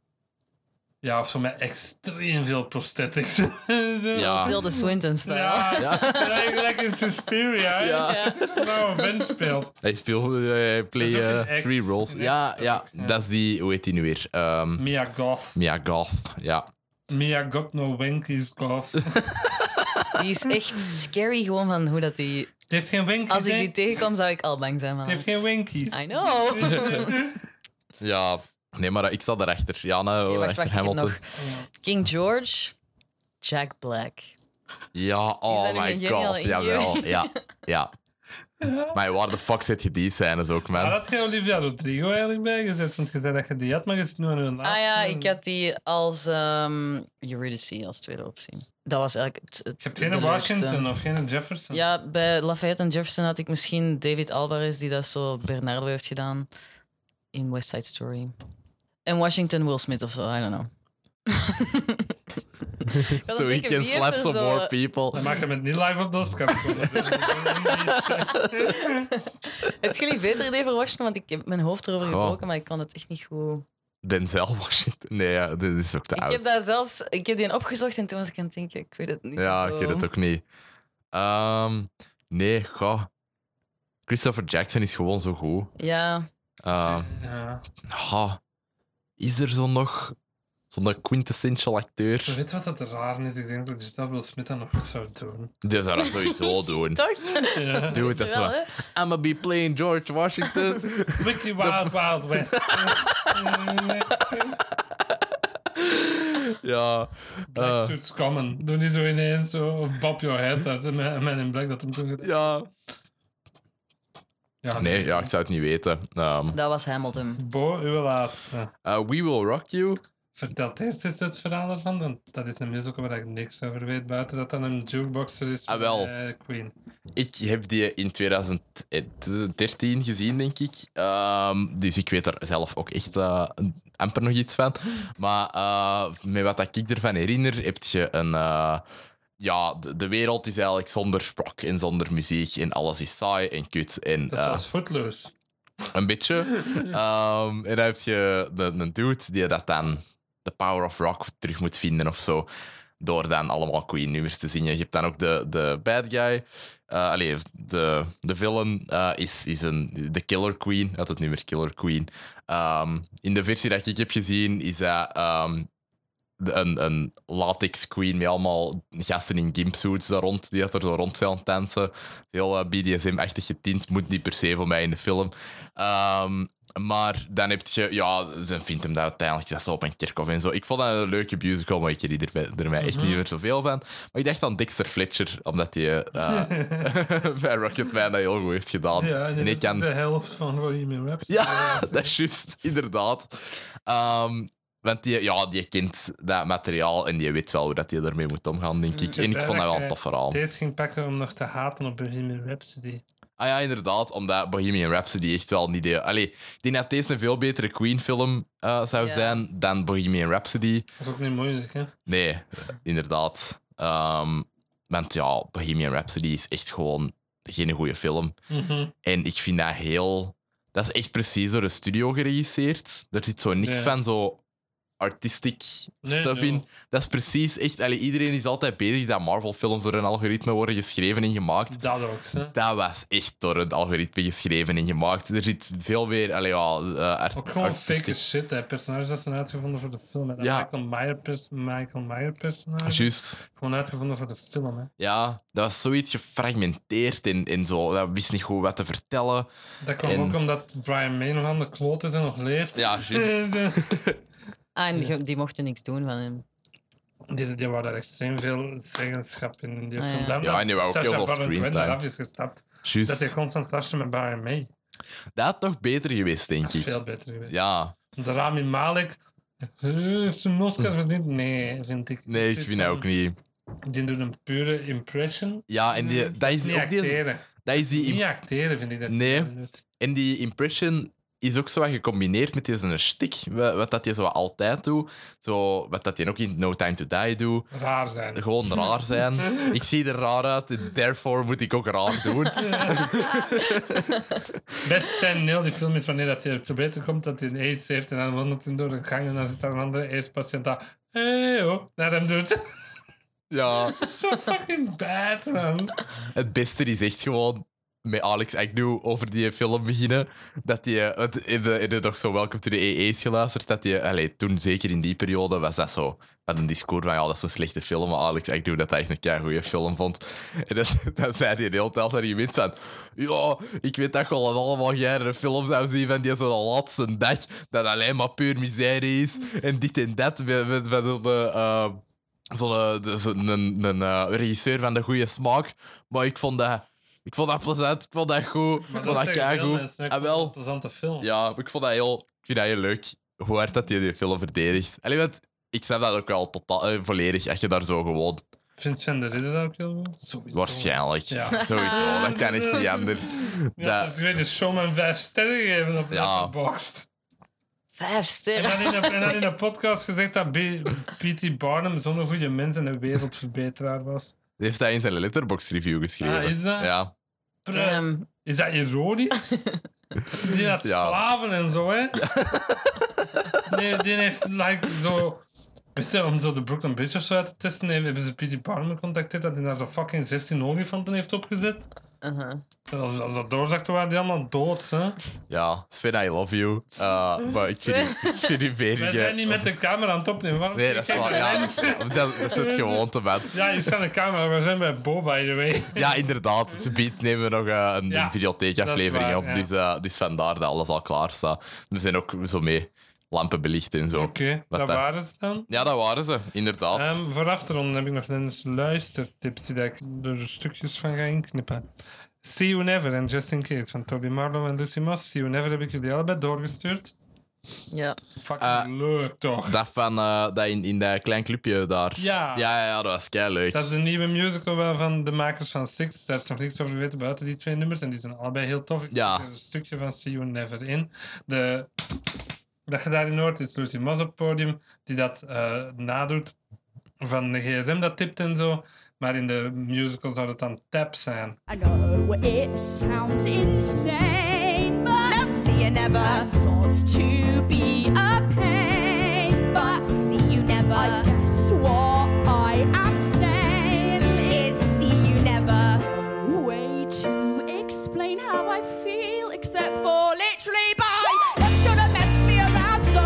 Speaker 1: Ja, of zo met extreem veel prosthetics. [LAUGHS]
Speaker 3: Ja.
Speaker 2: Tilda Swinton style.
Speaker 1: Ja,
Speaker 3: Ja.
Speaker 1: gelijk gelijk in Suspiria.
Speaker 3: Ja.
Speaker 1: Ja. Het is een oude band speelt.
Speaker 3: Hij speelt eh, play
Speaker 1: Dat is ook een
Speaker 3: eh,
Speaker 1: ex.
Speaker 3: three roles.
Speaker 1: Een
Speaker 3: Ja,
Speaker 1: ex,
Speaker 3: ja,
Speaker 1: ook, ja. Hmm.
Speaker 3: dat is die... Hoe heet die nu weer? Ehm,
Speaker 1: Mia Goth.
Speaker 3: Mia Goth, ja.
Speaker 1: Mia got no winkies Goth. Die
Speaker 2: Die is echt scary gewoon van hoe dat die...
Speaker 1: heeft geen winkies,
Speaker 2: Als ik
Speaker 1: hè?
Speaker 2: die
Speaker 1: Die
Speaker 2: tegenkom, zou ik al bang zijn van...
Speaker 1: heeft geen winkies.
Speaker 2: I know.
Speaker 1: [LAUGHS]
Speaker 3: Ja. Nee, maar eh, ik sta daarachter. Jana, eh,
Speaker 2: Oké, wacht,
Speaker 3: achter
Speaker 2: wacht, ik heb
Speaker 3: Oh, Hamilton.
Speaker 2: nog. King George, Jack Black.
Speaker 3: Ja,
Speaker 2: dat
Speaker 3: oh
Speaker 2: nu een
Speaker 3: my
Speaker 2: geniale
Speaker 3: god.
Speaker 2: idee?
Speaker 3: Jawel,
Speaker 2: [LAUGHS]
Speaker 3: ja. ja. Maar waar de fuck zit je die scènes ook,
Speaker 1: Maar
Speaker 3: man?
Speaker 1: had je Ah, Olivia Rodrigo eigenlijk bijgezet? Want je zei dat je die had, maar je zit nu aan een laatste.
Speaker 2: Ah ja, ik had die als ehm Eurydice als tweede optie. Dat was eigenlijk het, het
Speaker 1: Je hebt geen
Speaker 2: de eh, leukste.
Speaker 1: Washington of geen Jefferson.
Speaker 2: Ja, bij Lafayette en Jefferson had ik misschien David Alvarez, die dat zo Bernardo heeft gedaan in West Side Story. En Washington Will Smith of zo, I don't
Speaker 3: [LAUGHS]
Speaker 2: know. Ik wil
Speaker 3: So he
Speaker 2: denken,
Speaker 3: can
Speaker 2: wie heeft
Speaker 3: slap
Speaker 2: er
Speaker 3: some
Speaker 2: zo-
Speaker 3: more
Speaker 1: Dan
Speaker 3: people.
Speaker 1: mag je het niet live op de Oscars komen. Dat is [LAUGHS] een beetje-
Speaker 2: [LAUGHS] Het jullie beter idee voor Washington, want ik heb mijn hoofd erover
Speaker 3: Goh.
Speaker 2: gebroken, maar ik kon het echt niet goed.
Speaker 3: Denzel Washington. Nee, ja, dit is ook te
Speaker 2: Ik
Speaker 3: oud.
Speaker 2: heb daar zelfs, ik heb die opgezocht en toen was ik aan het denken, ik weet het niet.
Speaker 3: Ja,
Speaker 2: zo
Speaker 3: ik weet het
Speaker 2: goed.
Speaker 3: ook niet. Ehm, nee, goh. Christopher Jackson is gewoon zo goed.
Speaker 2: Ja,
Speaker 3: Ehm,
Speaker 1: Ja.
Speaker 3: ha. Is er zo nog zo'n quintessential
Speaker 1: Maar
Speaker 3: acteur?
Speaker 1: Weet je wat dat raar is? Ik denk dat Giselle Will Smith dat nog eens zou doen.
Speaker 3: Die zou dat
Speaker 2: [LAUGHS]
Speaker 3: sowieso doen.
Speaker 2: toch?
Speaker 1: [LAUGHS] Ja.
Speaker 3: Doe het, dat is
Speaker 2: Wel,
Speaker 3: wel.
Speaker 2: hè?
Speaker 3: I'ma be playing George
Speaker 2: [LAUGHS]
Speaker 3: Washington.
Speaker 1: Mickey Wild Wild West.
Speaker 3: [LAUGHS] ja. Ah.
Speaker 1: Black Suits Common. Doe die zo ineens zo. Of Bob Your Head. Dat de Man Man in Black dat hem toen gedaan.
Speaker 3: Ja.
Speaker 1: Ja,
Speaker 3: Nee, ja, ik zou het niet weten. Ehm,
Speaker 2: Dat was Hamilton.
Speaker 1: Bo, uw laatste.
Speaker 3: eh, We Will Rock You.
Speaker 1: Vertelt eerst eens het verhaal ervan, want dat is een musical waar ik niks over weet, buiten dat dat een jukeboxer is
Speaker 3: Ah, wel.
Speaker 1: van, eh, Queen.
Speaker 3: Ik heb die in 2013 gezien, denk ik. Ehm, dus ik weet er zelf ook echt eh, amper nog iets van. Maar eh, met wat dat ik ervan herinner, heb je een... eh, ja, de, de wereld is eigenlijk zonder sprok en zonder muziek en alles is saai en kut. En,
Speaker 1: Dat
Speaker 3: eh,
Speaker 1: was Footloose.
Speaker 3: Een beetje. Ehm, en dan heb je de- een dude die dat dan de power of rock terug moet vinden of zo. Door dan allemaal Queen nummers te zingen. Je hebt dan ook de, de bad guy. eh allee, de, de villain eh, is, is een, de Killer Queen. Uit het nummer Killer Queen. Ehm, in de versie dat ik heb gezien is dat ehm, de- een, een latex queen met allemaal gasten in gimpsuits daar rond, die dat er zo rond zijn aan het dansen. Heel eh, BDSM-achtig getint, moet niet per se voor mij in de film. Ehm, maar dan heb je, ja, ze vindt hem daar uiteindelijk dat zo op een kerkhof en zo. Ik vond dat een leuke musical, maar ik herinner me er mij echt niet meer zoveel van. Maar ik dacht aan Dexter Fletcher, omdat hij eh [LAUGHS] bij Rocketman dat heel goed heeft gedaan.
Speaker 1: Ja, en
Speaker 3: en ik kan
Speaker 1: de helft van Bohemian Rhapsody.
Speaker 3: ja, [LAUGHS] dat is juist, inderdaad. Ehm, want die, ja, die kent dat materiaal en die weet wel hoe dat die ermee moet omgaan, denk ik.
Speaker 1: Dus
Speaker 3: En ik vond dat wel een
Speaker 1: eigenlijk,
Speaker 3: tof verhaal.
Speaker 1: Deze ging pakken om nog te haten op Bohemian Rhapsody.
Speaker 3: Ah ja, inderdaad, omdat Bohemian Rhapsody echt wel een idee... Allee, ik denk dat deze een veel betere Queen-film eh, zou
Speaker 2: Ja.
Speaker 3: zijn dan Bohemian Rhapsody.
Speaker 1: Dat is ook niet moeilijk, hè?
Speaker 3: Nee, inderdaad. Ehm, want ja, Bohemian Rhapsody is echt gewoon geen goede film.
Speaker 1: Mhm.
Speaker 3: En ik vind dat heel. Dat is echt precies door een studio geregisseerd. Er zit zo niks
Speaker 1: Ja.
Speaker 3: van zo artistic
Speaker 1: Nee,
Speaker 3: stuff
Speaker 1: no.
Speaker 3: in. Dat is precies echt. Allee, iedereen is altijd bezig dat Marvel-films door een algoritme worden geschreven en gemaakt.
Speaker 1: Dat ook, hè?
Speaker 3: Dat was echt door een algoritme geschreven en gemaakt. Er zit veel meer. Allee, ja, eh, art-
Speaker 1: Ook gewoon fake
Speaker 3: artistic-
Speaker 1: as shit, hè? Personages dat zijn uitgevonden voor de film. Hè? Dat
Speaker 3: Ja.
Speaker 1: Michael Meyer, pers- Michael Meyer personage.
Speaker 3: Juist.
Speaker 1: Gewoon uitgevonden voor de film, hè?
Speaker 3: Ja, dat was zoiets gefragmenteerd en, en zo. Dat wist niet goed wat te vertellen.
Speaker 1: Dat kwam
Speaker 3: En-
Speaker 1: ook omdat Brian May nog aan de kloot is en nog leeft. [LAUGHS]
Speaker 3: Ja, juist.
Speaker 2: Ah, en die- die mochten niks doen van hem.
Speaker 1: Die, die wou daar extreem veel zeggenschap in die
Speaker 2: Ah,
Speaker 1: film.
Speaker 2: ja.
Speaker 1: Dan
Speaker 3: Ja,
Speaker 1: dat
Speaker 3: en die wou ook
Speaker 1: Sacha
Speaker 3: heel veel
Speaker 1: Baron Cohen
Speaker 3: screentime. Dus-
Speaker 1: eraf is gestapt. Dat hij
Speaker 3: Juist.
Speaker 1: constant clashen met Barry May.
Speaker 3: Dat had nog beter geweest, denk
Speaker 1: Dat is
Speaker 3: ik.
Speaker 1: veel beter geweest.
Speaker 3: Ja.
Speaker 1: De Rami Malek eh, heeft zijn Oscar verdiend. Nee, vind ik.
Speaker 3: Nee, ik vind dat ook niet.
Speaker 1: Die doet een pure impression.
Speaker 3: Ja, en die, dat, is
Speaker 1: Niet
Speaker 3: ook die,
Speaker 1: acteren.
Speaker 3: dat is die
Speaker 1: Niet acteren vind ik dat.
Speaker 3: Nee.
Speaker 1: die doet.
Speaker 3: En die impression is ook zo wat gecombineerd met deze stick. Wat wat dat je zo altijd doet. Zo, wat dat je ook in No Time to Die doet.
Speaker 1: Raar zijn.
Speaker 3: Gewoon raar zijn.
Speaker 1: [LAUGHS]
Speaker 3: ik zie er raar uit, en therefore moet ik ook raar
Speaker 1: [LAUGHS]
Speaker 3: doen.
Speaker 1: Best zijn nil die film is wanneer dat hij te beter komt dat hij een AIDS heeft en dan wandelt hij door een gang en dan zit daar een andere AIDS-patiënt daar. Hey, oh, naar hem doet.
Speaker 3: ja,
Speaker 1: [LAUGHS] Zo fucking bad, man.
Speaker 3: het beste is echt gewoon met Alex Agnew over die film beginnen. Dat die, eh, want in de, in de toch zo Welcome to the EE's geluisterd. Dat die, eh, allee, toen zeker in die periode was dat zo. Met een discours van, ja, dat is een slechte film. Maar Alex Agnew dat hij echt een keigoede film vond. En dat, [LAUGHS] dan zei hij de hele tijd dat hij wint van... Ja, ik weet dat je al allemaal jaren een film zou zien van die zo'n laatste dag. Dat alleen maar puur miserie is. En dit en dat. Met, met, met een, eh, zo'n, eh, dus een, een, een, eh, regisseur van de goede smaak. Maar ik vond dat... Ik vond dat plezant, ik vond dat goed, ik vond dat keigoed. En
Speaker 1: Een
Speaker 3: wel,
Speaker 1: plezante film.
Speaker 3: ja, ik vond dat heel, ik vind dat heel leuk hoe hard dat hij die film verdedigt. Allee, want ik snap dat ook wel totaal, eh, volledig. Als je daar zo gewoon,
Speaker 1: Vindt Sven de Ridder dat ook heel goed? Sowieso.
Speaker 3: waarschijnlijk.
Speaker 1: Ja.
Speaker 3: [LAUGHS] Sowieso, dat kan echt niet anders.
Speaker 1: [LAUGHS] Ja,
Speaker 3: Dat-
Speaker 1: dat weet je, showman vijf sterren geven op
Speaker 3: Ja.
Speaker 1: Letterboxd.
Speaker 2: Vijf
Speaker 1: En
Speaker 2: sterren.
Speaker 1: dan in een, en dan in een podcast gezegd dat B- P.T. Barnum zo'n goede mens en een wereldverbeteraar was.
Speaker 3: Die heeft dat in zijn letterbox review geschreven.
Speaker 1: Ah, is dat?
Speaker 3: Ja.
Speaker 1: Bruh,
Speaker 2: Ehm,
Speaker 1: Is dat ironisch? Die had
Speaker 3: Ja.
Speaker 1: slaven en zo, hè? Nee, die heeft like, zo... Weet je, om zo de Brooklyn Bridge of zo uit te testen, hebben ze P.T. Barnum gecontacteerd dat hij daar zo fucking 16 olifanten heeft opgezet.
Speaker 2: uh-huh.
Speaker 1: En als, als dat doorzakte, waren die allemaal dood, hè?
Speaker 3: ja, Sven, I love you. Eh, maar ik vind,
Speaker 1: [LAUGHS]
Speaker 3: die- ik vind die
Speaker 1: Wij
Speaker 3: verige-
Speaker 1: zijn niet met de camera aan het opnemen. Waarom
Speaker 3: Nee, dat is wel.
Speaker 1: [LAUGHS]
Speaker 3: Ja, dat, dat is het gewoonte, man.
Speaker 1: Ja, hier staat een camera. We zijn bij Bo, by the way.
Speaker 3: Ja, inderdaad. Ze biedt nemen we nog eh, een
Speaker 1: Ja,
Speaker 3: videotheekaflevering
Speaker 1: dat
Speaker 3: op.
Speaker 1: is waar, ja.
Speaker 3: Dus, eh, dus vandaar dat alles al klaar staat. We zijn ook zo mee lampen belicht en zo.
Speaker 1: Oké,
Speaker 3: Wat
Speaker 1: dat
Speaker 3: dan?
Speaker 1: waren ze dan.
Speaker 3: Ja, dat waren ze, inderdaad.
Speaker 1: Ehm voor af te ronden heb ik nog eens luistertips die dat ik er stukjes van ga inknippen. See You Never en Just In Case van Toby Marlowe en Lucy Moss. See You Never heb ik jullie allebei doorgestuurd.
Speaker 2: Ja.
Speaker 3: Eh,
Speaker 1: Fucking leuk toch?
Speaker 3: dat van eh, dat in, in dat klein clubje daar.
Speaker 1: Ja.
Speaker 3: ja, ja, ja, dat was kei leuk.
Speaker 1: Dat is een nieuwe musical wel van de makers van Six. Daar is nog niks over geweten buiten die twee nummers. En die zijn allebei heel tof. Ik
Speaker 3: Ja.
Speaker 1: zet er een stukje van See You Never in. De, dat je daarin hoort is Lucy Moss op het podium. Die dat eh, nadoet van de gsm dat tipt en zo. Maar in de musical zou dat dan tap zijn.
Speaker 4: I know it sounds insane, but
Speaker 5: Don't see you
Speaker 4: I
Speaker 5: never.
Speaker 4: thought to be a pain. But
Speaker 5: See you
Speaker 4: I
Speaker 5: never.
Speaker 4: guess what I am saying
Speaker 5: Is
Speaker 4: is
Speaker 5: see you never.
Speaker 4: no way to explain how I feel, except for literally by you should have messed me around. So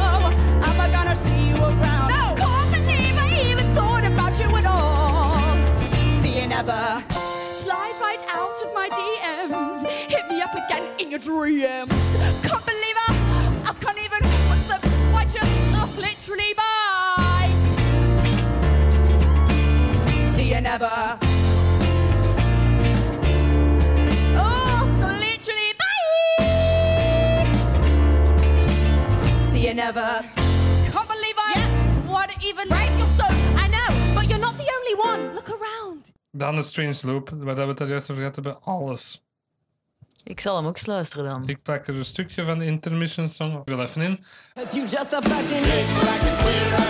Speaker 4: am I gonna see you around? No, can't believe I even thought about you at all.
Speaker 5: See you never.
Speaker 4: Slide right out of my DMs. Hit me up again in your dreams. Can't believe I, I can't even. What's the? Why just? Oh, literally, bye.
Speaker 5: See you never.
Speaker 4: Oh, literally, bye.
Speaker 5: See you never.
Speaker 4: Can't believe I. What even?
Speaker 5: Right? You're so. I know, but you're not the only one. Look around.
Speaker 1: Dan de Strange Loop, waar dat we het daar juist over gehad hebben. Alles.
Speaker 2: Ik zal hem ook eens luisteren dan.
Speaker 1: Ik plak er een stukje van de intermission song. Ik wil even in.
Speaker 6: You just a fucking lick.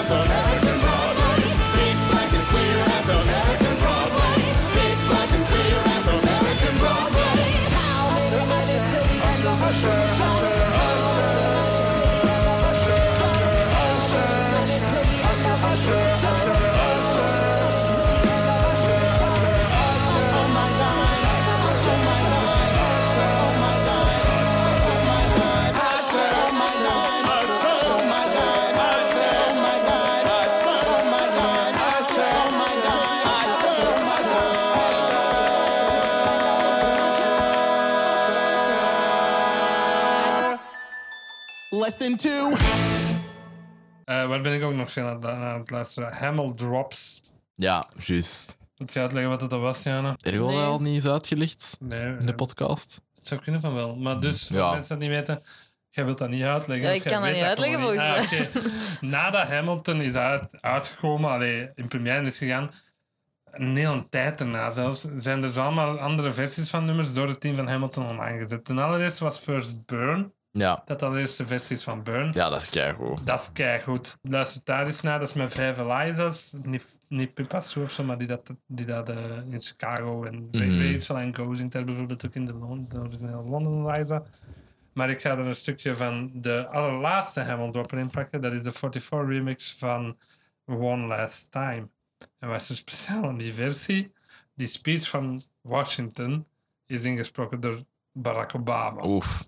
Speaker 6: Less than two.
Speaker 1: Eh, waar ben ik ook nog veel aan, aan het luisteren? Hamel Drops.
Speaker 3: Ja, juist.
Speaker 1: Moet je uitleggen wat dat was, Jana?
Speaker 3: Er wel
Speaker 2: Nee.
Speaker 3: al niet eens uitgelicht
Speaker 1: Nee,
Speaker 3: in de
Speaker 1: eh,
Speaker 3: podcast.
Speaker 1: het zou kunnen van wel. Maar dus, voor
Speaker 3: Ja.
Speaker 1: mensen dat niet weten, jij wilt dat niet uitleggen.
Speaker 2: Ja,
Speaker 1: of
Speaker 2: ik
Speaker 1: jij
Speaker 2: kan dat
Speaker 1: weet
Speaker 2: niet
Speaker 1: gewoon
Speaker 2: uitleggen,
Speaker 1: niet. Ah,
Speaker 2: [LAUGHS]
Speaker 1: oké. Nadat Hamilton is uit, uitgekomen, allee, in première is gegaan, een hele tijd daarna zelfs, zijn er zo allemaal andere versies van nummers door het team van Hamilton online gezet. De allereerste was First Burn,
Speaker 3: Ja,
Speaker 1: dat allereerste versie is van Burn.
Speaker 3: ja dat is keigoed.
Speaker 1: Dat is keigoed. Luister daar eens naar. Dat is met Vijf Elizas. Niet, niet Pippa Soef, zo, maar die dat, die dat eh, in Chicago en
Speaker 3: Mhm.
Speaker 1: Rachel en Gozing daar bijvoorbeeld ook in de, Lon- de originele London Eliza. Maar ik ga er een stukje van de allerlaatste Hammond Dropper in pakken. Dat is de 44 remix van One Last Time. En wat is er speciaal aan die versie? Die speech van Washington is ingesproken door Barack Obama.
Speaker 3: Oef.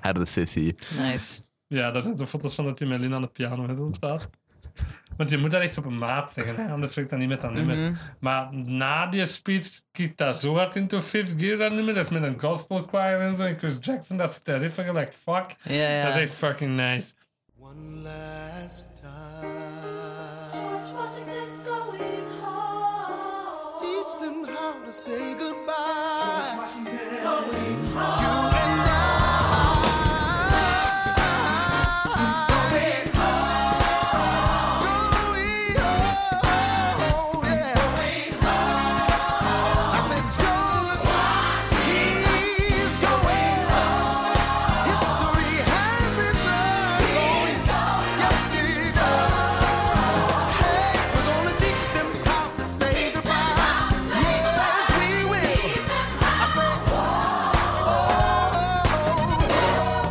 Speaker 3: Harde sessie.
Speaker 2: Nice.
Speaker 1: Ja, daar zijn zo foto's van dat hij met Lin aan de piano middel staat. Want je moet dat echt op een maat zeggen, hè? anders werkt dat niet met dat nummer.
Speaker 2: Mhm.
Speaker 1: Maar na die speech kiet dat zo hard into fifth gear, dat nummer. Dat is met een gospel choir en zo. En Chris Jackson, dat zit daar riffen gelijk fuck.
Speaker 2: Ja, ja.
Speaker 1: Dat is echt fucking nice.
Speaker 6: One last time.
Speaker 5: George Washington's going home.
Speaker 6: Teach them how to say goodbye. You and I. Going home, yeah. I said, George, he's going home. History has its own. Yes, it does. Hey, we're gonna teach them how to say goodbye. Yes, we will. I said, oh,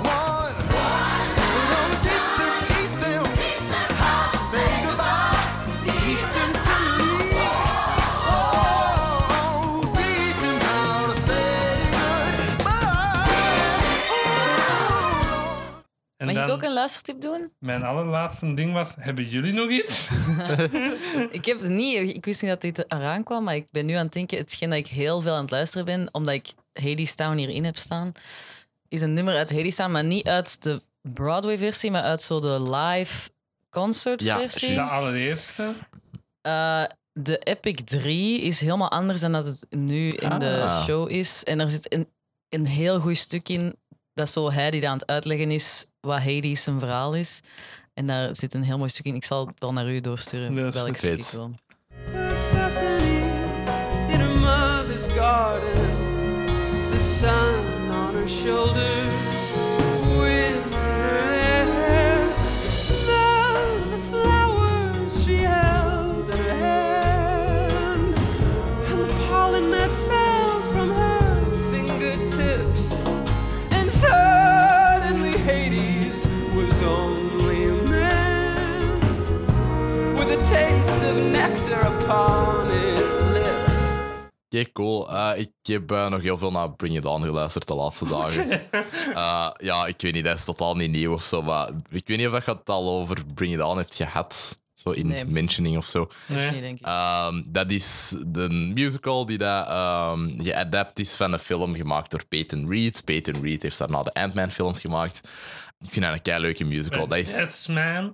Speaker 6: one. We're gonna teach them, teach them how to say goodbye. Teach them to leave. Oh, teach them how to say goodbye. Ooh.
Speaker 1: En
Speaker 2: Mag ik
Speaker 1: dan,
Speaker 2: ook een luistertip doen?
Speaker 1: mijn allerlaatste ding was, hebben jullie nog iets?
Speaker 2: Ik heb het niet, ik wist niet dat dit eraan kwam, maar ik ben nu aan het denken, het schijnt dat ik heel veel aan het luisteren ben, omdat ik Hades Town hierin heb staan, is een nummer uit Hades Town, maar niet uit de Broadway-versie, maar uit zo de live concert-versie.
Speaker 1: De allereerste.
Speaker 2: Eh, de Epic 3 is helemaal anders dan dat het nu in de
Speaker 3: Ah.
Speaker 2: show is. En er zit een, een heel goed stuk in. Dat is zo hij die daar aan het uitleggen is wat Hades zijn verhaal is. En daar zit een heel mooi stuk in. Ik zal het wel naar u doorsturen.
Speaker 1: Ja, dat is
Speaker 2: welk
Speaker 1: goed.
Speaker 2: stuk ik
Speaker 3: Vet.
Speaker 2: wil.
Speaker 7: Persephone in her mother's garden, the sun on her shoulders, wind in her hair, the smell of the flowers she held in her hand, and the pollen that fell from her fingertips. And suddenly Hades was only a man with a taste of nectar upon his lips.
Speaker 3: Kijk, cool. Eh, ik heb eh, nog heel veel naar Bring It On geluisterd de laatste dagen. Eh, ja, ik weet niet, dat is totaal niet nieuw of zo. Maar ik weet niet of dat je het al over Bring It On hebt gehad. Zo in
Speaker 2: Nee.
Speaker 3: mentioning of zo.
Speaker 2: Dat is
Speaker 1: Nee.
Speaker 2: niet, denk ik.
Speaker 3: Ehm, dat is de musical die dat, ehm, geadapt is van een film gemaakt door Peyton Reed. Peyton Reed heeft daarna de Ant-Man films gemaakt. Ik vind dat een kei leuke musical. Dat is,
Speaker 1: Yes, man.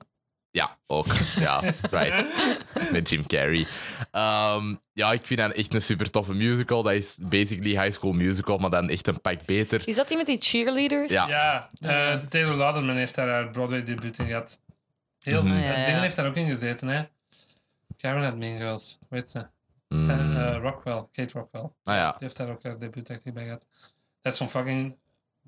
Speaker 3: ja, ook. Ja, right. Met Jim Carrey. Ehm, ja, ik vind dat echt een super toffe musical. Dat is basically High School Musical, maar dan echt een pak beter.
Speaker 2: Is dat die met die cheerleaders?
Speaker 3: Ja.
Speaker 1: Ja, eh, Taylor Lautner heeft daar haar Broadway debuut in gehad. Heel veel.
Speaker 2: Ah, ja, ja.
Speaker 1: Dingen heeft daar ook in gezeten, hè? Karen uit Mean Girls, weet ze.
Speaker 3: Hmm.
Speaker 1: Sam, eh, Rockwell, Kate Rockwell.
Speaker 3: Ah ja,
Speaker 1: Die heeft daar ook haar debuut echt bij gehad. Dat is zo'n fucking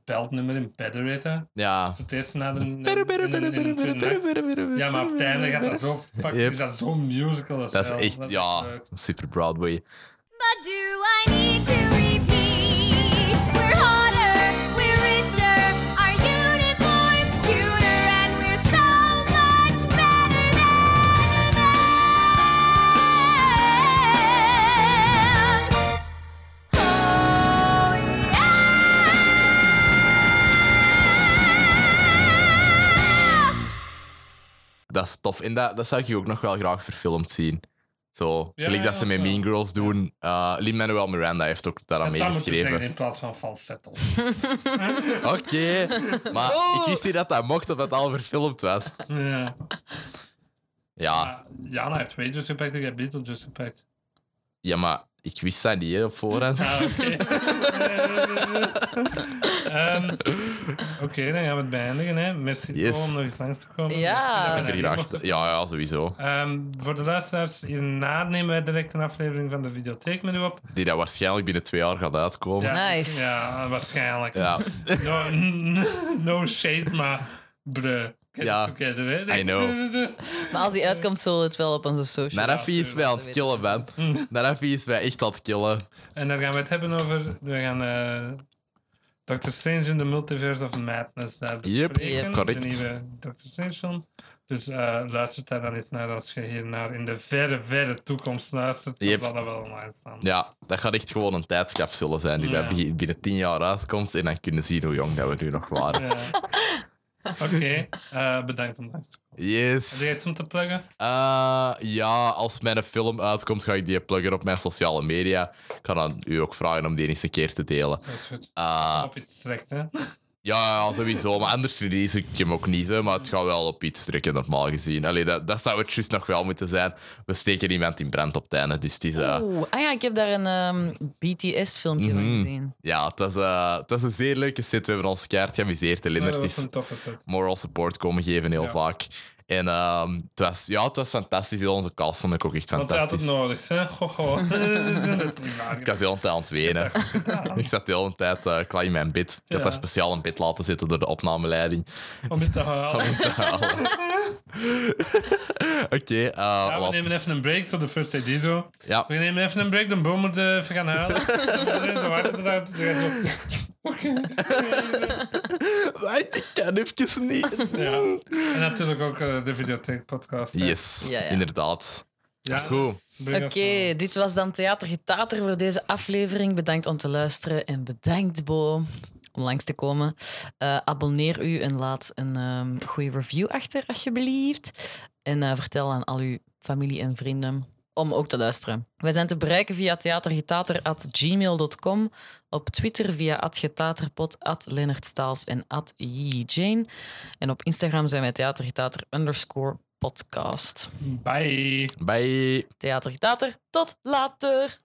Speaker 1: beltnummer in Better Rate, hè? Dat
Speaker 3: ja.
Speaker 1: is het eerste na de. in de- in de- in de- in de tweede act. Ja, maar op het einde gaat dat zo fucking.
Speaker 3: Yep.
Speaker 1: Is dat zo'n musical?
Speaker 3: Dat is
Speaker 1: wel-
Speaker 3: echt,
Speaker 1: dat
Speaker 3: ja,
Speaker 1: leuk.
Speaker 3: super Broadway.
Speaker 5: But do I need to repeat? We're hotter, we're richer, our uniforms cuter, and we're so much better than them. Oh yeah.
Speaker 3: Dat is tof. En dat, dat zou ik hier ook nog wel graag verfilmd zien. Zo,
Speaker 1: Ja,
Speaker 3: gelijk dat
Speaker 1: ja,
Speaker 3: ze met
Speaker 1: ja.
Speaker 3: Mean Girls doen. Eh Lin-Manuel Miranda heeft ook daaraan
Speaker 1: Dat moet je zeggen
Speaker 3: meegeschreven.
Speaker 1: in plaats van falsetto.
Speaker 3: Oké, maar ik wist niet dat dat mocht of dat al verfilmd was.
Speaker 1: ja.
Speaker 3: Ja,
Speaker 1: Maar Jana heeft Rangers gepakt, ik heb Beetlejuice gepakt.
Speaker 3: ja maar ik wist dat niet hè, op voorhand. [LAUGHS]
Speaker 1: Ah, oké. Ehm,
Speaker 2: [LAUGHS]
Speaker 1: oké, dan gaan we het beëindigen. Hè. Merci
Speaker 3: Yes.
Speaker 1: Paul om nog eens langs te komen.
Speaker 2: Ja.
Speaker 1: Merci dat we
Speaker 3: Zeker
Speaker 1: dat
Speaker 3: graag.
Speaker 1: mochten.
Speaker 3: Ja, ja, sowieso.
Speaker 1: Ehm, voor de luisteraars, hierna nemen wij direct een aflevering van de videotheek met u op.
Speaker 3: Die dat waarschijnlijk binnen twee jaar gaat uitkomen.
Speaker 1: Ja,
Speaker 2: Nice.
Speaker 1: Ja, waarschijnlijk.
Speaker 3: Ja,
Speaker 1: [LAUGHS] No, no shade, maar bruh. Get
Speaker 3: Ja.
Speaker 1: it together, hè.
Speaker 3: Ah. I know.
Speaker 1: [LAUGHS]
Speaker 2: Maar als die uitkomt, zullen we het wel op onze social.
Speaker 3: Narafi is mij aan het
Speaker 2: Dat
Speaker 3: killen, man. Narafi is mij echt aan het killen.
Speaker 1: En daar gaan we het hebben over. We gaan eh Doctor Strange in the Multiverse of Madness daar
Speaker 3: Yep,
Speaker 1: bespreken.
Speaker 2: yep,
Speaker 3: correct.
Speaker 1: De nieuwe Doctor Strange film. Dus eh luister daar dan eens naar als je hier naar in de verre, verre toekomst luistert. Dan
Speaker 3: Yep.
Speaker 1: zal dat wel online staan.
Speaker 3: Ja, dat gaat echt gewoon een tijdscapsule zijn die
Speaker 1: Ja.
Speaker 3: bij- binnen, tien jaar uitkomt. En dan kunnen zien hoe jong dat we nu nog waren.
Speaker 1: Ja. Eh, Oké, eh, bedankt om langs te komen. Heb
Speaker 3: Yes.
Speaker 1: je iets om te pluggen?
Speaker 3: Eh, ja, als mijn film uitkomt, ga ik die pluggen op mijn sociale media. Ik kan aan u ook vragen om die eens een keer te delen.
Speaker 1: Dat is goed.
Speaker 3: Eh,
Speaker 1: Op iets terecht, hè?
Speaker 3: ja, ja, sowieso. Maar anders release ik hem ook niet, hè, maar het gaat wel op iets trekken, normaal gezien. Allee, dat, dat zou het juist nog wel moeten zijn. We steken iemand in brand op het einde, dus het is... eh,
Speaker 2: Oeh, ah ja, ik heb daar een BTS-filmpje
Speaker 1: Mhm.
Speaker 2: van gezien.
Speaker 3: Ja, het was, eh, het was een zeer leuke set. We hebben ons keihard geamuseerd. De
Speaker 1: Dat
Speaker 3: Lindert
Speaker 1: was
Speaker 3: is
Speaker 1: een toffe set.
Speaker 3: moral support komen geven heel
Speaker 1: Ja.
Speaker 3: vaak. En ehm, het, was, ja, het was fantastisch. Heel onze cast vond ik ook echt
Speaker 1: Want hij had het
Speaker 3: fantastisch.
Speaker 1: nodig, hè? Goh, [LAUGHS] dat is niet waar.
Speaker 3: Ik was de hele tijd aan het wenen. [LAUGHS] Ik zat de hele tijd eh klaar in mijn bed. Ik had
Speaker 1: Ja.
Speaker 3: daar speciaal een bed laten zitten door de opnameleiding. [LAUGHS]
Speaker 1: Om het te halen.
Speaker 3: Oké, eh,
Speaker 1: Ja, we
Speaker 3: laat-
Speaker 1: nemen even een break, zo de first AD zo.
Speaker 3: ja.
Speaker 1: We nemen even een break, de boom moet eh, even gaan halen. zo hard het eruit. Ze gaan zo-
Speaker 3: [LAUGHS] Wacht, Ik kan even niet.
Speaker 1: Ja. En natuurlijk ook eh, de videotheek podcast.
Speaker 3: Yes,
Speaker 2: Ja, ja.
Speaker 3: inderdaad.
Speaker 1: Ja.
Speaker 3: Goed.
Speaker 2: Oké, dit was dan Theater Getater voor deze aflevering. Bedankt om te luisteren en bedankt Bo om langs te komen. Eh, abonneer u en laat een ehm, goede review achter alsjeblieft. En eh, vertel aan al uw familie en vrienden om ook te luisteren. Wij zijn te bereiken via theatergetater.gmail.com, op Twitter via @getaterpod, Lennart Staals en @jane. En op Instagram zijn wij theatergetater underscore podcast.
Speaker 1: Bye.
Speaker 3: Bye.
Speaker 2: Theatergetater, tot later!